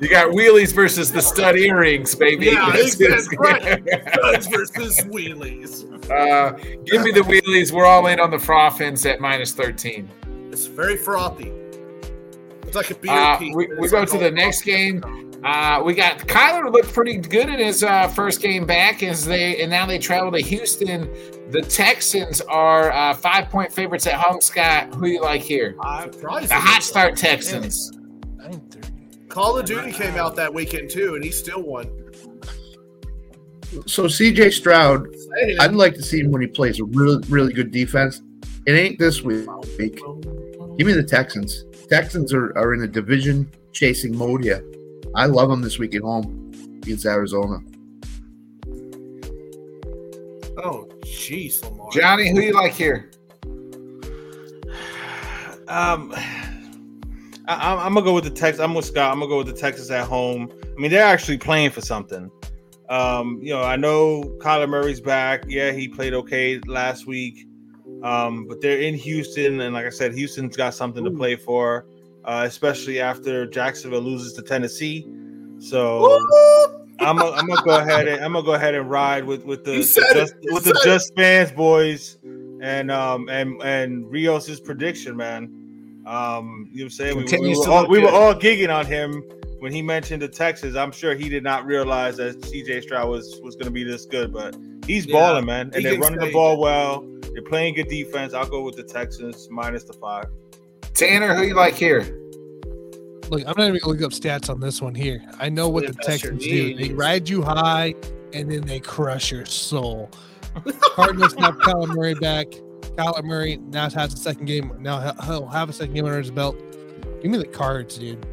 A: You got wheelies versus the stud earrings, baby.
D: Yeah,
A: That's-
D: that's right. Guns versus wheelies.
A: Uh, give me the wheelies. We're all in on the frothins at minus 13.
D: It's very frothy. It's like a beer.
A: Uh,
D: peak.
A: we-
D: It's
A: we go
D: like
A: to
D: all
A: the next
D: frothy.
A: game. Uh, we got Kyler looked pretty good in his uh, first game back as they and now they travel to Houston. The Texans are uh, five point favorites at home. Scott, who you like here?
D: I'm surprised.
A: The hot start Texans.
E: 9:30.
D: Call of Duty came out that weekend too, and he still won.
C: So C.J. Stroud,
D: Say
C: I'd like to see him when he plays a really really good defense. It ain't this week. Give me the Texans. Texans are, are in a division chasing mode here. I love them this week at home against Arizona.
D: Oh, jeez, Lamar.
A: Johnny, who you like here?
B: Um, I, I'm- I'm gonna go with the Texas. I'm with Scott. I'm gonna go with the Texas at home. I mean, they're actually playing for something. Um, you know, I know Kyler Murray's back. Yeah, he played okay last week. Um, but they're in Houston, and like I said, Houston's got something to play for, uh, especially after Jacksonville loses to Tennessee. So I'm gonna I'm gonna go ahead and I'm gonna go ahead and ride with with the,
D: He
B: the
D: said it.
B: just,
D: He
B: with the
D: said it.
B: just fans boys and um and and Rios's prediction, man. Um, you know what I'm saying? We, we,
A: Continues
B: were
A: to
B: all,
A: look
B: we were
A: good.
B: all gigging on him when he mentioned the Texas. I'm sure he did not realize that CJ Stroud was was gonna be this good, but he's
D: Yeah.
B: balling, man.
D: He
B: And they're
D: can
B: running the
D: stay.
B: ball well. They're playing good defense. I'll go with the Texans minus the five.
A: Tanner, who you like here?
E: Look, I'm not even gonna look up stats on this one here. I know what the
D: Really bust your
E: Texans do. They
D: knees.
E: ride you high and then they crush your soul. Cardinals have Kyler Murray back. Kyler Murray now has a second game. Now he- he'll have a second game under his belt. Give me the cards, dude.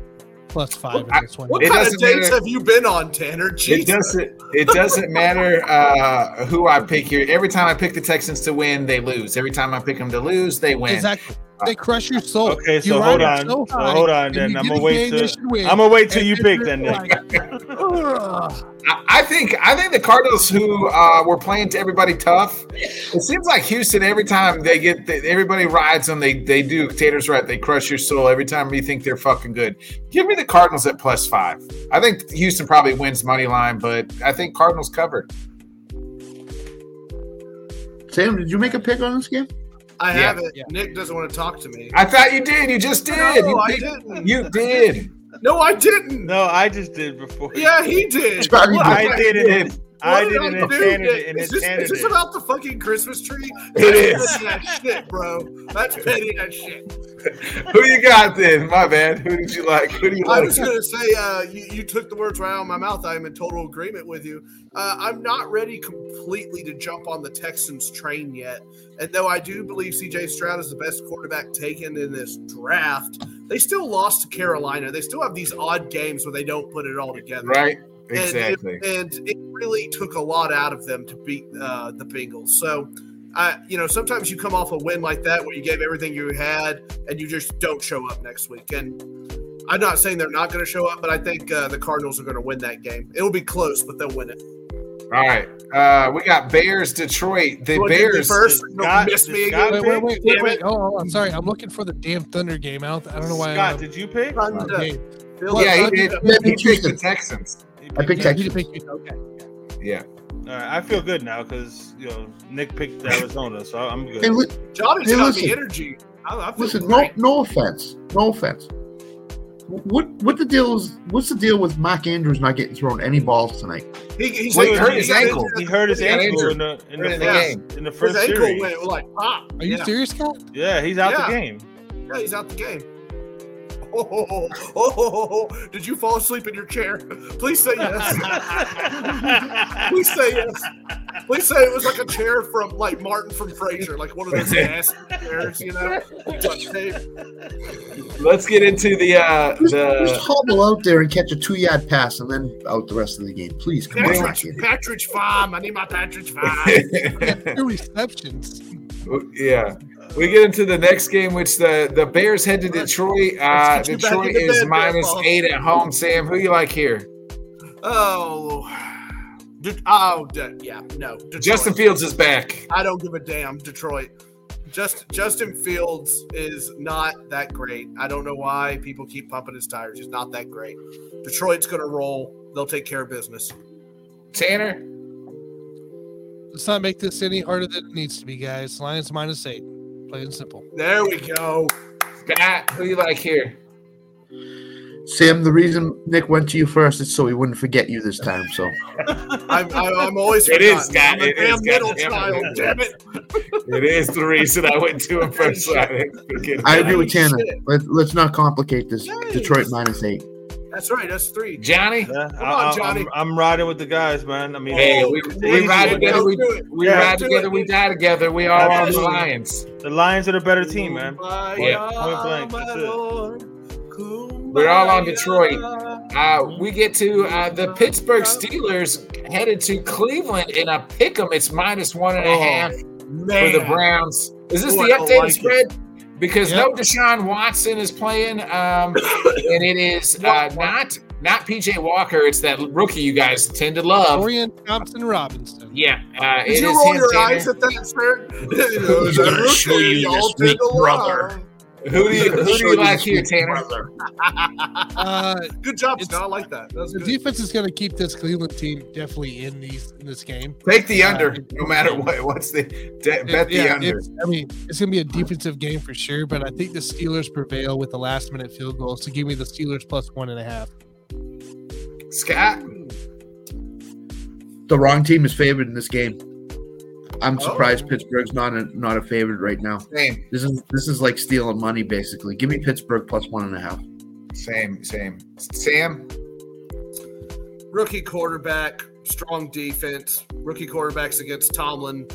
E: Plus five in this one.
D: What
A: It
D: kind of
A: doesn't
D: dates
A: matter.
D: have you been on, Tanner?
A: It
D: Jeez.
A: doesn't. It doesn't matter uh, who I pick here. Every time I pick the Texans to win, they lose. Every time I pick them to lose, they win.
E: Exactly. They crush your soul.
B: Okay,
E: Oh, You
B: so
E: ride
B: hold
E: it
B: on.
E: so
B: So
E: high,
B: hold on
E: and
B: then.
E: you
B: I'm
E: get
B: gonna
E: a game
B: wait
E: they
B: till
E: should win.
B: I'm gonna wait till
E: And
B: you
E: then
B: pick
E: you're
B: then Nick.
E: like, "Ugh."
A: I- I think I think the Cardinals, who uh, were playing to everybody tough, it seems like Houston. Every time they get, the, everybody rides them. They they do. Tater's right. They crush your soul every time you think they're fucking good. Give me the Cardinals at plus five. I think Houston probably wins money line, but I think Cardinals covered.
C: Sam, did you make a pick on this game?
D: I
A: Yeah.
D: have it.
E: Yeah.
D: Nick doesn't want to talk to me.
A: I thought you did. You just did.
D: No,
A: you,
D: I
A: did.
D: didn't.
A: you did.
D: No, I didn't.
B: No, I just did before.
D: Yeah, he did.
C: Scott, you
D: Look,
C: did.
B: I did
A: did.
B: it. I
D: what
B: did it
D: I
B: in
D: do, Nick?
B: Canada. And it's
D: Is this, is this
B: Canada.
D: about the fucking Christmas tree?
A: It
D: That's
A: is.
D: petty as shit, bro. That's petty as shit.
A: Who you got then? My bad. Who did you like? Who do you
D: I
A: like?
D: was gonna say, uh, you, you took the words right out of my mouth. I am in total agreement with you. Uh, I'm not ready completely to jump on the Texans train yet. And though I do believe CJ Stroud is the best quarterback taken in this draft, they still lost to Carolina. They still have these odd games where they don't put it all together.
A: Right.
D: And it-
A: Exactly.
D: And, it really took a lot out of them to beat uh, the Bengals. So, I, you know, sometimes you come off a win like that where you gave everything you had and you just don't show up next week. And I'm not saying they're not going to show up, but I think uh, the Cardinals are going to win that game. It'll be close, but they'll win it.
A: All right. Uh, we got Bears, Detroit. The
D: You wanna give me
A: Bears. uh,
D: first.
B: Does
D: Don't
B: God-
D: miss me
B: does
D: again.
B: God
E: Wait, wait, wait, wait,
D: Damn
E: wait.
D: it.
E: Oh, oh, I'm sorry. I'm looking for the damn Thunder game. I don't, I don't know why.
B: Scott,
E: I'm,
B: did you pick?
D: Thunder. Phil-
A: Yeah, he did.
C: Yeah,
A: He picked the
C: Houston.
A: Texans.
C: I picked
E: yeah, you
C: Texas.
E: picked- okay.
A: Yeah.
B: All right, I feel good now because you know Nick picked Arizona, so I'm good.
C: Hey, li-
D: John has
C: Hey,
D: got
C: listen.
D: the energy. I, I feel
C: listen, no,
D: great.
C: no offense, no offense. What what the deal is? What's the deal with Mac Andrews not getting thrown any balls tonight?
D: He, he's
A: Wait,
D: he
A: hurt
D: got
A: his
D: injured.
A: ankle.
B: he hurt his
A: He got
B: ankle
A: injured.
B: in the in
A: Hurt
B: the,
A: in
B: first, in
D: the
B: the
D: His
B: first
D: ankle
B: series.
D: went like pop.
E: Are you
D: Yeah.
E: serious, Scott?
B: Yeah, he's out
D: Yeah.
B: the game.
D: Yeah, he's out the game. Oh, oh, oh, oh, oh, oh, oh. did you fall asleep in your chair? Please say yes. Please say yes. Please say it was like a chair from like Martin from Frasier, like one of those nasty chairs, you know? But hey,
A: Let's get into the uh,
C: Just, just
A: the.
C: hobble out there and catch a two yard pass and then out the rest of the game. Please come on, Mac
D: Partridge,
C: Andrews.
D: Partridge Farm. I need my Partridge Farm.
E: Two receptions.
A: yeah, we get into the next game, which the the Bears head to Detroit. Uh,
D: Let's get you back
A: Detroit
D: into
A: is
D: bed,
A: minus
D: Baseball.
A: eight at home. Sam, who you like here?
D: Oh. Did- oh, d- yeah, no. Detroit.
A: Justin Fields is back.
D: I don't give a damn, Detroit. Just Justin Fields is not that great. I don't know why people keep pumping his tires. He's not that great. Detroit's gonna roll. They'll take care of business.
A: Tanner.
E: Let's not make this any harder than it needs to be, guys. Lions minus eight. Plain and simple.
D: There we go.
A: Scott, who you like here?
C: Sam, the reason Nick went to you first is so he wouldn't forget you this time. So
D: I'm, I'm, I'm always
A: It is, Scott.
D: forgotten. I'm a
A: It is, Scott.
D: damn middle
A: Damn it.
D: child. Damn
A: It
D: it.
A: is the reason I went to him first. so I didn't forget
C: I
A: that.
C: agree with Tanner.
D: Shit.
C: Let, let's not complicate this.
D: Nice.
C: Detroit minus eight.
D: That's right. That's three.
A: Johnny.
B: Yeah,
D: Come
B: I,
D: on,
B: I,
D: Johnny.
B: I'm, I'm riding with the guys, man. I mean,
A: Hey, we,
B: it's
A: we
B: easy
A: ride
B: with
A: together.
B: them.
A: We,
D: Do it.
A: we
B: Yeah.
A: ride
D: Do
A: together.
D: it.
A: We die together. We are all the Lions.
B: the Lions are the better team, man.
D: My
A: Yeah.
D: God,
B: Point blank, that's
D: my
B: it.
D: Lord.
A: We're all on
D: Kumbaya.
A: Detroit. Uh, we get to uh, the Pittsburgh Steelers headed to Cleveland in a pick'em. It's minus one and a
D: Oh,
A: half
D: Man.
A: for the Browns. Is this
D: Ooh, I
A: the
D: don't
A: updated
D: like it.
A: spread? Because
E: Yep.
A: no Deshaun Watson is playing, um, and it is uh, not not PJ Walker. It's that rookie you guys tend to love.
E: Dorian Thompson Robinson.
A: Um, Yeah, uh,
D: Did
A: it
D: you
A: is
D: roll
A: him,
D: your
A: Tanner.
D: eyes at that, sir?
C: Who's gonna show you this big brother?
A: Who do you who do you like here, Tanner?
E: Uh,
D: Good job,
E: It's-
D: Scott. I like that. That's
E: the
D: good.
E: defense is going to keep this Cleveland team definitely in these in this game.
A: Take the under, no matter what. What's the de- bet the
E: Yeah,
A: under?
E: it's- I mean, it's going to be a defensive game for sure, but I think the Steelers prevail with the last minute field goal. So give me the Steelers plus one and a half.
A: Scott,
C: The wrong team is favored in this game. I'm
D: Oh.
C: surprised Pittsburgh's not a, not a favorite right now.
A: same,
C: This is this is like stealing money basically. Give me Pittsburgh plus one and a half.
A: same, same. Sam,
D: Rookie quarterback, strong defense. Rookie quarterbacks against Tomlin,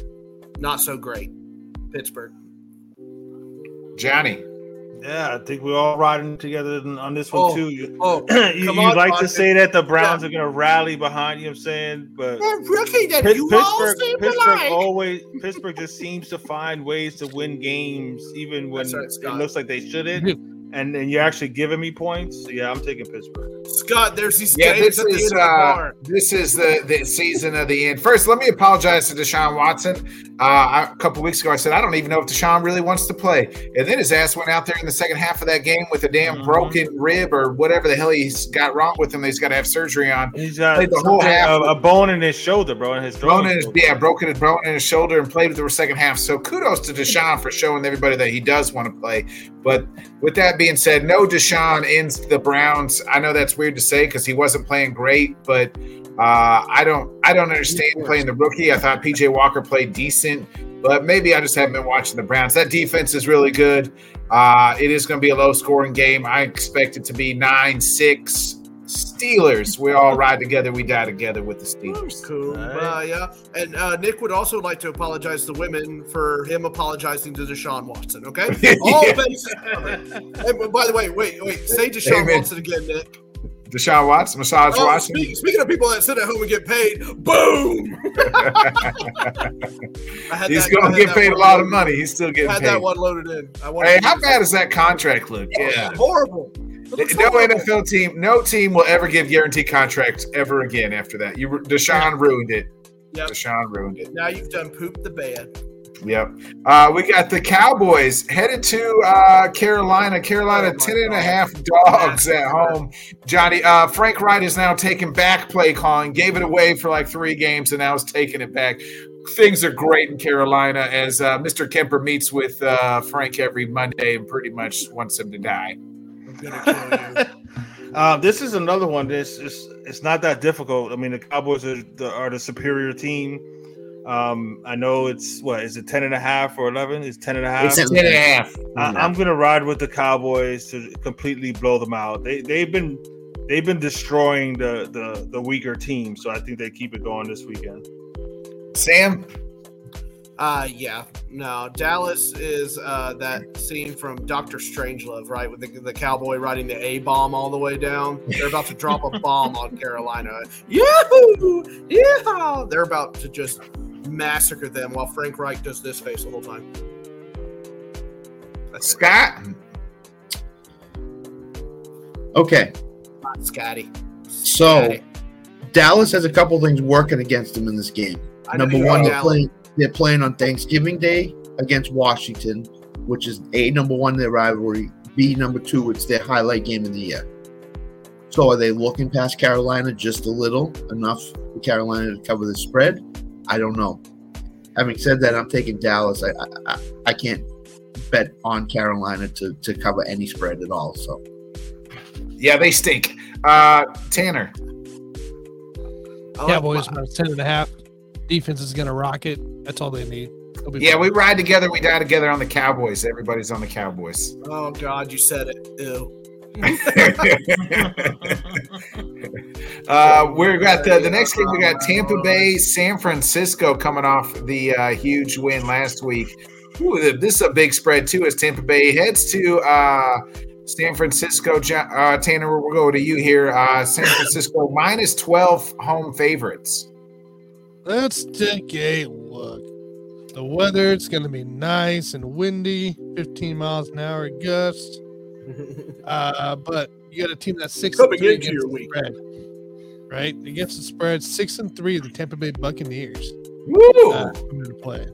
D: not so great. Pittsburgh.
A: Johnny.
B: Yeah, I think we're all riding together on- on this one
D: Oh.
B: too. You,
D: Oh,
B: you, you
D: Come on,
B: like
D: Rodney.
B: to say that the Browns are going to rally behind you. know what I'm saying, but
D: rookie that
B: Pitts- Pittsburgh, Pittsburgh always Pittsburgh just seems to find ways to win games, even when
D: That's right,
B: it
D: Scott.
B: looks like they shouldn't.
E: Dude,
B: and and you're actually giving me points. So yeah, I'm taking Pittsburgh.
D: Scott, there's these
A: Yeah,
D: games
A: this
D: at the
A: is
D: end of the
A: uh,
D: bar.
A: this is the, the season of the end. First, let me apologize to Deshaun Watson. Uh, I- a couple weeks ago, I said I don't even know if Deshaun really wants to play, and then his ass went out there in the second half of that game with a damn
B: Mhm.
A: broken rib or whatever the hell he's got wrong with him. That he's got to have surgery on.
B: He's got
A: Played the whole
B: something-
A: half.
B: a, a bone in his shoulder, bro, and his
A: Bone
B: throwing
A: in his,
B: shoulder.
A: yeah, broken his bone in his shoulder and played with the second half. So kudos to Deshaun for showing everybody that he does want to play. But with that being said, no Deshaun ends the Browns. I know that's weird to say because he wasn't playing great, but uh, I don't I don't understand playing the rookie. I thought PJ Walker played decent, but maybe I just haven't been watching the Browns. That defense is really good. Uh, it is going to be a low scoring game. I expect it to be nine six. Steelers, we all ride together, we die together with the Steelers.
D: Kumbaya. And uh, Nick would also like to apologize to women for him apologizing to Deshaun Watson. Okay, all
A: Yeah.
D: bases covered. And, but by the way, wait, wait, say Deshaun
A: Amen.
D: Watson again, Nick.
A: Deshaun Watson, massage
D: Oh,
A: Watson.
D: speak- speaking of people that sit at home and get paid, boom! I had
A: He's
D: that-
A: going
D: I
A: to
D: had
A: get
D: that
A: paid a
D: one
A: lot of
D: loaded-
A: money. He's still getting
D: I had
A: paid.
D: that one loaded in. I wanted
A: Hey,
D: to
A: how
D: use
A: bad
D: it.
A: is that contract, Luke? Yeah.
D: Horrible. It
A: No
D: looks horrible.
A: NFL team, no team will ever give guarantee contracts ever again after that. You Deshaun ruined it.
D: Yep.
A: Deshaun ruined it.
D: Now you've done pooped the bed.
A: Yep. Uh, we got the Cowboys headed to uh, Carolina.
D: Oh
A: Carolina,
D: my
A: 10 and a
D: God.
A: half dogs at home. Johnny, uh, Frank Wright is now taking back play calling, gave it away for like three games, and now is taking it back. Things are great in Carolina as uh, Mr. Kemper meets with uh, Frank every Monday and pretty much wants him to die.
D: I'm gonna kill you.
B: Uh, this is another one. This is it's not that difficult. I mean, the Cowboys are the, are the superior team. Um, I know it's what is it 10 and a half or 11? It's 10 and a half.
C: It's at
A: 10 and a half.
B: I,
D: Mm.
B: I'm gonna ride with the Cowboys to completely blow them out. They they've been they've been destroying the the, the weaker team, so I think they keep it going this weekend.
A: Sam,
D: Uh yeah. No, Dallas is uh that scene from Doctor Strangelove, right? With the, the cowboy riding the A bomb all the way down. They're about to drop a bomb on Carolina. Yahoo! Yeah. They're about to just massacre them while Frank Reich does this face the whole time. That's it.
A: Scott,
C: Okay.
D: Scotty.
C: So-
D: Scotty.
C: Dallas has a couple things working against them in this game.
D: I know
C: Number
D: you
C: one,
D: love
C: they're
D: Dallas.
C: playing, they're playing on Thanksgiving Day against Washington, which is A, number one, their rivalry. B, number two, it's their highlight game of the year. So are they looking past Carolina just a little, enough for Carolina to cover the spread? I don't know. Having said that, I'm taking Dallas. I I- I, I can't bet on Carolina to, to cover any spread at all. So
A: yeah, they stink. Uh, Tanner,
D: I like-
E: Cowboys minus ten and a half. Defense is gonna rock it. That's all they need. They'll be
A: yeah,
E: fine.
A: we ride together, we die together on the Cowboys. Everybody's on the Cowboys.
D: Oh God, you said it. Ew.
A: uh, we're got the, the next game. We got Tampa Bay, San Francisco coming off the uh, huge win last week. Ooh, th- this is a big spread too. As Tampa Bay heads to uh, San Francisco, Jo- uh, Tanner, we'll go to you here. Uh, San Francisco minus twelve home favorites.
E: Let's take a look. The weather, it's going to be nice and windy, 15 miles an hour gust. Uh, but you got a team that's six
D: Coming
E: and three
D: into
E: against
D: your
E: the
D: week.
E: spread, right? Against the spread, six and three, the Tampa Bay Buccaneers
A: Woo!
E: uh, come into play.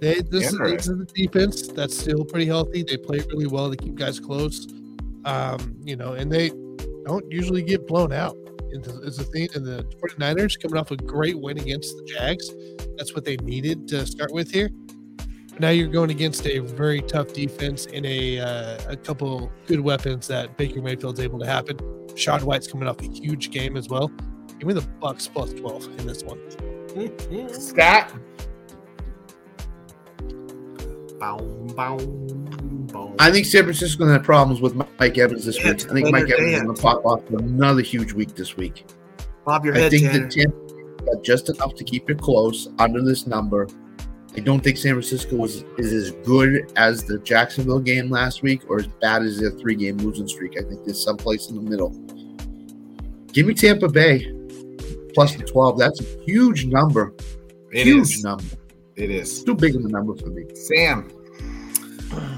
E: They this is, this is the defense that's still pretty healthy. They play really well. They keep guys close, um, you know, and they don't usually get blown out. It's a- It's a thing. And the 49ers coming off a great win against the Jags. That's what they needed to start with here. Now you're going against a very tough defense and a uh, a couple good weapons that Baker Mayfield's able to happen. Sean White's coming off a huge game as well. Give me the Bucks plus 12 in this one.
A: Scott,
D: Boom, boom, boom.
C: I think San Francisco had problems with Mike Evans this
D: Yeah,
C: week. I think Mike
D: they're
C: Evans is
D: dead.
C: going to pop off for another huge week this week.
D: Bob your
C: I
D: head,
C: think
D: Tanner.
C: that Tampa got just enough to keep it close under this number. I don't think San Francisco was is as good as the Jacksonville game last week or as bad as their three game losing streak. I think there's someplace in the middle. Give me Tampa Bay plus the 12. That's a huge number.
A: it
C: huge
A: is.
C: number.
A: It is.
C: Too big of a number for me.
A: Sam,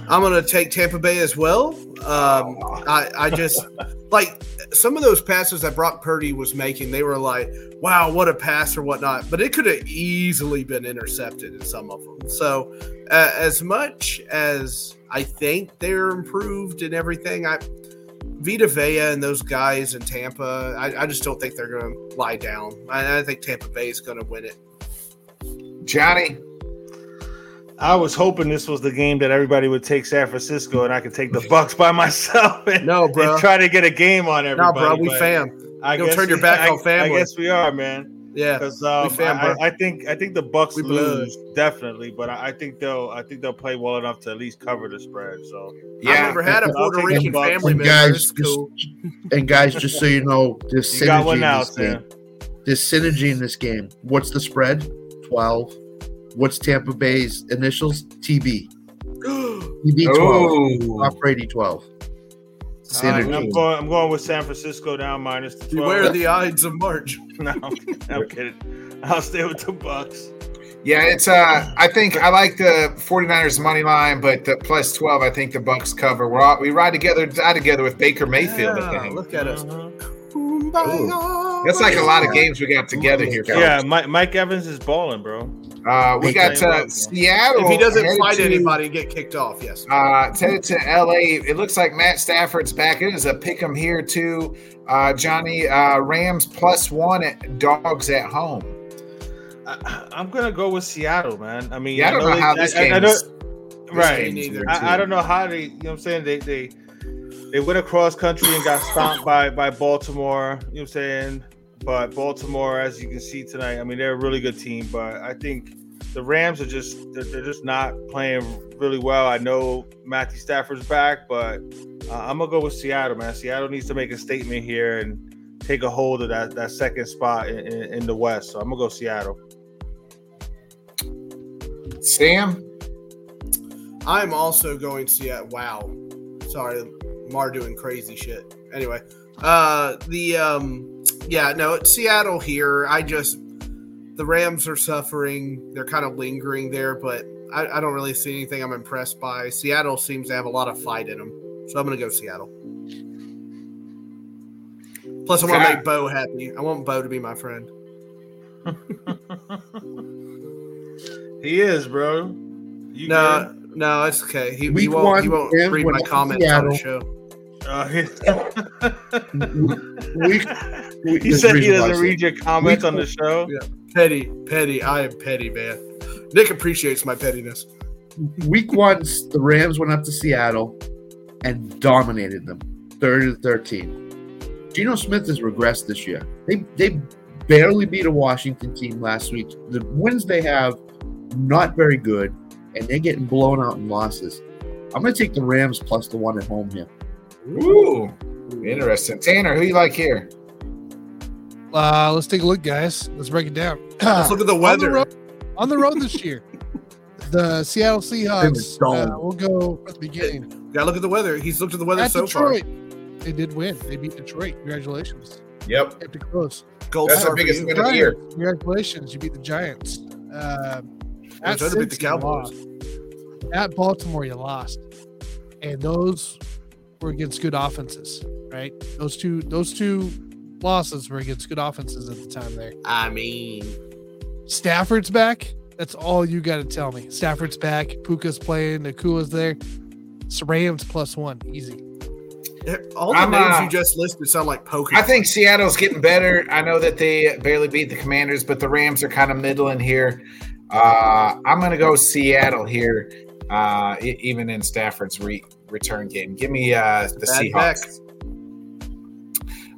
D: I'm going to take Tampa Bay as well. Um, I, I just like some of those passes that Brock Purdy was making, they were like, wow, what a pass or whatnot. But it could have easily been intercepted in some of them. So, uh, as much as I think they're improved and everything, I Vita Vea and those guys in Tampa, I, I just don't think they're going to lie down. I, I think Tampa Bay is going to win it.
A: Johnny,
B: I was hoping this was the game that everybody would take San Francisco, and I could take the Bucks by myself and,
D: No, bro.
B: and try to get a game on
D: No,
B: everybody.
D: bro, we
B: but
D: fam.
B: I
D: Don't turn your back
B: I-
D: on family.
B: I guess we are, man.
D: Yeah.
B: Because um,
D: We fam,
B: I,
D: bro.
B: I think I think the Bucks
D: We blood.
B: lose definitely, but I, I think they'll I think they'll play well enough to at least cover the spread. So
D: I
A: yeah,
D: never had a
B: I'll
D: Puerto
B: take the
D: Rican
B: Bucks.
D: family member.
C: guys,
D: It's cool.
C: And guys, just so you know, this
B: you got
C: synergy
B: one
C: in
B: now,
C: this
B: Sam.
C: game. This synergy in this game. What's the spread? Twelve. What's Tampa Bay's initials? TB. TB twelve.
A: oh,
C: Tom Brady twelve.
B: All right, I'm
C: Synergy.
B: going. I'm going with San Francisco down minus the twelve.
D: Beware the Ides of March.
B: no, I'm kidding. I'll stay with the Bucks.
A: yeah. It's uh, I think I like the 49ers money line, but the plus 12, I think the Bucks cover. We're all we ride together, die together with Baker Mayfield. I
D: Yeah,
A: think
D: look at us.
B: Uh-huh.
A: that's like a lot of games we got together here. Fellas.
B: Yeah, Mike, Mike Evans is balling, bro.
A: Uh, we
B: Baker
A: got uh,
B: Mayfield.
A: Seattle.
D: If he doesn't
A: headed
D: fight
A: to-
D: anybody and get kicked off, yes.
A: Uh, it's headed to LA. It looks like Matt Stafford's back. It is a pick 'em here too. Uh, Johnny uh, Rams plus one at dogs at home.
B: I, I'm gonna go with Seattle, man. I mean,
A: Yeah, I don't know
B: they-
A: how this
B: I- I
A: game
B: know-
A: is.
B: right.
D: game is weird,
B: I, I don't know how they. You know, what I'm saying they they they went across country and got stomped by by Baltimore. You know, what I'm saying, but Baltimore, as you can see tonight, I mean, they're a really good team. But I think the Rams are just they're, they're just not playing really well. I know Matthew Stafford's back, but uh, I'm gonna go with Seattle, man. Seattle needs to make a statement here and. Take a hold of that, that second spot in, in, in the West. So I'm gonna go Seattle.
A: Sam,
D: I'm also going to Seattle. Wow. Sorry, Mar doing crazy shit. Anyway, uh, the um, yeah, no, it's Seattle here. I just the Rams are suffering. They're kind of lingering there, but I, I don't really see anything I'm impressed by. Seattle seems to have a lot of fight in them, so I'm gonna go Seattle. Plus, I want
A: Okay.
D: to make Bo happy. I want Bo to be my friend.
B: He is, bro. You
D: No, no, it's okay. He, he
C: Week
D: won't. he
C: one,
D: won't
C: Rams
D: read
C: went
D: my
C: up to
D: comments on the
C: Seattle.
D: show.
B: good? Uh,
C: We, we,
B: Oh, he
C: there's
B: said
C: a
B: he
C: reason
B: doesn't
C: why I said it.
B: read your comments
D: We-
B: on the show.
D: Petty, petty. I am petty, man. Nick appreciates my pettiness.
C: Week one, the Rams went up to Seattle and dominated them, thirty to thirteen. Geno Smith has regressed this year. They they barely beat a Washington team last week. The wins they have, not very good, and they're getting blown out in losses. I'm going to take the Rams plus the one at home here.
A: ooh, interesting. Tanner, who you like here?
E: Uh, let's take a look, guys. Let's break it down.
D: Let's look at the
E: on the
D: weather.
E: road, on the road this year, the Seattle Seahawks.
C: dominant.
E: Uh, we'll go at the beginning.
D: Gotta look at the weather. He's looked at the weather
E: At
D: so
E: Detroit, they did win. They beat Detroit. Congratulations.
A: Yep.
E: Kept it close.
D: far. Gold
A: That's the
D: star for
A: biggest
D: you.
A: win of the year.
E: Congratulations. You beat the Giants. Um, at
D: Arizona beat the
E: Cincy, you
D: Cowboys.
E: lost. At Baltimore, you lost. And those were against good offenses, right? Those two those two losses were against good offenses at the time there.
D: I mean,
E: Stafford's back. That's all you got to tell me. Stafford's back. Puka's playing. Nakua's there. It's Rams plus one. Easy.
D: all the
A: I'm,
D: names
A: uh,
D: you just listed sound like poker.
A: I think Seattle's getting better. I know that they barely beat the Commanders, but the Rams are kind of middling here. Uh, I'm going to go Seattle here, uh, e- even in Stafford's re- return game. Give me uh, the
D: Bad
A: Seahawks.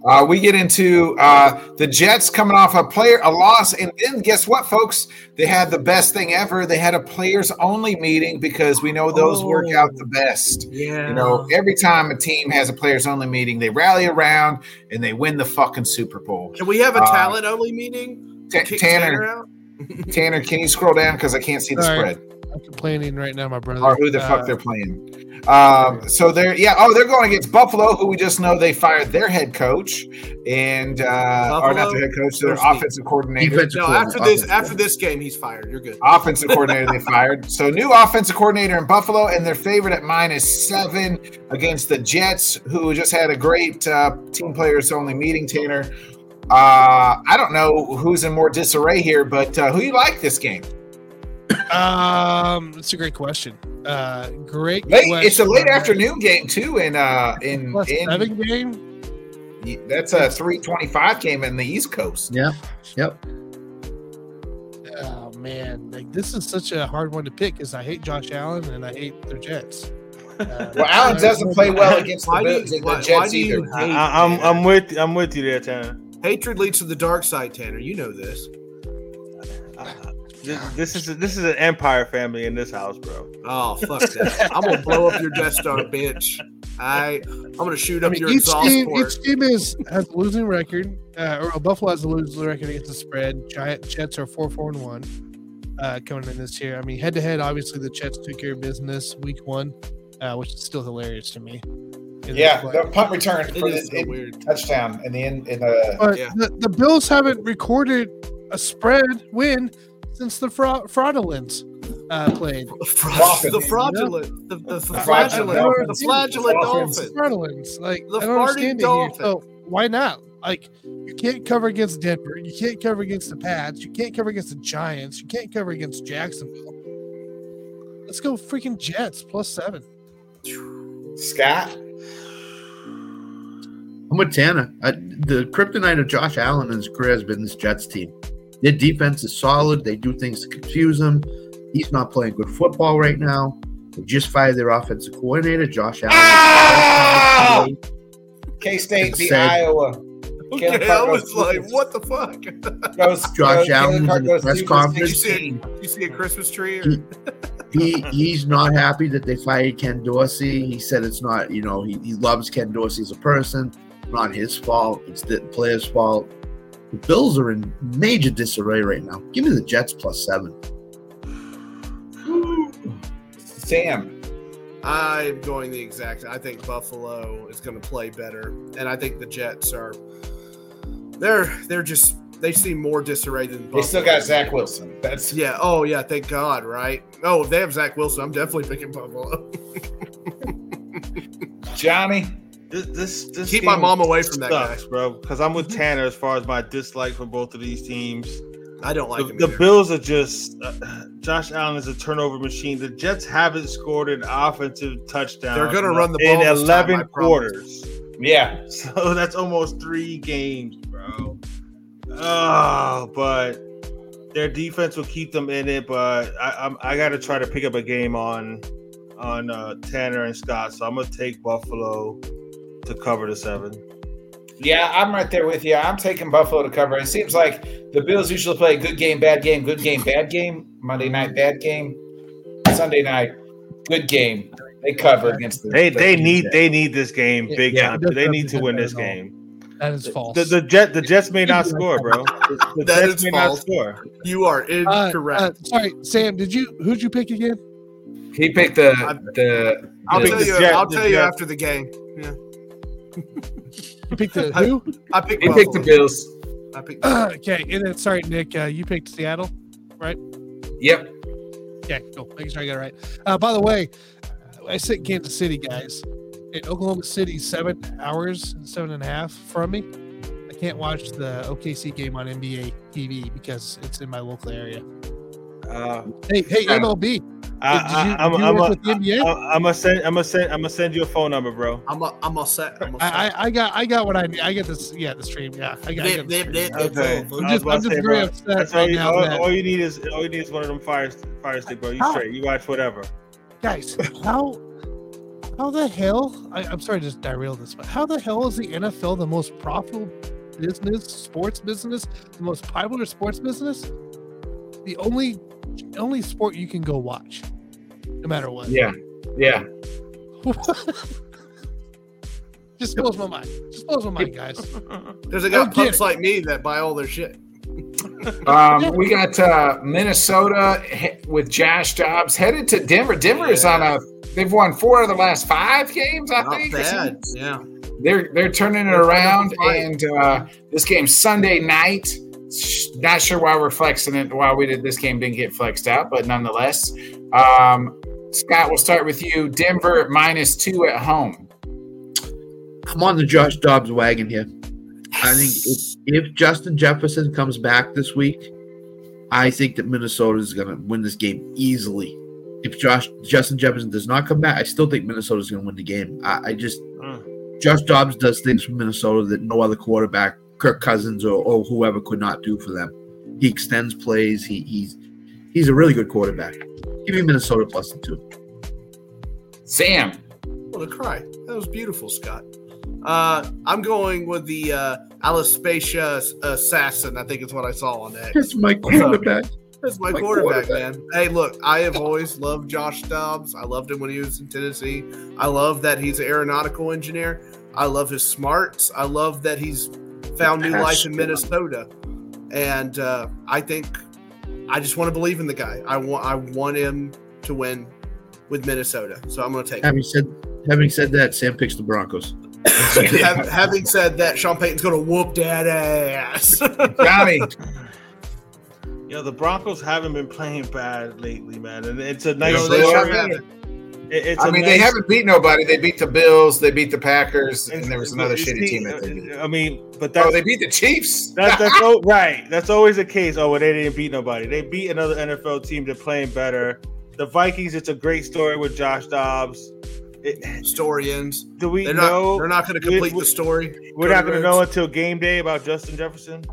A: Uh, we get into uh, the Jets coming off a player a loss, and then guess what, folks? They had the best thing ever. They had a players only meeting because we know those work
D: Oh.
A: out the best.
D: yeah.
A: You know, every time a team has a players only meeting, they rally around and they win the fucking Super Bowl.
D: can we have a
A: uh,
D: talent only meeting?
A: Ta-
D: Kick
A: Tanner,
D: out.
A: Tanner, can you scroll down because I can't see the
E: Sorry.
A: spread?
E: I'm complaining right now, my brother.
A: or who the
D: Uh,
A: fuck they're playing. Um, so they're yeah. Oh, they're going against Buffalo, who we just know they fired their head coach and uh, or not
D: Buffalo?
A: their head coach, their
D: Or Steve?
A: offensive coordinator.
C: Defensive
D: No,
C: coordinator,
D: after this,
C: offensive
D: after this game, he's fired. You're good.
A: Offensive coordinator they fired. So new offensive coordinator in Buffalo, and their favorite at minus seven against the Jets, who just had a great uh, team players only meeting. Tanner, uh, I don't know who's in more disarray here, but uh, who you like this game?
E: Um, it's a great question. Uh, great.
A: Late,
E: question.
A: it's a late afternoon game too, in uh, in,
E: Plus
A: in
E: seven game.
A: Yeah, That's a 325 game in the East Coast.
E: Oh man, like this is such a hard one to pick. Is I hate Josh Allen and I hate their Jets. Uh,
A: Well, Allen doesn't play well against the,
D: Why do you-
A: Bills and
D: why-
A: the
D: why
A: Jets
D: do you
A: either.
B: I, I, I'm I'm with I'm with you there, Tanner.
D: Hatred leads to the dark side, Tanner. You know this.
B: Uh, this, this is this is an Empire family in this house, bro.
D: Oh fuck that! I'm gonna blow up your Death Star, bitch. I I'm gonna shoot
E: I
D: up
E: mean,
D: your
E: each
D: exhaust
E: team,
D: port.
E: each team is has a losing record, uh, or Buffalo has a losing record against the spread. Giant Jets are four four and one uh, coming in this year. I mean, head to head, obviously the Jets took care of business week one, uh, which is still hilarious to me. And
A: Yeah,
E: that's why-
A: the punt return
D: It
A: for
D: is
A: the
D: so
A: in-
D: weird.
A: touchdown in the end. In uh, the
E: But
D: Yeah.
E: the, the Bills haven't recorded a spread win since the fraud, fraudulence uh, played.
A: Dolphins.
D: The fraudulent, the, the, the
A: fraudulent
D: flagellant, the
A: dolphins.
D: flagellant
A: Dolphins.
D: dolphin.
E: Fraudulence, like
D: The
E: I don't understand
D: farting
E: it here.
D: dolphin.
E: So why not? Like you can't cover against Denver, you can't cover against the Pats, you can't cover against the Giants, you can't cover against Jacksonville. Let's go freaking Jets plus seven.
A: Scott,
C: I'm with Tana. I, the kryptonite of Josh Allen and his career has been this Jets team. Their defense is solid. They do things to confuse him. He's not playing good football right now. They just fired their offensive coordinator, Josh Allen.
A: Ah! K State
C: It's
A: beat
C: sad.
A: Iowa. Kalen
D: Okay, I
A: Carr
D: was
A: goes-
D: like, what the fuck?
A: Goes,
C: Josh
A: goes- Kalen
C: Allen was
A: Carr
C: in the
A: goes
C: press
A: two for
C: conference.
A: 16.
D: You see a Christmas tree? Or...
C: Mm. He he's not happy that they fired Ken Dorsey. He said it's not, you know, he, he loves Ken Dorsey as a person. Not his fault. It's the player's fault. The Bills are in major disarray right now. Give me the Jets plus seven.
A: Sam,
D: I'm going the exact. I think Buffalo is going to play better, and I think the Jets are. They're they're just they seem more disarray than.
A: they
D: Buffalo.
A: still got Zach Wilson. That's
D: Yeah. Oh yeah. Thank God. Right. Oh, if they have Zach Wilson, I'm definitely picking Buffalo.
A: Johnny.
B: This this, this
D: Keep my
B: team
D: mom away from that guy. Mm-hmm.
B: sucks, bro. Because I'm with Tanner as far as my dislike for both of these teams.
D: I don't like him
B: the, the
D: either.
B: Bills are just uh, Josh Allen is a turnover machine. The Jets haven't scored an offensive touchdown.
D: They're gonna run the
B: in
D: ball this time,
B: eleven
D: I promise.
B: quarters.
A: Yeah.
B: So that's almost three games, bro. Oh, but their defense will keep them in it. But I, I'm, I got to try to pick up a game on on uh, Tanner and Scott. So I'm gonna take Buffalo to cover the seven.
A: Yeah, I'm right there with you. I'm taking Buffalo to cover. It seems like the Bills usually play good game, bad game, good game, bad game. Monday night, bad game. Sunday night, good game. They cover against the.
B: They
A: the-
B: they need they need this game big
A: Yeah.
B: time. They need to win this game.
E: That is false.
B: The, the, Jet, the Jets may not score, bro. The, the
D: That
B: Jets
D: is
B: may
D: false.
B: not score.
D: You are
E: Uh,
D: incorrect.
E: uh, sorry, Sam. Did you who'd you pick again?
A: He picked the
D: I've-
A: the.
D: I'll
A: the-
B: pick
D: tell
B: the
D: you.
B: Jets,
D: I'll
B: the
D: tell you
B: Jets.
D: after the game.
E: You picked the
D: I-
E: who?
D: I picked.
A: He picked the
D: Buffalo.
A: Bills.
D: I picked.
E: okay, and then sorry, Nick. Uh, you picked Seattle.
A: Yep.
E: Yeah, cool. Making sure I got it right. Uh, by the way, uh, I sit Kansas City, guys. In Oklahoma City, seven hours, seven and a half from me. I can't watch the OKC game on NBA TV because it's in my local area.
B: Uh,
E: Hey, hey,
A: Yeah.
E: MLB.
B: I,
E: Did you-
B: I, I'm,
E: you
B: I'm,
E: work
B: a,
E: with the NBA?
B: I, I'm gonna send, I'm gonna send, I'm gonna send you a phone number, bro.
D: I'm a, I'm all set. I'm all set.
E: I, I, I got, I got what I need. I get this. Yeah, the stream. Yeah, I got. I got the
D: Nip, nip, nip,
E: stream.
D: it's
B: Okay.
D: over.
E: I'm
B: I was
E: just,
B: about
E: I'm
B: to
E: just
B: say,
E: very
B: bro,
E: upset
B: That's all
E: right
B: you,
E: now.
B: all,
E: that-
B: all you need is, all you need is one of them fire, fire stick, bro. You
E: How?
B: straight, you watch whatever.
E: guys, how how the hell? I, I'm sorry to just derail this, but how the hell is the NFL the most profitable business, sports business, the most popular sports business? The only only sport you can go watch, no matter what.
A: Yeah. Yeah.
E: Just blows my mind. Just blows my mind, guys.
D: There's a guy
E: Don't get
D: punks
E: it.
D: like me that buy all their shit.
A: Um, we got uh, Minnesota he- with Josh Jobs headed to Denver. Denver is on a. They've won four of the last five games, I
D: Not
A: think. or
D: bad.
A: something.
D: Yeah.
A: They're they're turning it
D: They're turning
A: around,
D: the fight.
A: and uh, this game Sunday night. Sh- Not sure why we're flexing it. Why we did this game didn't get flexed out, but nonetheless, um, Scott, we'll start with you. Denver minus two at home.
C: I'm on the Josh Dobbs wagon here. I think if, if Justin Jefferson comes back this week, I think that Minnesota is going to win this game easily. If Josh Justin Jefferson does not come back, I still think Minnesota is going to win the game. I, I just
A: Mm.
C: Josh Dobbs does things for Minnesota that no other quarterback, Kirk Cousins or, or whoever, could not do for them. He extends plays. He, he's he's a really good quarterback. Give me Minnesota plus the two.
A: Sam,
D: want to cry. That was beautiful, Scott. Uh, I'm going with the uh, Alispacia assassin. I think is what I saw on that.
C: That's my quarterback.
D: That's my,
C: My
D: quarterback,
C: quarterback.
D: man. Hey, look, I have always loved Josh Dobbs. I loved him when he was in Tennessee. I love that he's an aeronautical engineer. I love his smarts. I love that he's found new life in Minnesota. And uh, I think I just want to believe in the guy. I want I want him to win with Minnesota. So I'm going to take him.
C: Having said having said that, Sam picks the Broncos.
D: Hav- Having said that, Sean Payton's going to whoop that ass.
A: Johnny,
B: You know, the Broncos haven't been playing bad lately, man. And it's a nice.
D: No,
A: they
D: they
A: are.
D: have it.
B: It- it's
A: I
B: a
A: mean,
B: nice,
A: they haven't beat nobody. They beat the Bills. They beat the Packers, and there was another
B: it's
A: shitty
B: the-
A: team that they beat.
B: I mean, but that's
A: Oh, they beat the Chiefs.
B: That, that's all, right. That's always the case. Oh, well, they didn't beat nobody. They beat another NFL team. They're playing better. The Vikings. It's a great story with Josh Dobbs. It,
D: story ends.
B: do we
D: They're not.
B: know?
D: they're not going to
B: we-
D: complete
B: we-
D: the story.
B: we're not going to
D: Rhodes.
B: know until game day about Justin Jefferson.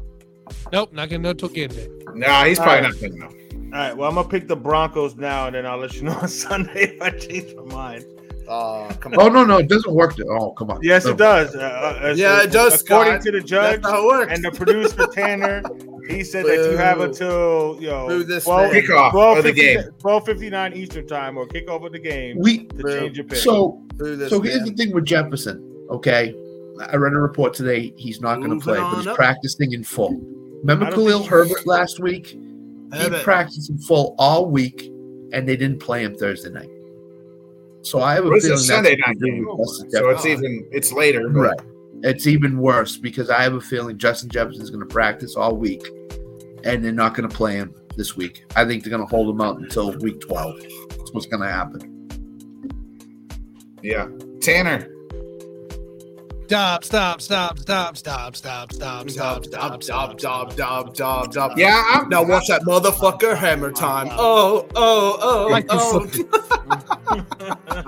E: Nope, not gonna know till game day.
A: no, he's probably not good enough.
B: All right. Well, I'm gonna pick the Broncos now, and then I'll let you know on Sunday if I change my mind.
D: Oh, come
C: Oh no, no, it doesn't work at all. Come on.
B: Yes,
C: No.
B: it does. Uh, uh,
D: Yeah, it does,
B: According to
D: Scott.
B: the judge
D: That's how it works.
B: and the producer Tanner, he said that you have
D: Boo.
B: until you know
D: Boo this
B: 12
D: man.
A: Kickoff of the game.
B: 1259 Eastern time or kick off of the game
C: We
B: to
D: Bro.
B: change your pick.
C: so
D: Through this,
C: so here's
D: man.
C: the thing with Jefferson. Okay, I read a report today. He's not going
D: Moving
C: to play, but
D: on
C: he's
D: up.
C: practicing in full. Remember
B: I don't
C: Khalil
B: think-
C: Herbert last week? He
D: Have it.
C: practiced in full all week, and they didn't play him Thursday night. So I have a
A: Well, it's a
C: feeling that's
A: Sunday
C: what
A: night
C: they do
A: game.
C: with Justin
A: So it's
C: Jefferson.
A: even it's later. But
C: Right. It's even worse because I have a feeling Justin Jefferson's going to practice all week, and they're not going to play him this week. I think they're going to hold him out until week twelve. That's what's going to happen.
A: Yeah, Tanner.
E: Stop, stop, stop, stop, stop, stop, stop,
D: Dob,
E: stop,
D: dob,
E: stop,
D: dob,
E: stop,
D: dob, dob, dob, dob.
A: Yeah, I'm
D: Now watch that motherfucker hammer time. Oh, oh, oh,
E: Like the
D: oh.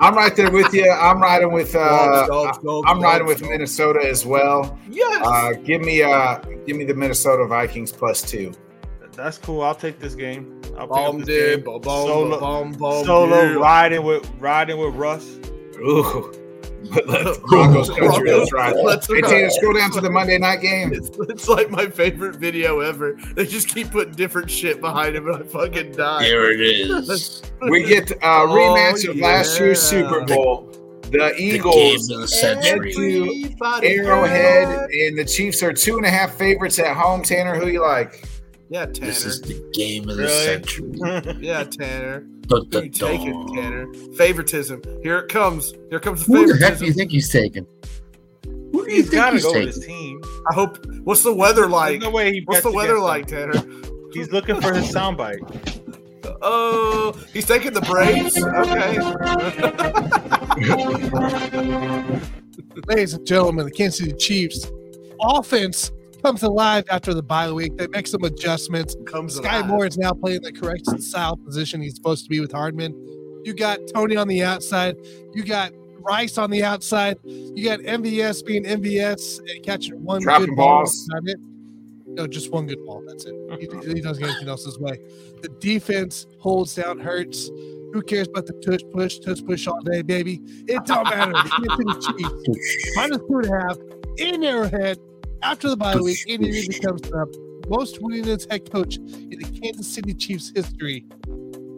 A: I'm right there with you. I'm riding with uh,
D: Dogs, dogs, dogs,
A: I'm riding
D: dogs,
A: with Minnesota as well.
D: dogs. Yes.
A: Uh, give me uh, give me the Minnesota Vikings plus two.
B: That's cool. I'll take this game. I'll pick up
D: Bomb
B: this
D: did,
B: game.
D: bomb,
B: Solo-
D: bomb, bomb.
B: Solo
D: yeah.
B: riding with riding with Russ.
A: Ooh, let's Broncos country. Let's ride.
D: Let's
A: Hey
D: ride.
A: Tanner, scroll down to the Monday night game.
D: It's, it's like my favorite video ever. They just keep putting different shit behind him, and I fucking die.
C: it is.
A: We get a rematch of last year's
D: Oh, yeah.
A: Super Bowl. The Eagles
C: of the
D: Everybody
A: Arrowhead
D: hurt.
A: and the Chiefs are two and a half favorites at home. Tanner, who you like?
D: Yeah, Tanner.
C: the game of
B: the Really?
C: century.
D: Yeah, Tanner.
C: Who
D: Who you taking, Tanner? Favoritism. Here it comes. Here comes the
C: the heck do you
D: favoritism.
C: think he's taking? Who do you
B: He's
C: think
B: got to
C: he's
B: go with
C: taking?
B: his team.
D: I hope. What's the weather like?
B: There's no way he
D: What's
B: bets
D: the weather
B: against
D: like,
B: him.
D: Tanner?
B: He's looking for his soundbite.
D: Oh, he's taking the Braves. Okay.
E: Ladies and gentlemen, the Kansas City Chiefs offense comes alive after the bye week. They make some adjustments.
D: Comes
E: Sky
D: alive.
E: Moore is now playing the correct style position he's supposed to be with Hardman. You got Tony on the outside. You got Rice on the outside. You got MVS being MVS and catching one
A: Dropping
E: good ball.
A: balls.
E: That's it. No, just one good ball. That's it. He, he doesn't get anything else his way. The defense holds down Hurts. Who cares about the tush push, tush push all day, baby? It don't matter. Kansas City Chiefs, minus two and a half in Arrowhead after the bye week. Indiana becomes the most winningest head coach in the Kansas City Chiefs history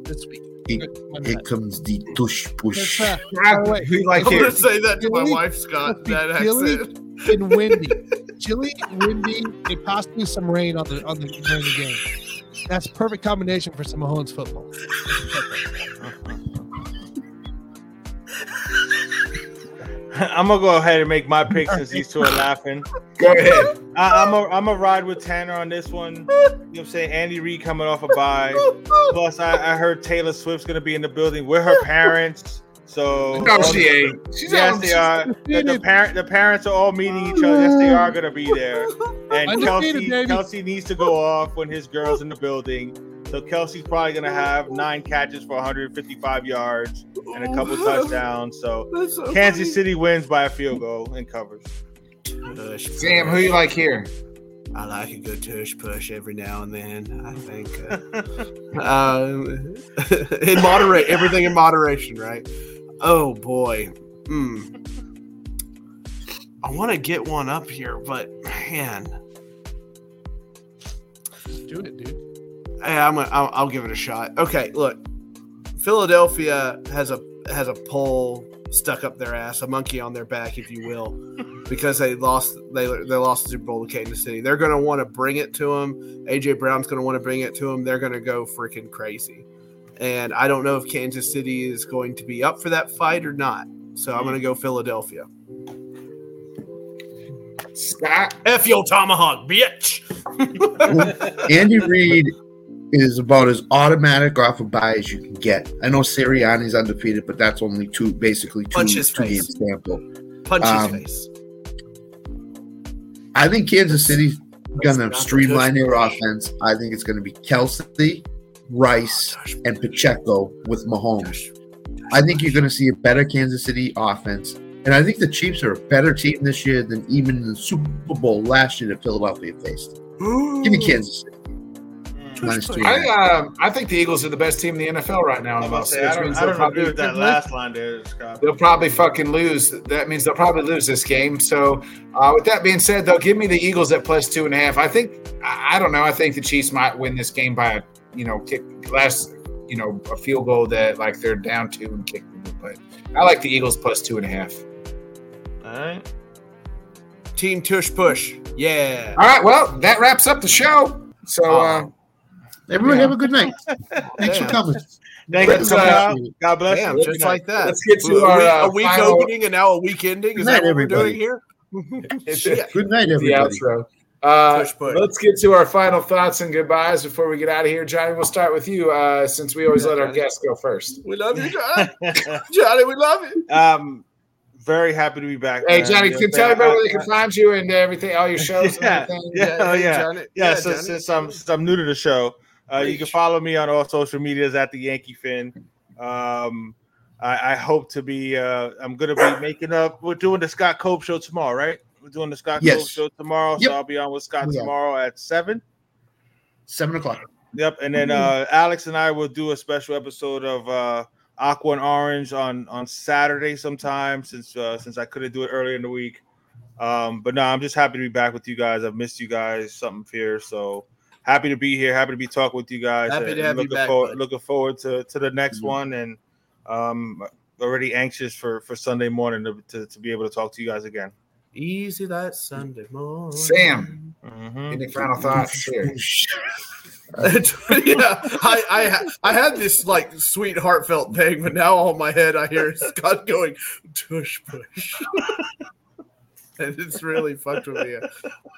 E: this week.
C: It-
E: Good. Why not?
C: Here comes the tush
E: That's
C: push.
E: right.
A: Who you like
D: I'm
A: here?
D: gonna say that to my
E: Really?
D: wife, Scott.
E: Really?
D: That accent.
E: and windy. chilly, windy, and possibly some rain on the on the during the game. That's perfect combination for some Mahomes football.
B: I'm gonna go ahead and make my pick since these two are laughing.
A: Go ahead.
B: I, I'm a I'm a ride with Tanner on this one. You know what I'm saying? Andy Reid coming off a bye. Plus, I, I heard Taylor Swift's gonna be in the building with her parents. So
A: No, Oh, she ain't. She's
B: yes,
A: on-
B: they are. The, the parent the parents are all meeting each other. Yes, they are gonna be there. And
E: Undefeated,
B: Kelsey
E: baby.
B: Kelsey needs to go off when his girl's in the building. So Kelsey's probably gonna have nine catches for 155 yards and a couple touchdowns. So
D: That's so
B: Kansas City wins by a field goal and covers.
D: Tush
A: Sam, who you like here?
D: I like a good tush push every now and then. I think uh, um, in moderate everything in moderation, right? Oh boy, Hmm. I want to get one up here, but man,
E: Do it, dude.
D: eh, I'm gonna, I'll, I'll give it a shot. Okay, look, Philadelphia has a has a pole stuck up their ass, a monkey on their back, if you will, because they lost they they lost the Super Bowl to Kansas City. They're going to want to bring it to them. AJ Brown's going to want to bring it to them. They're going to go freaking crazy, and I don't know if Kansas City is going to be up for that fight or not. So I'm going to go Philadelphia.
A: Scott.
D: F your tomahawk, bitch.
C: Andy Reid is about as automatic off a buy as you can get. I know Sirianni's undefeated, but that's only two, basically two,
D: Punch his
C: two game
D: face.
C: sample.
D: Punch
C: Um,
D: his face.
C: I think Kansas City's
D: Let's
C: going
D: not
C: to streamline
D: touch
C: their
D: me.
C: offense. I think it's going to be Kelsey, Rice,
D: Tush,
C: and Pacheco with Mahomes.
D: tush,
C: I think you're going to see a better Kansas City offense. And I think the Chiefs are a better team this year than even the Super Bowl last year that Philadelphia faced. Give me Kansas City. Minus two.
A: I um, I think the Eagles are the best team in the NFL right now.
B: I'm about to say,
A: Which
B: I don't,
A: means
B: I
A: they'll
B: don't agree
A: probably-
B: with that last line there, Scott.
A: They'll probably fucking lose. That means they'll probably lose this game. So, uh, with that being said, though, give me the Eagles at plus two and a half. I think I I don't know. I think the Chiefs might win this game by a you know kick last you know a field goal that like they're down two and kick. But I like the Eagles plus two and a half.
B: All right.
D: Team Tush Push. Yeah.
A: All right. Well, that wraps up the show. So uh,
C: Everyone
A: Yeah.
C: have a good night. Thanks
D: Yeah.
C: for coming.
B: Thank you for
A: Let's,
B: coming
A: uh,
B: out. God bless
D: Damn,
B: you.
D: just like that.
A: let's get
D: a week,
A: to our uh,
D: a week
A: final-
D: opening and now a week ending. Is
C: Good night,
D: that what we're doing
C: everybody.
D: here? Shit.
C: Good night,
A: the
C: everybody.
A: outro. Uh,
D: Push push.
A: Let's get to our final thoughts and goodbyes before we get out of here. Johnny, we'll start with you uh, since we always let our guests go first.
D: We love you, Johnny. Johnny, we love you.
B: um, very happy to be back.
A: Hey,
B: man.
A: Johnny,
B: You
A: can you
B: know what
A: tell
B: I'm saying?
A: everybody
B: I-
A: where they can find you and everything, all your shows
B: Yeah.
A: and everything?
B: Yeah, oh,
D: hey,
B: yeah.
D: Johnny.
B: yeah, so
D: Johnny.
B: since I'm since I'm new to the show, uh, you can
D: Preach.
B: follow me on all social medias at the Yankee Fin. Um, I, I hope to be. Uh, I'm gonna be making up. We're doing the Scott Cope show tomorrow, right? We're doing the Scott
C: Yes.
B: Cope show tomorrow,
C: Yep.
B: so I'll be on with Scott
C: We are.
B: tomorrow at seven.
C: Seven o'clock.
B: Yep, and then
D: Mm-hmm.
B: uh, Alex and I will do a special episode of uh, Aqua and Orange on on Saturday sometime, since uh, since I couldn't do it earlier in the week. Um, but no, I'm just happy to be back with you guys. I've missed you guys something fierce, so happy to be here. Happy to be talking with you guys.
D: Happy to
B: and
D: have you
B: looking
D: back,
B: forward,
D: bud. Mm-hmm.
B: looking forward to to the next one, and um, already anxious for for Sunday morning to, to to be able to talk to you guys again.
D: Easy that Sunday morning.
A: Sam.
D: Mm-hmm.
B: Mhm.
A: Any final thoughts here?
D: yeah, I, I ha- I had this like sweet heartfelt thing, but now all my head I hear Scott going tush push, and it's really fucked with me.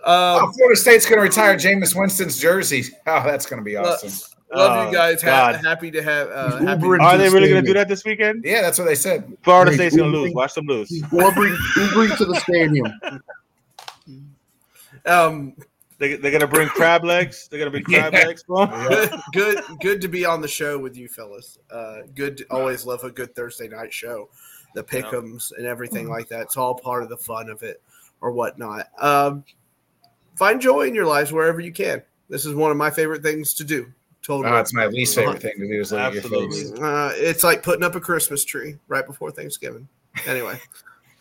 A: Oh,
D: Um,
A: Florida State's going to retire Jameis Winston's jersey. Oh, that's going to be
D: Well-
A: awesome.
D: love you
B: Oh,
D: guys. Ha-
B: God.
D: happy to have. Uh,
C: He's
D: happy
C: Ubering
D: to-
B: Are they really going to
C: Stadium.
B: do that this weekend?
A: Yeah, that's what they said.
B: Florida
C: Wait,
B: State's going to
C: who
B: lose.
C: think-
B: Watch them lose.
C: He's Ubering, Ubering to the stadium.
D: um,
B: They, they're gonna bring crab legs. They're gonna bring crab
A: Yeah.
B: legs. for 'em.
D: good, good, good to be on the show with you fellas. Uh, good, always love a good Thursday night show, the pickums and everything like that. It's all part of the fun of it or whatnot. Um, find joy in your lives wherever you can. This is one of my favorite things to do. Totally.
A: Oh, it's my least favorite thing to do is look at your
B: Absolutely.
A: face.
D: Uh, it's like putting up a Christmas tree right before Thanksgiving. Anyway,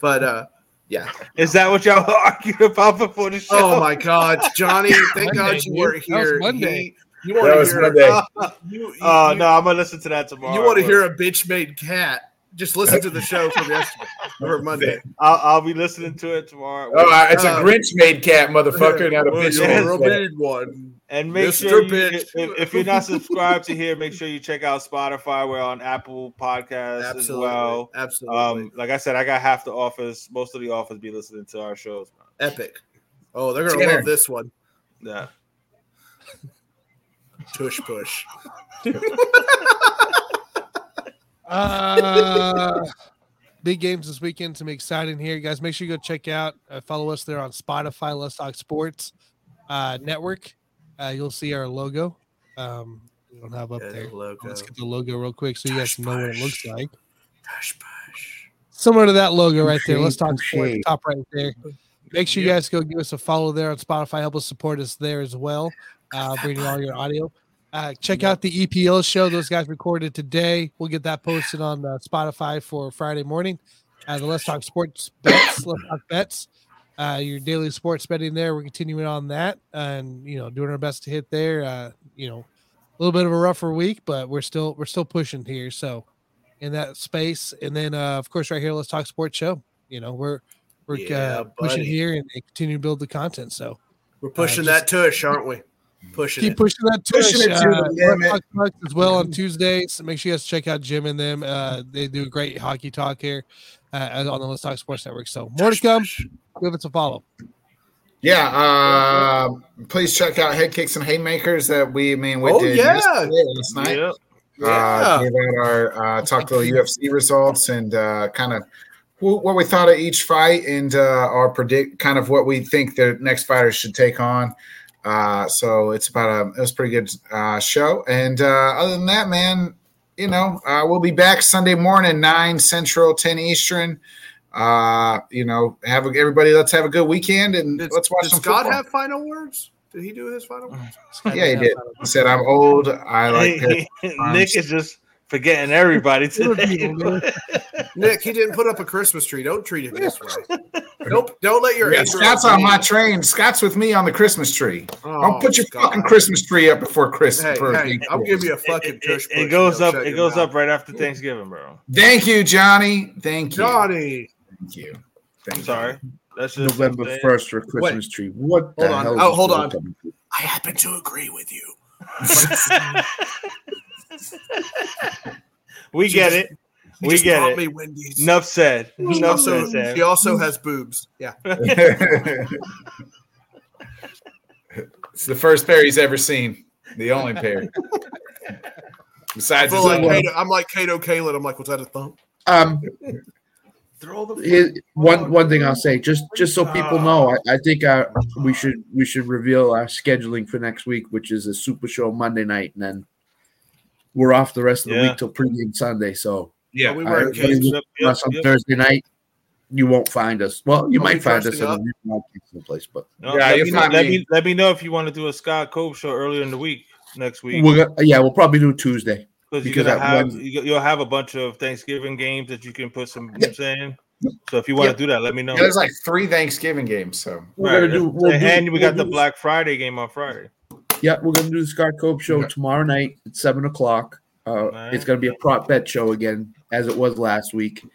D: but uh, yeah.
B: Is that what y'all argued about before the show? Uh,
D: Oh my God, Johnny! Thank
E: Monday,
D: God you weren't
E: dude. That was
D: here.
E: Monday.
D: He- you
A: That
D: want
A: was
D: to hear?
A: Monday. Uh,
D: You, you,
B: Oh
D: you-
B: no, I'm gonna listen to that tomorrow.
D: you want to hear a bitch made cat? Just listen to the show from yesterday or Monday.
B: I'll, I'll be listening to it tomorrow.
A: Oh, uh, it's a Grinch made cat, motherfucker, not a
D: Well,
A: bitch.
D: you're
B: yes.
D: a real
A: made cat.
D: bad one.
B: And make
D: Mr.
B: sure you,
D: Bitch.
B: if, if you're not subscribed to here, make sure you check out Spotify. We're on Apple Podcasts
D: Absolutely.
B: as well.
D: Absolutely.
B: Um, like I said, I got half the office, most of the office be listening to our shows.
D: Epic. Oh, they're gonna
A: Tanner.
D: love this one.
B: Yeah.
D: Tush push.
E: Uh, big games this weekend. Some exciting here, guys. Make sure you go check out, uh, follow us there on Spotify, Let's Talk Sports uh, Network. Uh, you'll see our logo. Um, we don't have up
D: Yeah,
E: there.
D: logo.
E: Let's get the logo real quick so you guys know what it looks like.
D: Tush push.
E: Similar to that logo right there.
C: Touche,
E: Let's talk
C: touche.
E: sports, top right there. Make sure you guys go give us a follow there on Spotify. Help us support us there as well. Uh, bringing all your audio. Uh, check out the EPL show. Those guys recorded today. We'll get that posted on uh, Spotify for Friday morning. Uh, the Let's Talk Sports bets. Let's talk bets. Uh, your daily sports betting there. We're continuing on that and you know doing our best to hit there. Uh, you know, a little bit of a rougher week, but we're still we're still pushing here. So in that space, and then uh, of course right here, Let's Talk Sports show. You know, we're we're
D: Yeah,
E: uh, pushing
D: buddy.
E: here and continue to build the content. So
D: We're pushing
E: just-
D: that tush, aren't we? Pushing
E: keep
D: it.
E: pushing that tush.
A: Pushing it to
E: uh,
A: the limit.
E: Talk Bucks as well on Tuesdays. So make sure you guys check out Jim and them. Uh, they do a great hockey talk here uh, on the Let's Talk Sports Network. So more to come. Give us a follow.
A: Yeah, um, please check out Head Kicks and Haymakers that we, I mean, we
D: Oh,
A: did
D: yeah.
A: yesterday, last night.
B: Yep.
A: Uh,
D: Yeah.
A: gave out our uh, talked little UFC results and uh, kind of wh- what we thought of each fight and uh, our predict kind of what we think the next fighters should take on. Uh, so it's about a it was a pretty good uh, show. And uh, other than that, man, you know uh, we'll be back Sunday morning nine Central, ten Eastern. Uh, you know, have a, everybody. Let's have a good weekend and
D: Did,
A: let's watch
D: did
A: some
D: Scott
A: football.
D: have final words? Did he do his final words?
A: yeah, he did. He said, "I'm old. I like." pit-
B: Nick is just forgetting everybody today.
D: Nick, he didn't put up a Christmas tree. Don't treat it this way. Don't don't let your
A: Yeah, Scott's on my train. Scott's with me on the Christmas tree.
D: Oh,
A: I'll put your
D: Scott.
A: fucking Christmas tree up before Christmas.
D: Hey, hey, I'm giving you a fucking
B: It-
D: tush.
B: it, it goes up. It goes up right after Thanksgiving, bro.
A: Thank you, Johnny. Thank you.
D: Johnny.
A: Thank you. Thank
B: I'm
A: you.
B: sorry. That's just
C: November
B: I'm saying.
C: 1st for Christmas tree. What the
D: Hold on.
C: hell? is
D: Oh,
C: this
D: hold
C: world
D: on.
C: coming to?
D: I happen to agree with you.
B: we
D: She
B: get
D: just-
B: it.
D: You
B: We
D: just
B: get
D: brought
B: it.
D: Me Wendy's.
B: Enough said.
D: She
B: Enough said.
D: also, she
B: Sam.
D: also has boobs. Yeah.
A: it's the first pair he's ever seen. The only pair. Besides
D: Full
A: his
D: like
A: own.
D: Kato, I'm like Kato Kalin. I'm like, was that a thumb?
C: Um,
B: Throw the
C: here- one one thing I'll say, just just so people know, I, I think uh, we should we should reveal our scheduling for next week, which is a Super Show Monday night, and then we're off the rest of the
B: Yeah.
C: week till pregame Sunday. So
A: Yeah.
D: We
C: uh,
D: were
C: everybody
D: engaged.
C: look for us on Thursday night. You won't find us. Well, you
D: Are we
C: might find us
D: dressing
C: in a
D: up?
C: different place, but
B: No,
A: Yeah,
B: let,
A: you
B: me,
A: find
B: let,
A: me.
B: me, let me know if you want to do a Scott Cove show earlier in the week next week
C: we're go- yeah, we'll probably do Tuesday.
B: because you're
C: because
B: gonna
C: I
B: have
C: won-
B: you- you'll have a bunch of Thanksgiving games that you can put some. You know what I'm saying so if you want
C: Yep.
B: to do that, let me know.
A: There's like three Thanksgiving games, so
C: We're
B: Right,
C: gonna do. We'll do
B: and we
C: we'll
B: got the
C: do-
B: Black Friday game on Friday.
C: Yeah, we're gonna do the Scott Cope show
A: Yeah.
C: tomorrow night at seven o'clock. Uh,
B: Alright.
C: It's gonna be a prop bet show again, as it was last week,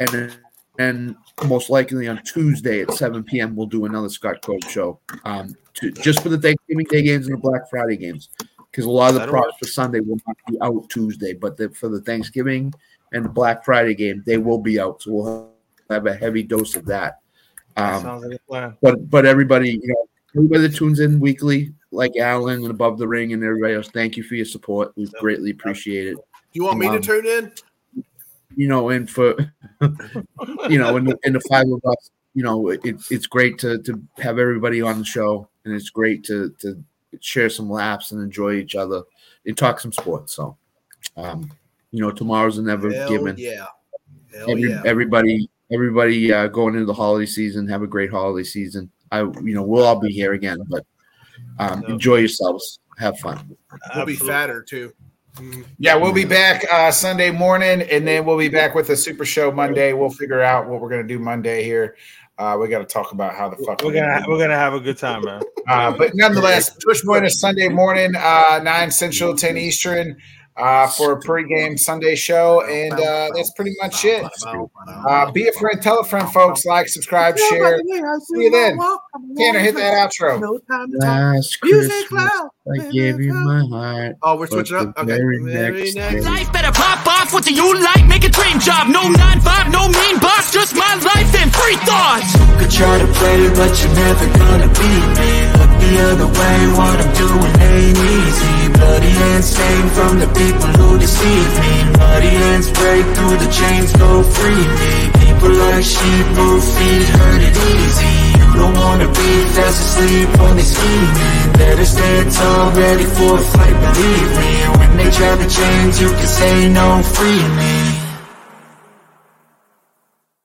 C: and then, and most likely on Tuesday at seven p.m. we'll do another Scott Cope show, um, to, just for the Thanksgiving Day games and the Black Friday games, because a lot of the
B: That'll
C: props for Sunday will not be out Tuesday, but the, for the Thanksgiving and the Black Friday game they will be out, so we'll have a heavy dose of that. Um,
B: Sounds like a plan.
C: but but everybody, you know, everybody that tunes in weekly, like Alan and Above the Ring and everybody else, thank you for your support. We greatly appreciate it.
D: You want me to
C: Um,
D: tune in?
C: You know, and for you know, and the, and the five of us, you know, it, it's great to to have everybody on the show, and it's great to to share some laughs and enjoy each other and talk some sports. So, um, you know, tomorrow's a never
D: Hell
C: given.
D: yeah.
F: Oh,
D: Hell
C: Every,
D: yeah.
C: Everybody, everybody, uh, going into the holiday season. Have a great holiday season. I, you know, we'll all be here again, but um,
B: Yeah.
C: enjoy yourselves. Have fun.
D: We'll be
B: Absolutely.
D: fatter too.
A: yeah, we'll be back uh, Sunday morning, and then we'll be back with a super show Monday. We'll figure out what we're gonna do Monday here. Uh, we got to talk about how the fuck
B: We're gonna we're gonna have a good time, man.
A: Uh, but nonetheless, Twitch join us Sunday morning, uh, 9 Central, 10 Eastern. uh, for a pregame Sunday show. And uh, that's pretty much it. Uh, be a friend, tell a friend, folks. Like, subscribe, share. See you then. Tanner, hit that outro.
F: No time to talk.
C: Last
F: Music
C: Christmas,
F: loud.
C: I gave you my heart.
F: Oh, we're
C: but
F: switching
C: the
F: up. Okay.
C: very
F: Very
C: next
F: next
C: day-
G: Life better pop off. What do you like? Make a dream job. No nine five, no mean boss. Just my life and free thoughts.
H: could try to play it, but you're never gonna beat me. Look the other way, what I'm doing ain't easy. Bloody hands stained from the people who deceive me. Bloody hands break through the chains, go free me. People like sheep who feed, hurt it easy. You don't wanna be fast asleep on they scheming. Better stand tall, ready for a fight, believe me. When they try to change, you can say no, free me.